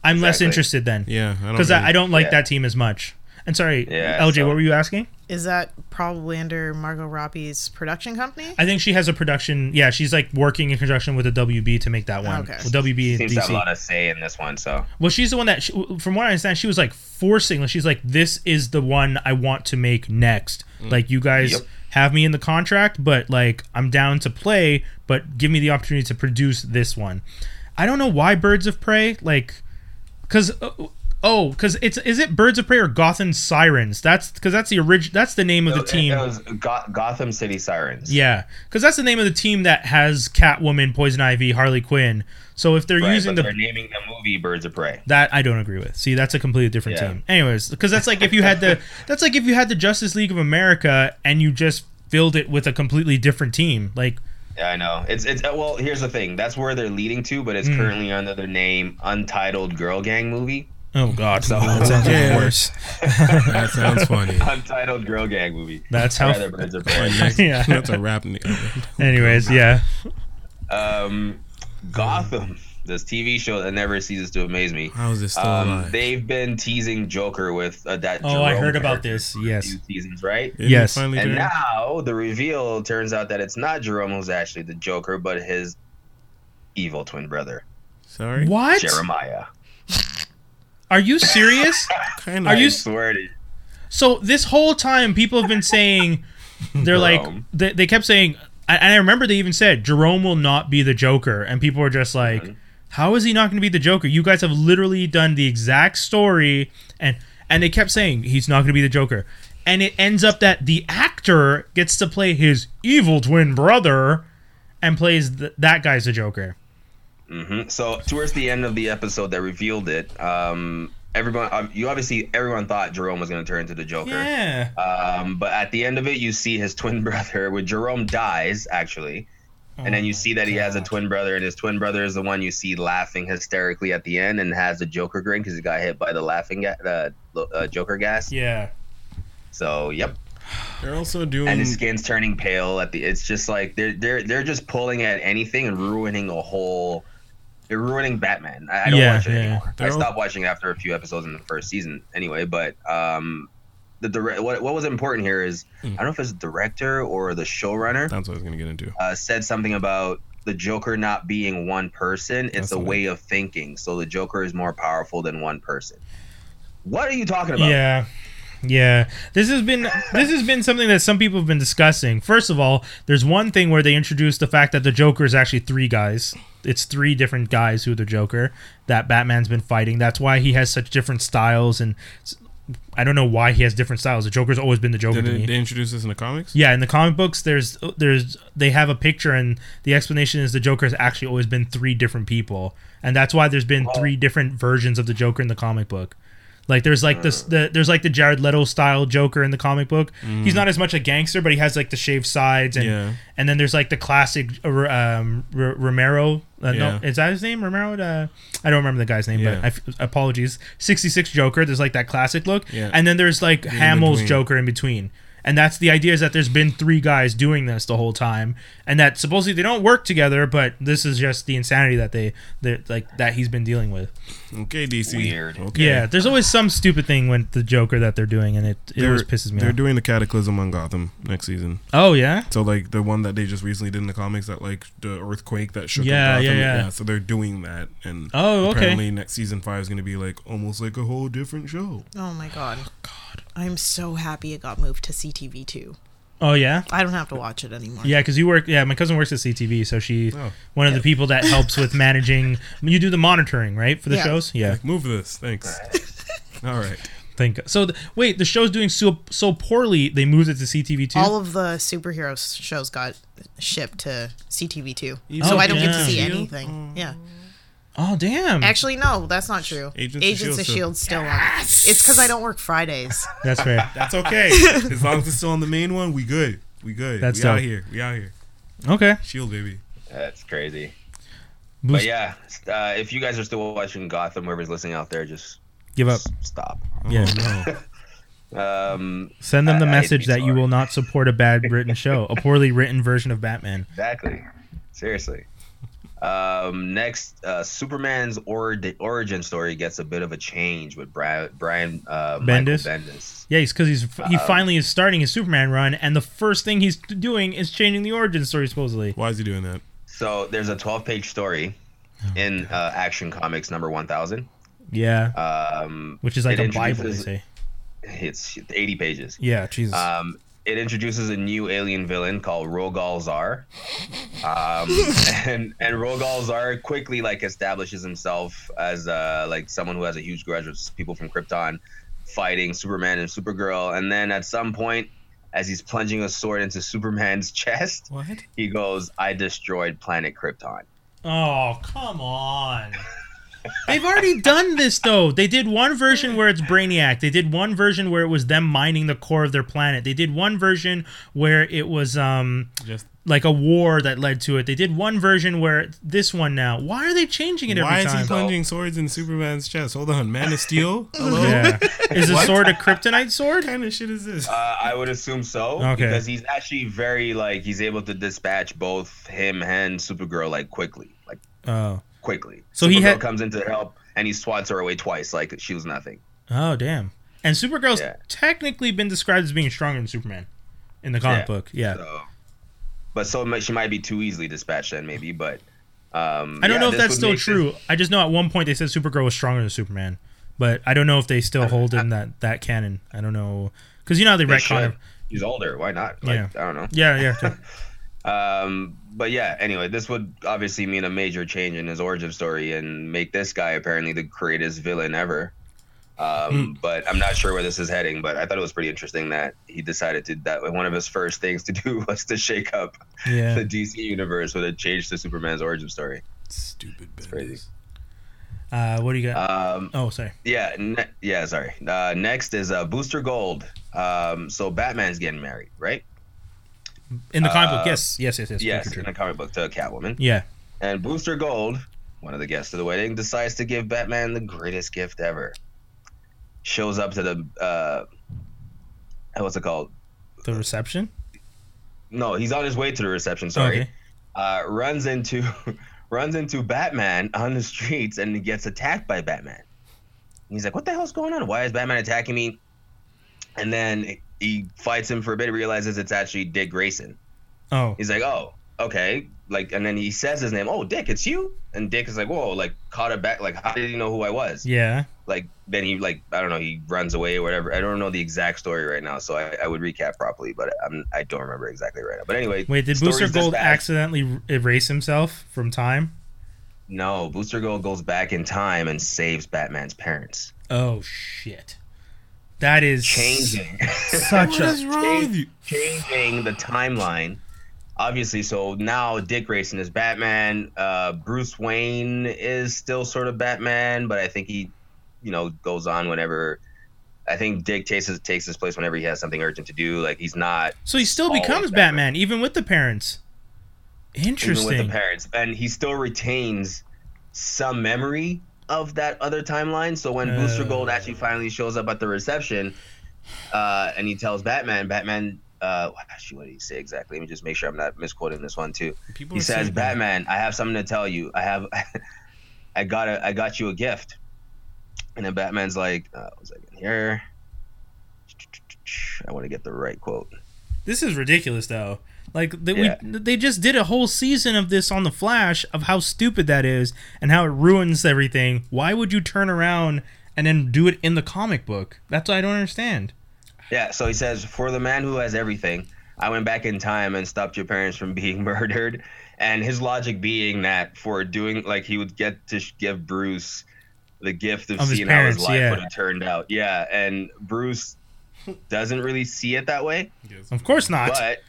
C: I'm less
A: exactly.
C: interested then.
B: Yeah, I don't.
C: because I,
B: really-
C: I don't like
A: Yeah.
C: that team as much. And sorry,
A: Yeah,
C: LJ,
A: so-
C: what were you asking?
D: Is that probably under Margot Robbie's production company?
C: I think she has a production. Yeah, she's like working in conjunction with the WB to make that one.
D: Okay.
C: With WB and
A: Seems to have a lot
C: DC.
A: of say in this one. So
C: Well, she's the one that, she, from what I understand, she was like forcing. Like, she's like, "This is the one I want to make next. Like, you guys
A: Mm. Yep.
C: have me in the contract, but like, I'm down to play. But give me the opportunity to produce this one. I don't know why Birds of Prey. Like, because oh, because it's is it Birds of Prey or Gotham Sirens? That's because that's the original. That's the name of the
A: It-
C: team.
A: It was Go- Gotham City Sirens.
C: Yeah, because that's the name of the team that has Catwoman, Poison Ivy, Harley Quinn. So if they're
A: Right,
C: using
A: but
C: the
A: they're naming the movie Birds of Prey.
C: that I don't agree with. See, that's a completely different
A: Yeah.
C: team. Anyways, because that's like if you had
A: (laughs)
C: the that's like if you had the Justice League of America and you just filled it with a completely different team. Like
A: Yeah, I know. It's it's uh, well. Here's the thing. That's where they're leading to, but it's
C: Hmm.
A: currently under the name Untitled Girl Gang Movie. (laughs)
C: oh god,
A: So-
C: that sounds even
B: Yeah.
C: worse.
B: that
C: (laughs)
B: sounds
A: (laughs)
B: funny.
A: Untitled Girl Gang Movie.
C: That's how-
A: Rather Birds
C: (laughs)
A: of Prey.
C: (laughs) Yeah.
B: That's a rap. name.
C: Anyways, yeah,
A: um, Gotham. This TV show that never ceases to amaze me.
B: How is this still
A: Um,
B: alive?
A: they've been teasing Joker with uh, that.
C: Oh, I
A: Jerome
C: heard about
A: character
C: this,
A: for a
C: yes.
A: few seasons, right?
B: Isn't it
C: Yes.
B: finally
A: And
B: doing-
A: now the reveal turns out that it's not Jerome who's actually the Joker, but his evil twin brother,
B: Sorry.
C: what
A: Jeremiah.
C: are you serious?
B: Kind
C: Are
B: of.
C: you
A: I
C: s-
A: swear to you.
C: So this whole time, people have been saying they're like
A: Jerome.
C: they, they kept saying, and and I remember they even said Jerome will not be the Joker, and people were just like, "How is he not going to be the Joker? You guys have literally done the exact story, and and they kept saying he's not going to be the Joker, and it ends up that the actor gets to play his evil twin brother, and plays th- that guy's the Joker.
A: So towards the end of the episode that revealed it, um, everyone um, you obviously everyone thought Jerome was going to turn into the Joker.
C: Yeah,
A: Um, but at the end of it, you see his (laughs) twin brother, where Jerome dies actually, and
C: Oh
A: then you see that he has a twin brother, and his twin brother is the one you see laughing hysterically at the end and has the Joker grin because he got hit by the laughing ga- uh, lo- uh, Joker gas.
C: yeah.
A: So yep,
B: They're also doing.
A: and his skin's turning pale at the. It's just like they're they're they're just pulling at anything and ruining a whole. They're ruining Batman. I, I don't
C: Yeah,
A: watch it
C: yeah.
A: anymore. I
B: They're all-
A: stopped watching after a few episodes in the first season, anyway. But um, the dire- what what was important here is I don't know if it's the director or the showrunner
B: That's what I was gonna get into.
A: uh, said something about the Joker not being one person. It's
B: That's
A: a
B: what I-
A: way of thinking. So the Joker is more powerful than one person. What are you talking about?
C: Yeah. Yeah. This has been this has been something that some people have been discussing. First of all, there's one thing where they introduced the fact that the Joker is actually three guys. It's three different guys who are the Joker that Batman's been fighting. That's why he has such different styles and s- I don't know why he has different styles. The Joker's always been the Joker
B: Did
C: to
B: they,
C: me.
B: they introduce this in the comics?
C: Yeah, in the comic books, there's there's they have a picture, and the explanation is the Joker has actually always been three different people, and that's why there's been three different versions of the Joker in the comic book. Like there's like this the there's like the Jared Leto style Joker in the comic book. He's not as much a gangster, but he has like the shaved sides, and
B: Mm. Yeah.
C: and then there's like the classic uh, um, R- Romero.
B: Yeah.
C: Uh, No, is that his name? Romero? Uh, I don't remember the guy's name,
B: Yeah.
C: but I f- apologies. 66 Joker. There's like that classic look,
B: Yeah.
C: and then there's like Hamill's
B: between.
C: Joker in between. And that's the idea is that there's been three guys doing this the whole time, and that supposedly they don't work together, but this is just the insanity that they that like that he's been dealing with.
B: Okay, DC.
A: Weird.
B: Okay.
C: Yeah, there's always some stupid thing with the Joker that they're doing, and it, it always pisses me
B: They're
C: off.
B: doing the Cataclysm on Gotham next season.
C: oh yeah,
B: So like the one that they just recently did in the comics, that like the earthquake that shook. up
C: Yeah,
B: Gotham.
C: yeah, yeah.
B: So they're doing that, and
C: Oh, okay.
B: apparently next season five is gonna be like almost like a whole different show.
D: Oh my god. I'm so happy it got moved to CTV2.
C: oh yeah.
D: I don't have to watch it anymore.
C: Yeah, because you work. Yeah, my cousin works at CTV, so she
B: Oh.
C: one of the people that helps with managing. You do the monitoring, right, for the
D: Yeah.
C: shows? Yeah.
B: Like move this,
C: (laughs)
B: thanks. All right.
C: Thank. So th- wait, the show's doing so so poorly. They moved it to CTV too.
D: All of the superhero s- shows got shipped to CTV2.
B: Even
D: so I don't get to
C: Agents
D: see
C: of
B: S.H.I.E.L.D.?
D: anything. Yeah.
C: oh damn.
D: Actually, no, that's not true.
B: Agents
D: Agents,
B: of S.H.I.E.L.D.
D: of
B: still-
D: S.H.I.E.L.D. E still on. It's because I don't work Fridays. (laughs)
C: That's fair.
B: That's
C: (laughs)
B: okay. as long as it's still on the main one, we good. We good.
C: That's
B: we
C: dope.
B: out here. We out here.
C: Okay.
B: Shield baby.
A: That's crazy. But
C: Boost-
A: yeah, uh, if you guys are still watching Gotham, whoever's listening out there, just
C: Give up.
A: s- stop.
C: Yeah.
B: Oh, no.
A: Um,
C: Send them the
A: I- I'd
C: message
A: be
C: that you
A: sorry.
C: will not support a bad written show, a poorly (laughs) written version of Batman.
A: Exactly. Seriously. Um, next, uh, Superman's orid- origin story gets a bit of a change with Brian, Brian uh,
C: Bendis?
A: Michael Bendis.
C: Yeah, he's because he's he finally is starting his Superman run, and the first thing he's doing is changing the origin story supposedly.
B: Why is he doing that?
A: So there's a 12 page story in uh, Action Comics number 1000.
C: Yeah,
A: Um,
C: which is like
A: it
C: a Bible. They
A: introduces-
C: say.
A: It's 80 pages.
C: Yeah, Jesus.
A: Um, it introduces a new alien villain called Rogal Zar, um, and and Rogal Zar quickly like establishes himself as uh, like someone who has a huge grudge with people from Krypton, fighting Superman and Supergirl, and then at some point, as he's plunging a sword into Superman's (laughs) chest,
B: What?
A: he goes, "I destroyed planet Krypton."
C: Oh, come on. They've already done this though. They did one version where it's Brainiac. They did one version where it was them mining the core of their planet. They did one version where it was um
B: Just
C: like a war that led to it. They did one version where it's this one now. Why are they changing it every
B: why is
C: time?
B: he plunging swords in Superman's chest? Hold on, Man of Steel.
C: (laughs)
B: Hello.
C: yeah. Is the sword a kryptonite sword?
B: What (laughs) kind of shit is this?
A: Uh, I would assume so
C: Okay.
A: because he's actually very like he's able to dispatch both him and Supergirl like quickly, like
C: Oh.
A: quickly.
C: So
A: So
C: he
A: he
C: had-
A: comes in to help, and he swats her away twice, like she was nothing.
C: Oh damn. And Supergirl's
A: Yeah.
C: technically been described as being stronger than Superman in the comic
A: Yeah.
C: book. Yeah.
A: So, but so much she might be too easily dispatched then maybe. But um,
C: I don't
A: yeah,
C: know if
A: this
C: that's
A: would
C: still
A: make this-
C: true. I just know at one point they said Supergirl was stronger than Superman, but I don't know if they still hold in that that canon. I don't know because you know how they,
A: They
C: retcon.
A: should.
C: it.
A: He's older. Why not? Like,
C: Yeah.
A: I don't know.
C: Yeah, yeah.
A: (laughs)
C: totally.
A: Um, but yeah, anyway, this would obviously mean a major change in his origin story and make this guy apparently the greatest villain ever.
C: Hmm.
A: Um, But I'm not sure where this is heading. But I thought it was pretty interesting that he decided to that one of his first things to (laughs) do was to shake up
C: yeah.
A: the DC universe with a change to Superman's origin story.
B: Stupid. It's
A: crazy.
C: Uh, what do you got?
A: Um,
C: oh, sorry.
A: Yeah, ne- yeah, sorry. Uh, next is uh, Booster Gold. Um, so Batman's getting married, right?
C: In the comic book,
A: uh,
C: yes, yes, yes, yes.
A: Yes,
C: true,
A: in
C: true.
A: the comic book to Catwoman.
C: Yeah.
A: And Booster Gold, one of the guests of the wedding, decides to give Batman the greatest gift ever. Shows up to the uh, what's it called?
C: The reception.
A: No, he's on his way to the reception. Sorry.
C: Okay.
A: Uh, runs into (laughs) runs into Batman on the streets and gets attacked by Batman. He's like, "What the hell's going on? Why is Batman attacking me?" And then he fights him for a bit. Realizes it's actually Dick Grayson.
C: Oh,
A: He's like, "Oh, okay." Like, and then he says his name. Oh, Dick, it's you. And Dick is like, "Whoa!" Like, caught it back. Like, how did he know who I was?
C: yeah.
A: Like, then he like, I don't know. He runs away or whatever. I don't know the exact story right now, so I, I would recap properly, but I'm I don't remember exactly right now. But anyway,
C: Wait, did
A: story's
C: Booster Gold
A: dispatched.
C: accidentally r- erase himself from time?
A: No, Booster Gold goes back in time and saves Batman's parents.
C: Oh shit. That is (laughs)
A: Changing.
C: such
B: What is
C: a
B: wrong with you?
A: changing the timeline. Obviously, so now Dick Grayson is Batman. Uh, Bruce Wayne is still sort of Batman, but I think he, you know, goes on whenever. I think Dick takes his, takes his place whenever he has something urgent to do. Like he's not
C: so he still
A: Always
C: becomes
A: Batman.
C: Batman even with the parents.
A: even with the
C: Interesting.
A: parents, and he still retains some memory of that other timeline. So when Booster
C: Uh.
A: Gold actually finally shows up at the reception, uh, and he tells Batman, Batman, uh, actually, what did he say exactly? Let me just make sure I'm not misquoting this one too.
B: People
A: He
B: are
A: says,
B: saying-
A: Batman, I have something to tell you. I have, (laughs) I got a, I got you a gift. And then Batman's like, uh, one second here. I want to get the right quote.
C: This is ridiculous, though. Like they,
A: Yeah.
C: we, they just did a whole season of this on the Flash of how stupid that is and how it ruins everything. Why would you turn around and then do it in the comic book? That's what I don't understand.
A: Yeah, so he says, For the man who has everything, I went back in time and stopped your parents from (laughs) being murdered. And his logic being that for doing, like, he would get to sh- give Bruce the gift of,
C: Of his
A: seeing
C: parents,
A: how his life
C: yeah.
A: would have turned out. Yeah, and Bruce doesn't really see it that way.
C: Of course not.
A: But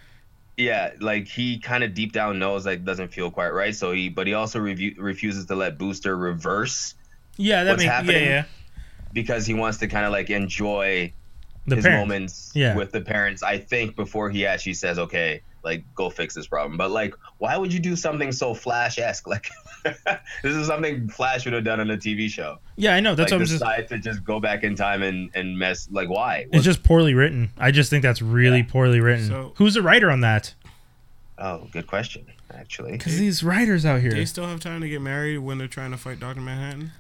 A: yeah, like he kind of deep down knows like doesn't feel quite right. So he, but he also revu- refuses to let Booster reverse
C: yeah, that
A: what's
C: makes yeah,
A: happening?
C: yeah.
A: because he wants to kind of like enjoy
C: The
A: his
C: parents.
A: moments
C: Yeah.
A: with the parents. I think before he actually says, "Okay, like go fix this problem. But like, why would you do something so Flash esque? (laughs) Like, this is something Flash would have done on a TV show.
C: Yeah, I know. That's
A: like,
C: what I'm just.
A: decide to just go back in time and and mess. Like, why?
C: It's just poorly written. I just think that's really poorly written.
B: So-
C: Who's the writer on that?
A: oh, good question. Actually,
C: Because these writers out here.
B: They still have time to get married when they're trying to fight Doctor Manhattan,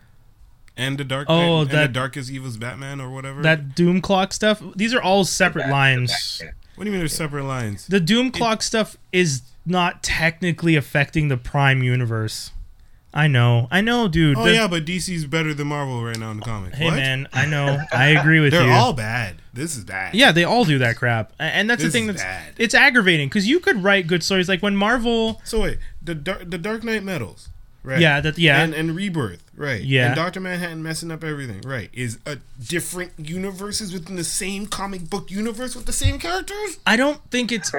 B: and the Dark
C: Oh,
B: Knight-
C: that-
B: and the Darkest Evil's Batman or whatever.
C: that doom clock stuff. These are all separate lines.
A: Batman.
B: what do you mean they're separate lines?
C: The doom clock stuff is not technically affecting the Prime universe. I know. I know, dude.
B: Oh
C: The-
B: yeah, but DC's better than Marvel right now in the comics.
C: Hey
B: what?
C: man, I know.
B: (laughs)
C: I agree with
B: they're
C: you.
B: all bad. This is bad.
C: Yeah, they all do that crap, A- and that's the
B: This
C: thing.
B: is
C: That's
B: bad.
C: it's aggravating because you could write good stories, like when Marvel.
B: So wait, the Dark the Dark Knight Metals, right?
C: Yeah, that yeah,
B: And, and Rebirth, right?
C: Yeah.
B: And Doctor Manhattan messing up everything, right? Is a different universes within the same comic book universe with the same characters?
C: I don't think it's.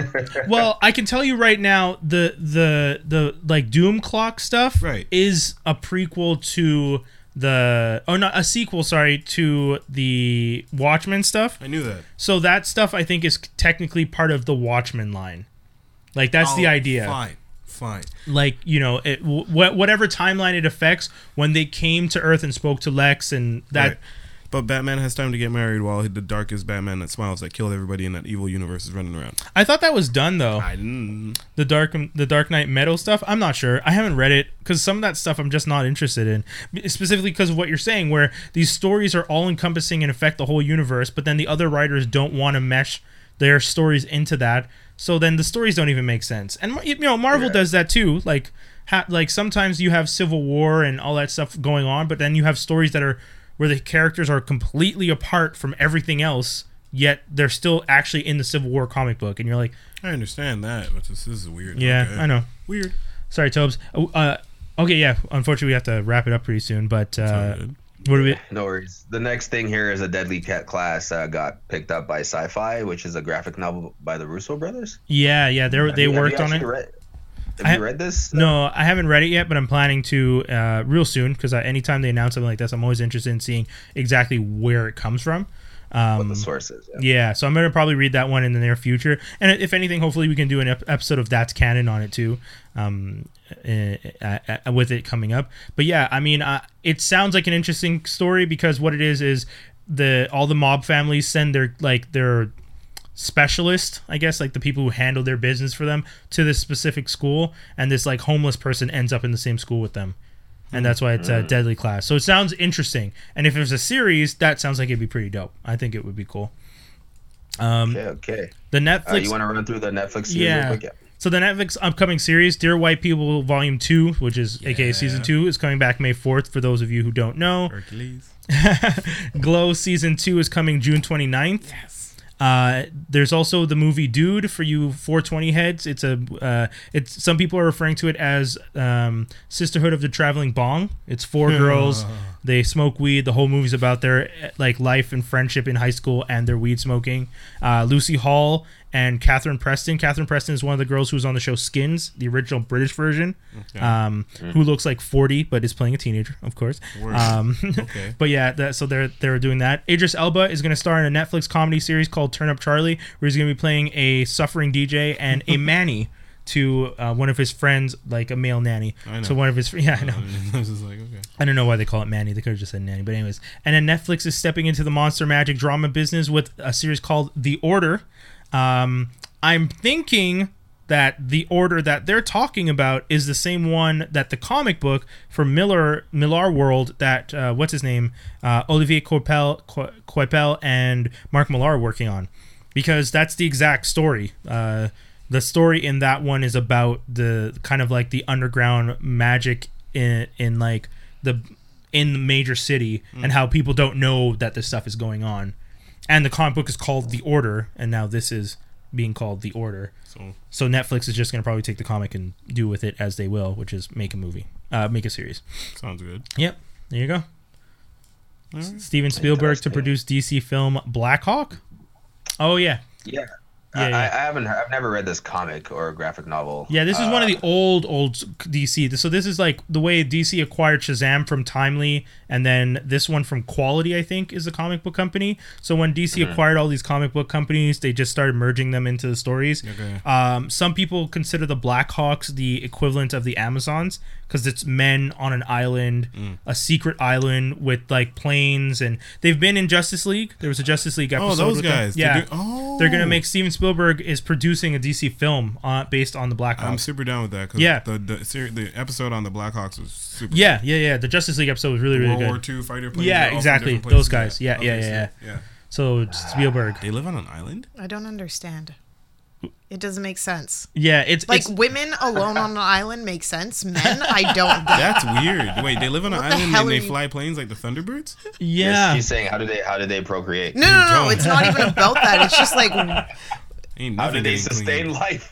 C: well, I can tell you right now, the the the like Doom Clock stuff
B: Right.
C: is a prequel to the oh no a sequel sorry to the Watchmen stuff.
B: I knew that.
C: So that stuff I think is technically part of the Watchmen line. Like that's the
B: Oh,
C: idea.
B: Fine, fine.
C: like you know it, wh- wh- whatever timeline it affects when they came to earth and spoke to lex and that
B: Right. But Batman has time to get married while the darkest Batman that smiles that killed everybody in that evil universe is running around.
C: i thought that was done though
B: I didn't.
C: the dark um, the dark knight metal stuff i'm not sure i haven't read it because some of that stuff i'm just not interested in B- specifically because of what you're saying where these stories are all encompassing and affect the whole universe but then the other writers don't want to mesh their stories into that so then the stories don't even make sense and you know marvel does that too like ha- like sometimes you have civil war and all that stuff going on but then you have stories that are where the characters are completely apart from everything else yet they're still actually in the civil war comic book and you're like
B: I understand that, but this, this is weird.
C: yeah
B: Okay.
C: i know
B: Weird.
C: Sorry, Tobes. Uh, Uh, okay, yeah. Unfortunately, we have to wrap it up pretty soon. But uh,
B: good.
C: what do we?
A: No worries. The next thing here is a Deadly Cat class uh, got picked up by Sci-Fi, which is a graphic novel by the Russo brothers.
C: Yeah, yeah. They
A: Have
C: they
A: you- have you
C: worked on
A: actually
C: it.
A: Read, have
C: I-
A: you read this?
C: No, I haven't read it yet, but I'm planning to uh, real soon because anytime they announce something like this, I'm always interested in seeing exactly where it comes from.
A: What
C: Um,
A: the source is. Yeah.
C: yeah, so I'm gonna probably read that one in the near future, and if anything, hopefully we can do an ep- episode of that's canon on it too, um, uh, uh, uh, with it coming up. But yeah, I mean, uh, it sounds like an interesting story because what it is is the all the mob families send their like their specialist, I guess, like the people who handle their business for them to this specific school, and this like homeless person ends up in the same school with them. And that's why it's a deadly class. So it sounds interesting. And if it was a series, that sounds like it'd be pretty dope. I think it would be cool. Um,
A: Okay. Okay.
C: the
A: Uh,
C: Netflix,
A: you want to run through the Netflix series
C: yeah.
A: real quick? Yeah.
C: So the Netflix upcoming series, Dear White People, Volume Two, which is aka Season Two, is coming back May fourth. For those of you who don't know,
B: Hercules.
C: Glow Season Two is coming June 29th. Yes. Uh, there's also the movie Dude for you 420 heads. It's a uh, it's some people are referring to it as um, Sisterhood of the Traveling Bong. It's four girls. They smoke weed. The whole movie's about their eh, like life and friendship in high school and their weed smoking. Uh, Lucy Hall and Catherine Preston. Catherine Preston is one of the girls who was on the show Skins, the original British version, um, who looks like 40 but is playing a teenager, of course.
B: Word.
C: Um, (laughs)
B: Okay.
C: But yeah, that, so they're they're doing that. Idris Elba is going to star in a Netflix comedy series called Turn Up Charlie, where he's going to be playing a suffering DJ and
B: (laughs)
C: a manny to uh, one of his friends, like a male nanny.
B: I know.
C: So one of his (laughs) yeah, I know.
B: (laughs) I was just like, okay.
C: I don't know why they call it Manny. They could have just said Nanny. But anyways, and then Netflix is stepping into the monster magic drama business with a series called The Order. Um, I'm thinking that the order that they're talking about is the same one that the comic book for Miller Millar World that uh, what's his name uh, Olivier Coipel Co- Coipel and Mark Millar are working on because that's the exact story. Uh, the story in that one is about the kind of like the underground magic in in like the in the major city and how people don't know that this stuff is going on. And the comic book is called The Order, and now this is being called The Order.
B: So
C: So Netflix is just going to probably take the comic and do with it as they will, which is make a movie, uh, make a series.
B: sounds good.
C: Yep, there you go. Steven Spielberg to
A: Interesting.
C: produce DC film Black Hawk. Oh yeah,
A: Yeah.
C: Yeah, yeah.
A: I, I haven't. I've never read this comic or graphic novel.
C: Yeah, this is one of
B: Uh,
C: the old old DC. So this is like the way DC acquired Shazam from Timely, and then this one from Quality, I think, is the comic book company. So when DC
B: Mm-hmm.
C: acquired all these comic book companies, they just started merging them into the stories.
B: Okay.
C: Um, some people consider the Blackhawks the equivalent of the Amazons because it's men on an island,
B: Mm.
C: a secret island with like planes, and they've been in Justice League. There was a Justice League episode.
B: Oh, those
C: with them.
B: guys. They're
C: Yeah.
B: do- oh.
C: They're gonna make Steven Spielberg is producing a DC film uh, based on the Black
B: I'm
C: Hawks.
B: super down with that. Cause
C: Yeah.
B: The the, ser- the episode on the Blackhawks was super.
C: yeah, yeah, yeah. The Justice League episode was really, really
B: World
C: good.
B: War Two fighter planes.
C: Yeah,
B: they're all from
C: exactly.
B: different places.
C: Those guys. Yeah, yeah,
B: Okay,
C: yeah,
B: so- yeah.
C: So it's Spielberg.
B: They live on an island.
D: I don't understand. It doesn't make sense.
C: Yeah, it's
D: Like
C: it's,
D: women alone on an island makes sense. Men, I
C: (laughs)
D: don't. Get.
B: That's weird. Wait, they live on an
D: What the
B: island
D: hell
B: and
D: are
B: they
D: you-
B: fly planes like the Thunderbirds.
C: yeah.
A: She's Uh, saying, how do they? How do they procreate?
D: No, no, no,
B: don't.
D: It's not even about that. It's just like
B: Ain't
A: How do
B: nothing
A: they
B: getting clean.
A: sustain life?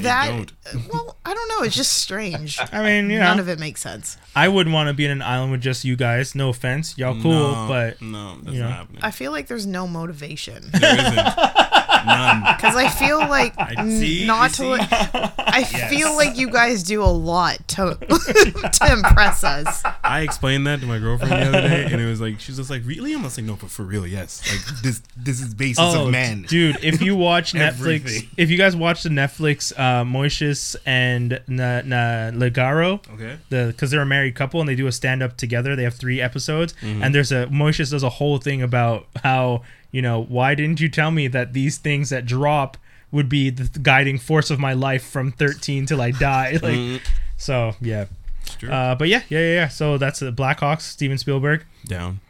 D: that.
B: don't.
D: Well, I don't know. It's just strange.
C: I mean, you
D: None
C: know,
D: of it makes sense.
C: I wouldn't want to be in an island with just you guys. No offense, y'all cool,
B: no,
C: but
B: no, that's
C: you know.
B: not happening.
D: I feel like there's no motivation
B: there isn't none.
D: because I feel like
B: (laughs) see,
D: n- not to.
B: you
D: Like, I
B: (laughs)
D: feel like you guys do a lot to (laughs) to impress us.
B: I explained that to my girlfriend the other day, and it was like she was just like, "Really?" I'm just like, "No, but for real, yes." Like this, this is basis
C: oh,
B: of man.
C: dude, if you watch
B: (laughs)
C: Netflix,
B: Everything.
C: if you guys watch the Netflix, uh, Moisius and Na, Na Ligaro,
B: Okay.
C: the because they're a married couple and they do a stand up together. They have three episodes,
B: Mm-hmm.
C: and there's a Moishas does a whole thing about how you know why didn't you tell me that these things that drop would be the th- guiding force of my life from 13 till I die. (laughs) Like,
B: Mm-hmm.
C: so yeah,
B: Sure.
C: uh, but yeah, yeah, yeah, yeah. So that's the Blackhawks, Steven Spielberg.
B: Down.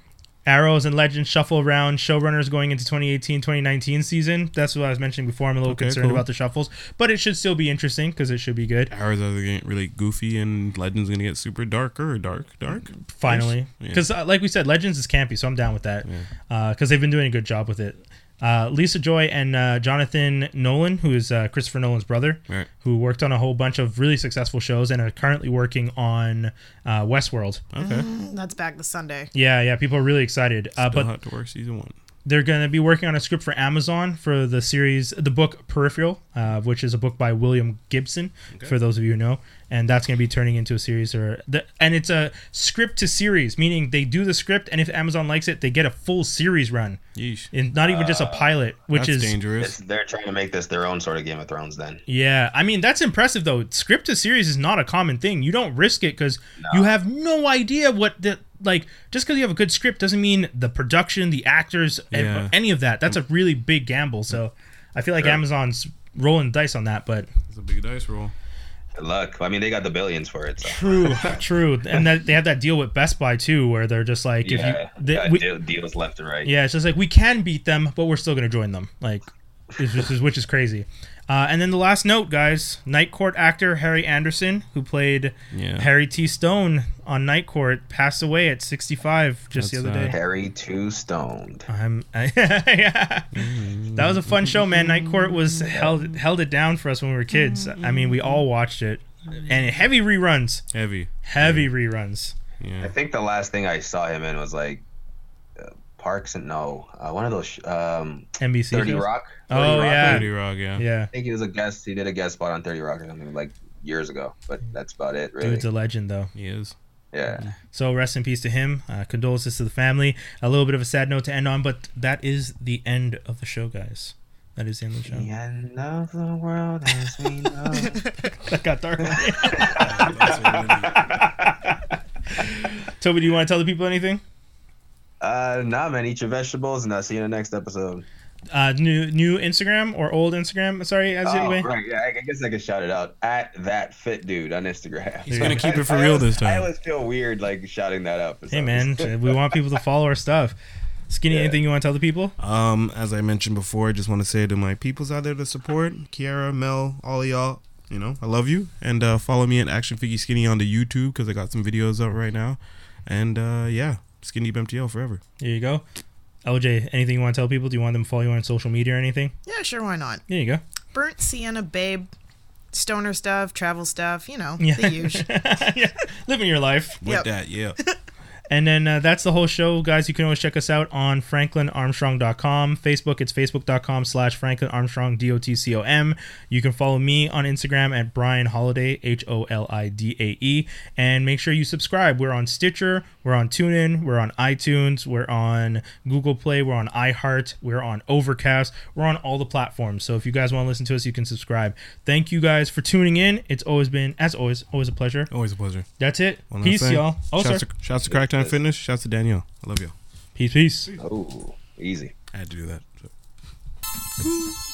C: Arrows and Legends shuffle around showrunners going into 2018 2019 season. That's what I was mentioning before. I'm a little
B: Okay,
C: concerned
B: cool.
C: about the shuffles, but it should still be interesting because it should be good.
B: Ours are getting really goofy, and Legends gonna get super darker, dark, dark.
C: finally
B: Yeah.
C: because uh, like we said legends is campy so i'm down with that because they've been doing a good job with it uh, lisa joy and uh, jonathan nolan who is uh, christopher nolan's brother
B: Right.
C: who worked on a whole bunch of really successful shows and are currently working on uh, westworld
B: Okay.
D: That's back to Sunday.
C: yeah yeah people are really excited
B: But
C: uh, Mm. but
B: hot to work season one.
C: they're going to be working on a script for amazon for the series the book peripheral uh, which is a book by william gibson for those of you who know and that's going to be turning into a series or the, and it's a script to series meaning they do the script and if amazon likes it they get a full series run
B: Yeesh.
C: and not even just a pilot which
B: That's
C: is
A: It's,
B: dangerous.
A: they're trying to make this their own sort of Game of Thrones. Then
C: yeah i mean that's impressive though script to series is not a common thing you don't risk it because you have no idea what the like just because you have a good script doesn't mean the production the actors and-
B: Yeah.
C: any of that that's a really big gamble so i feel like amazon's rolling dice on that but
B: It's a big dice roll.
A: good luck. I mean, they got the billions for it. So.
C: true (laughs) true and that they have that deal with best buy too where they're just like
A: Yeah,
C: if you they,
A: got
C: we,
A: deal- deals left and right.
C: Yeah, it's just like we can beat them, but we're still gonna join them. Like, it's just, which is crazy. Uh, and then the last note, guys: Night Court actor Harry Anderson, who played
B: Yeah.
C: Harry T. Stone on Night Court, passed away at 65 just
B: That's
C: the other
B: sad.
C: day.
A: Harry Two Stoned.
C: I'm, (laughs) yeah. That was a fun show, man. Night Court was held held it down for us when we were kids. I mean, we all watched it, and heavy reruns,
B: Heavy.
C: heavy reruns.
A: I
B: Yeah.
A: think the last thing I saw him in was like uh, Parks and no, uh, one of those sh- um,
C: NBC.
A: Thirty
C: shows.
A: Rock. 30
C: Oh,
A: Rock.
C: yeah.
B: Pretty rock. Yeah.
C: Yeah,
A: I think he was a guest. He did a guest spot on Thirty Rock or something like years ago, but that's about it, really.
C: dude's a legend though.
B: He
C: (laughs)
B: is.
A: yeah.
C: So rest in peace to him. Uh, condolences to the family. A little bit of a sad note to end on, but that is the end of the show, guys. That is the end of the show.
A: The end of the world as (laughs) we know. it.
C: (laughs) That got dark.
B: That's really-
C: Toby, do you want to tell the people anything?
A: uh, nah, man. Eat your vegetables, and I'll see you in the next episode.
C: Uh, new new Instagram or old Instagram? Sorry, as
A: Oh,
C: it way.
A: right. Yeah, I I guess I could shout it out at that fit dude on Instagram. He's (laughs)
C: gonna
B: keep it for real this
A: I
B: time.
A: always feel weird like shouting that up. (laughs)
C: Hey man, we want people to follow our stuff. Skinny, anything you want to tell the people?
B: Um, as I mentioned before, I just want to say to my peoples out there to support Kiara, Mel, all of y'all. You know, I love you, and uh, follow me at Action Figgy Skinny on the YouTube because I got some videos up right now, and uh, yeah, Skinny Deep MTL forever.
C: There you go. LJ, anything you want to tell people? Do you want them to follow you on social media or anything?
D: Yeah, sure, why not?
C: There you go. (laughs)
D: Burnt Sienna, babe. Stoner stuff, travel stuff, you know,
C: Yeah.
D: the huge.
C: yeah. Living your life.
B: With
D: Yep.
B: that, yeah.
C: And then uh, that's the whole show, guys. You can always check us out on franklinarmstrong.com. Facebook, it's facebook.com slash franklinarmstrong, D-O-T-C-O-M. You can follow me on Instagram at Brian Holiday, H-O-L-I-D-A-E. E. And make sure you subscribe. We're on Stitcher, we're on TuneIn, we're on iTunes, we're on Google Play, we're on iHeart, we're on Overcast, we're on all the platforms. So if you guys want to listen to us, you can subscribe. Thank you guys for tuning in. It's always been, as always, always a pleasure.
B: Always a pleasure.
C: That's it.
B: One last
C: Peace,
B: thing.
C: y'all. Oh,
B: shouts,
C: sir.
B: To, shouts to Crackdown Fitness. Shouts to Danielle. I love you.
C: peace, peace.
A: Oh, easy.
B: I had to do that. so.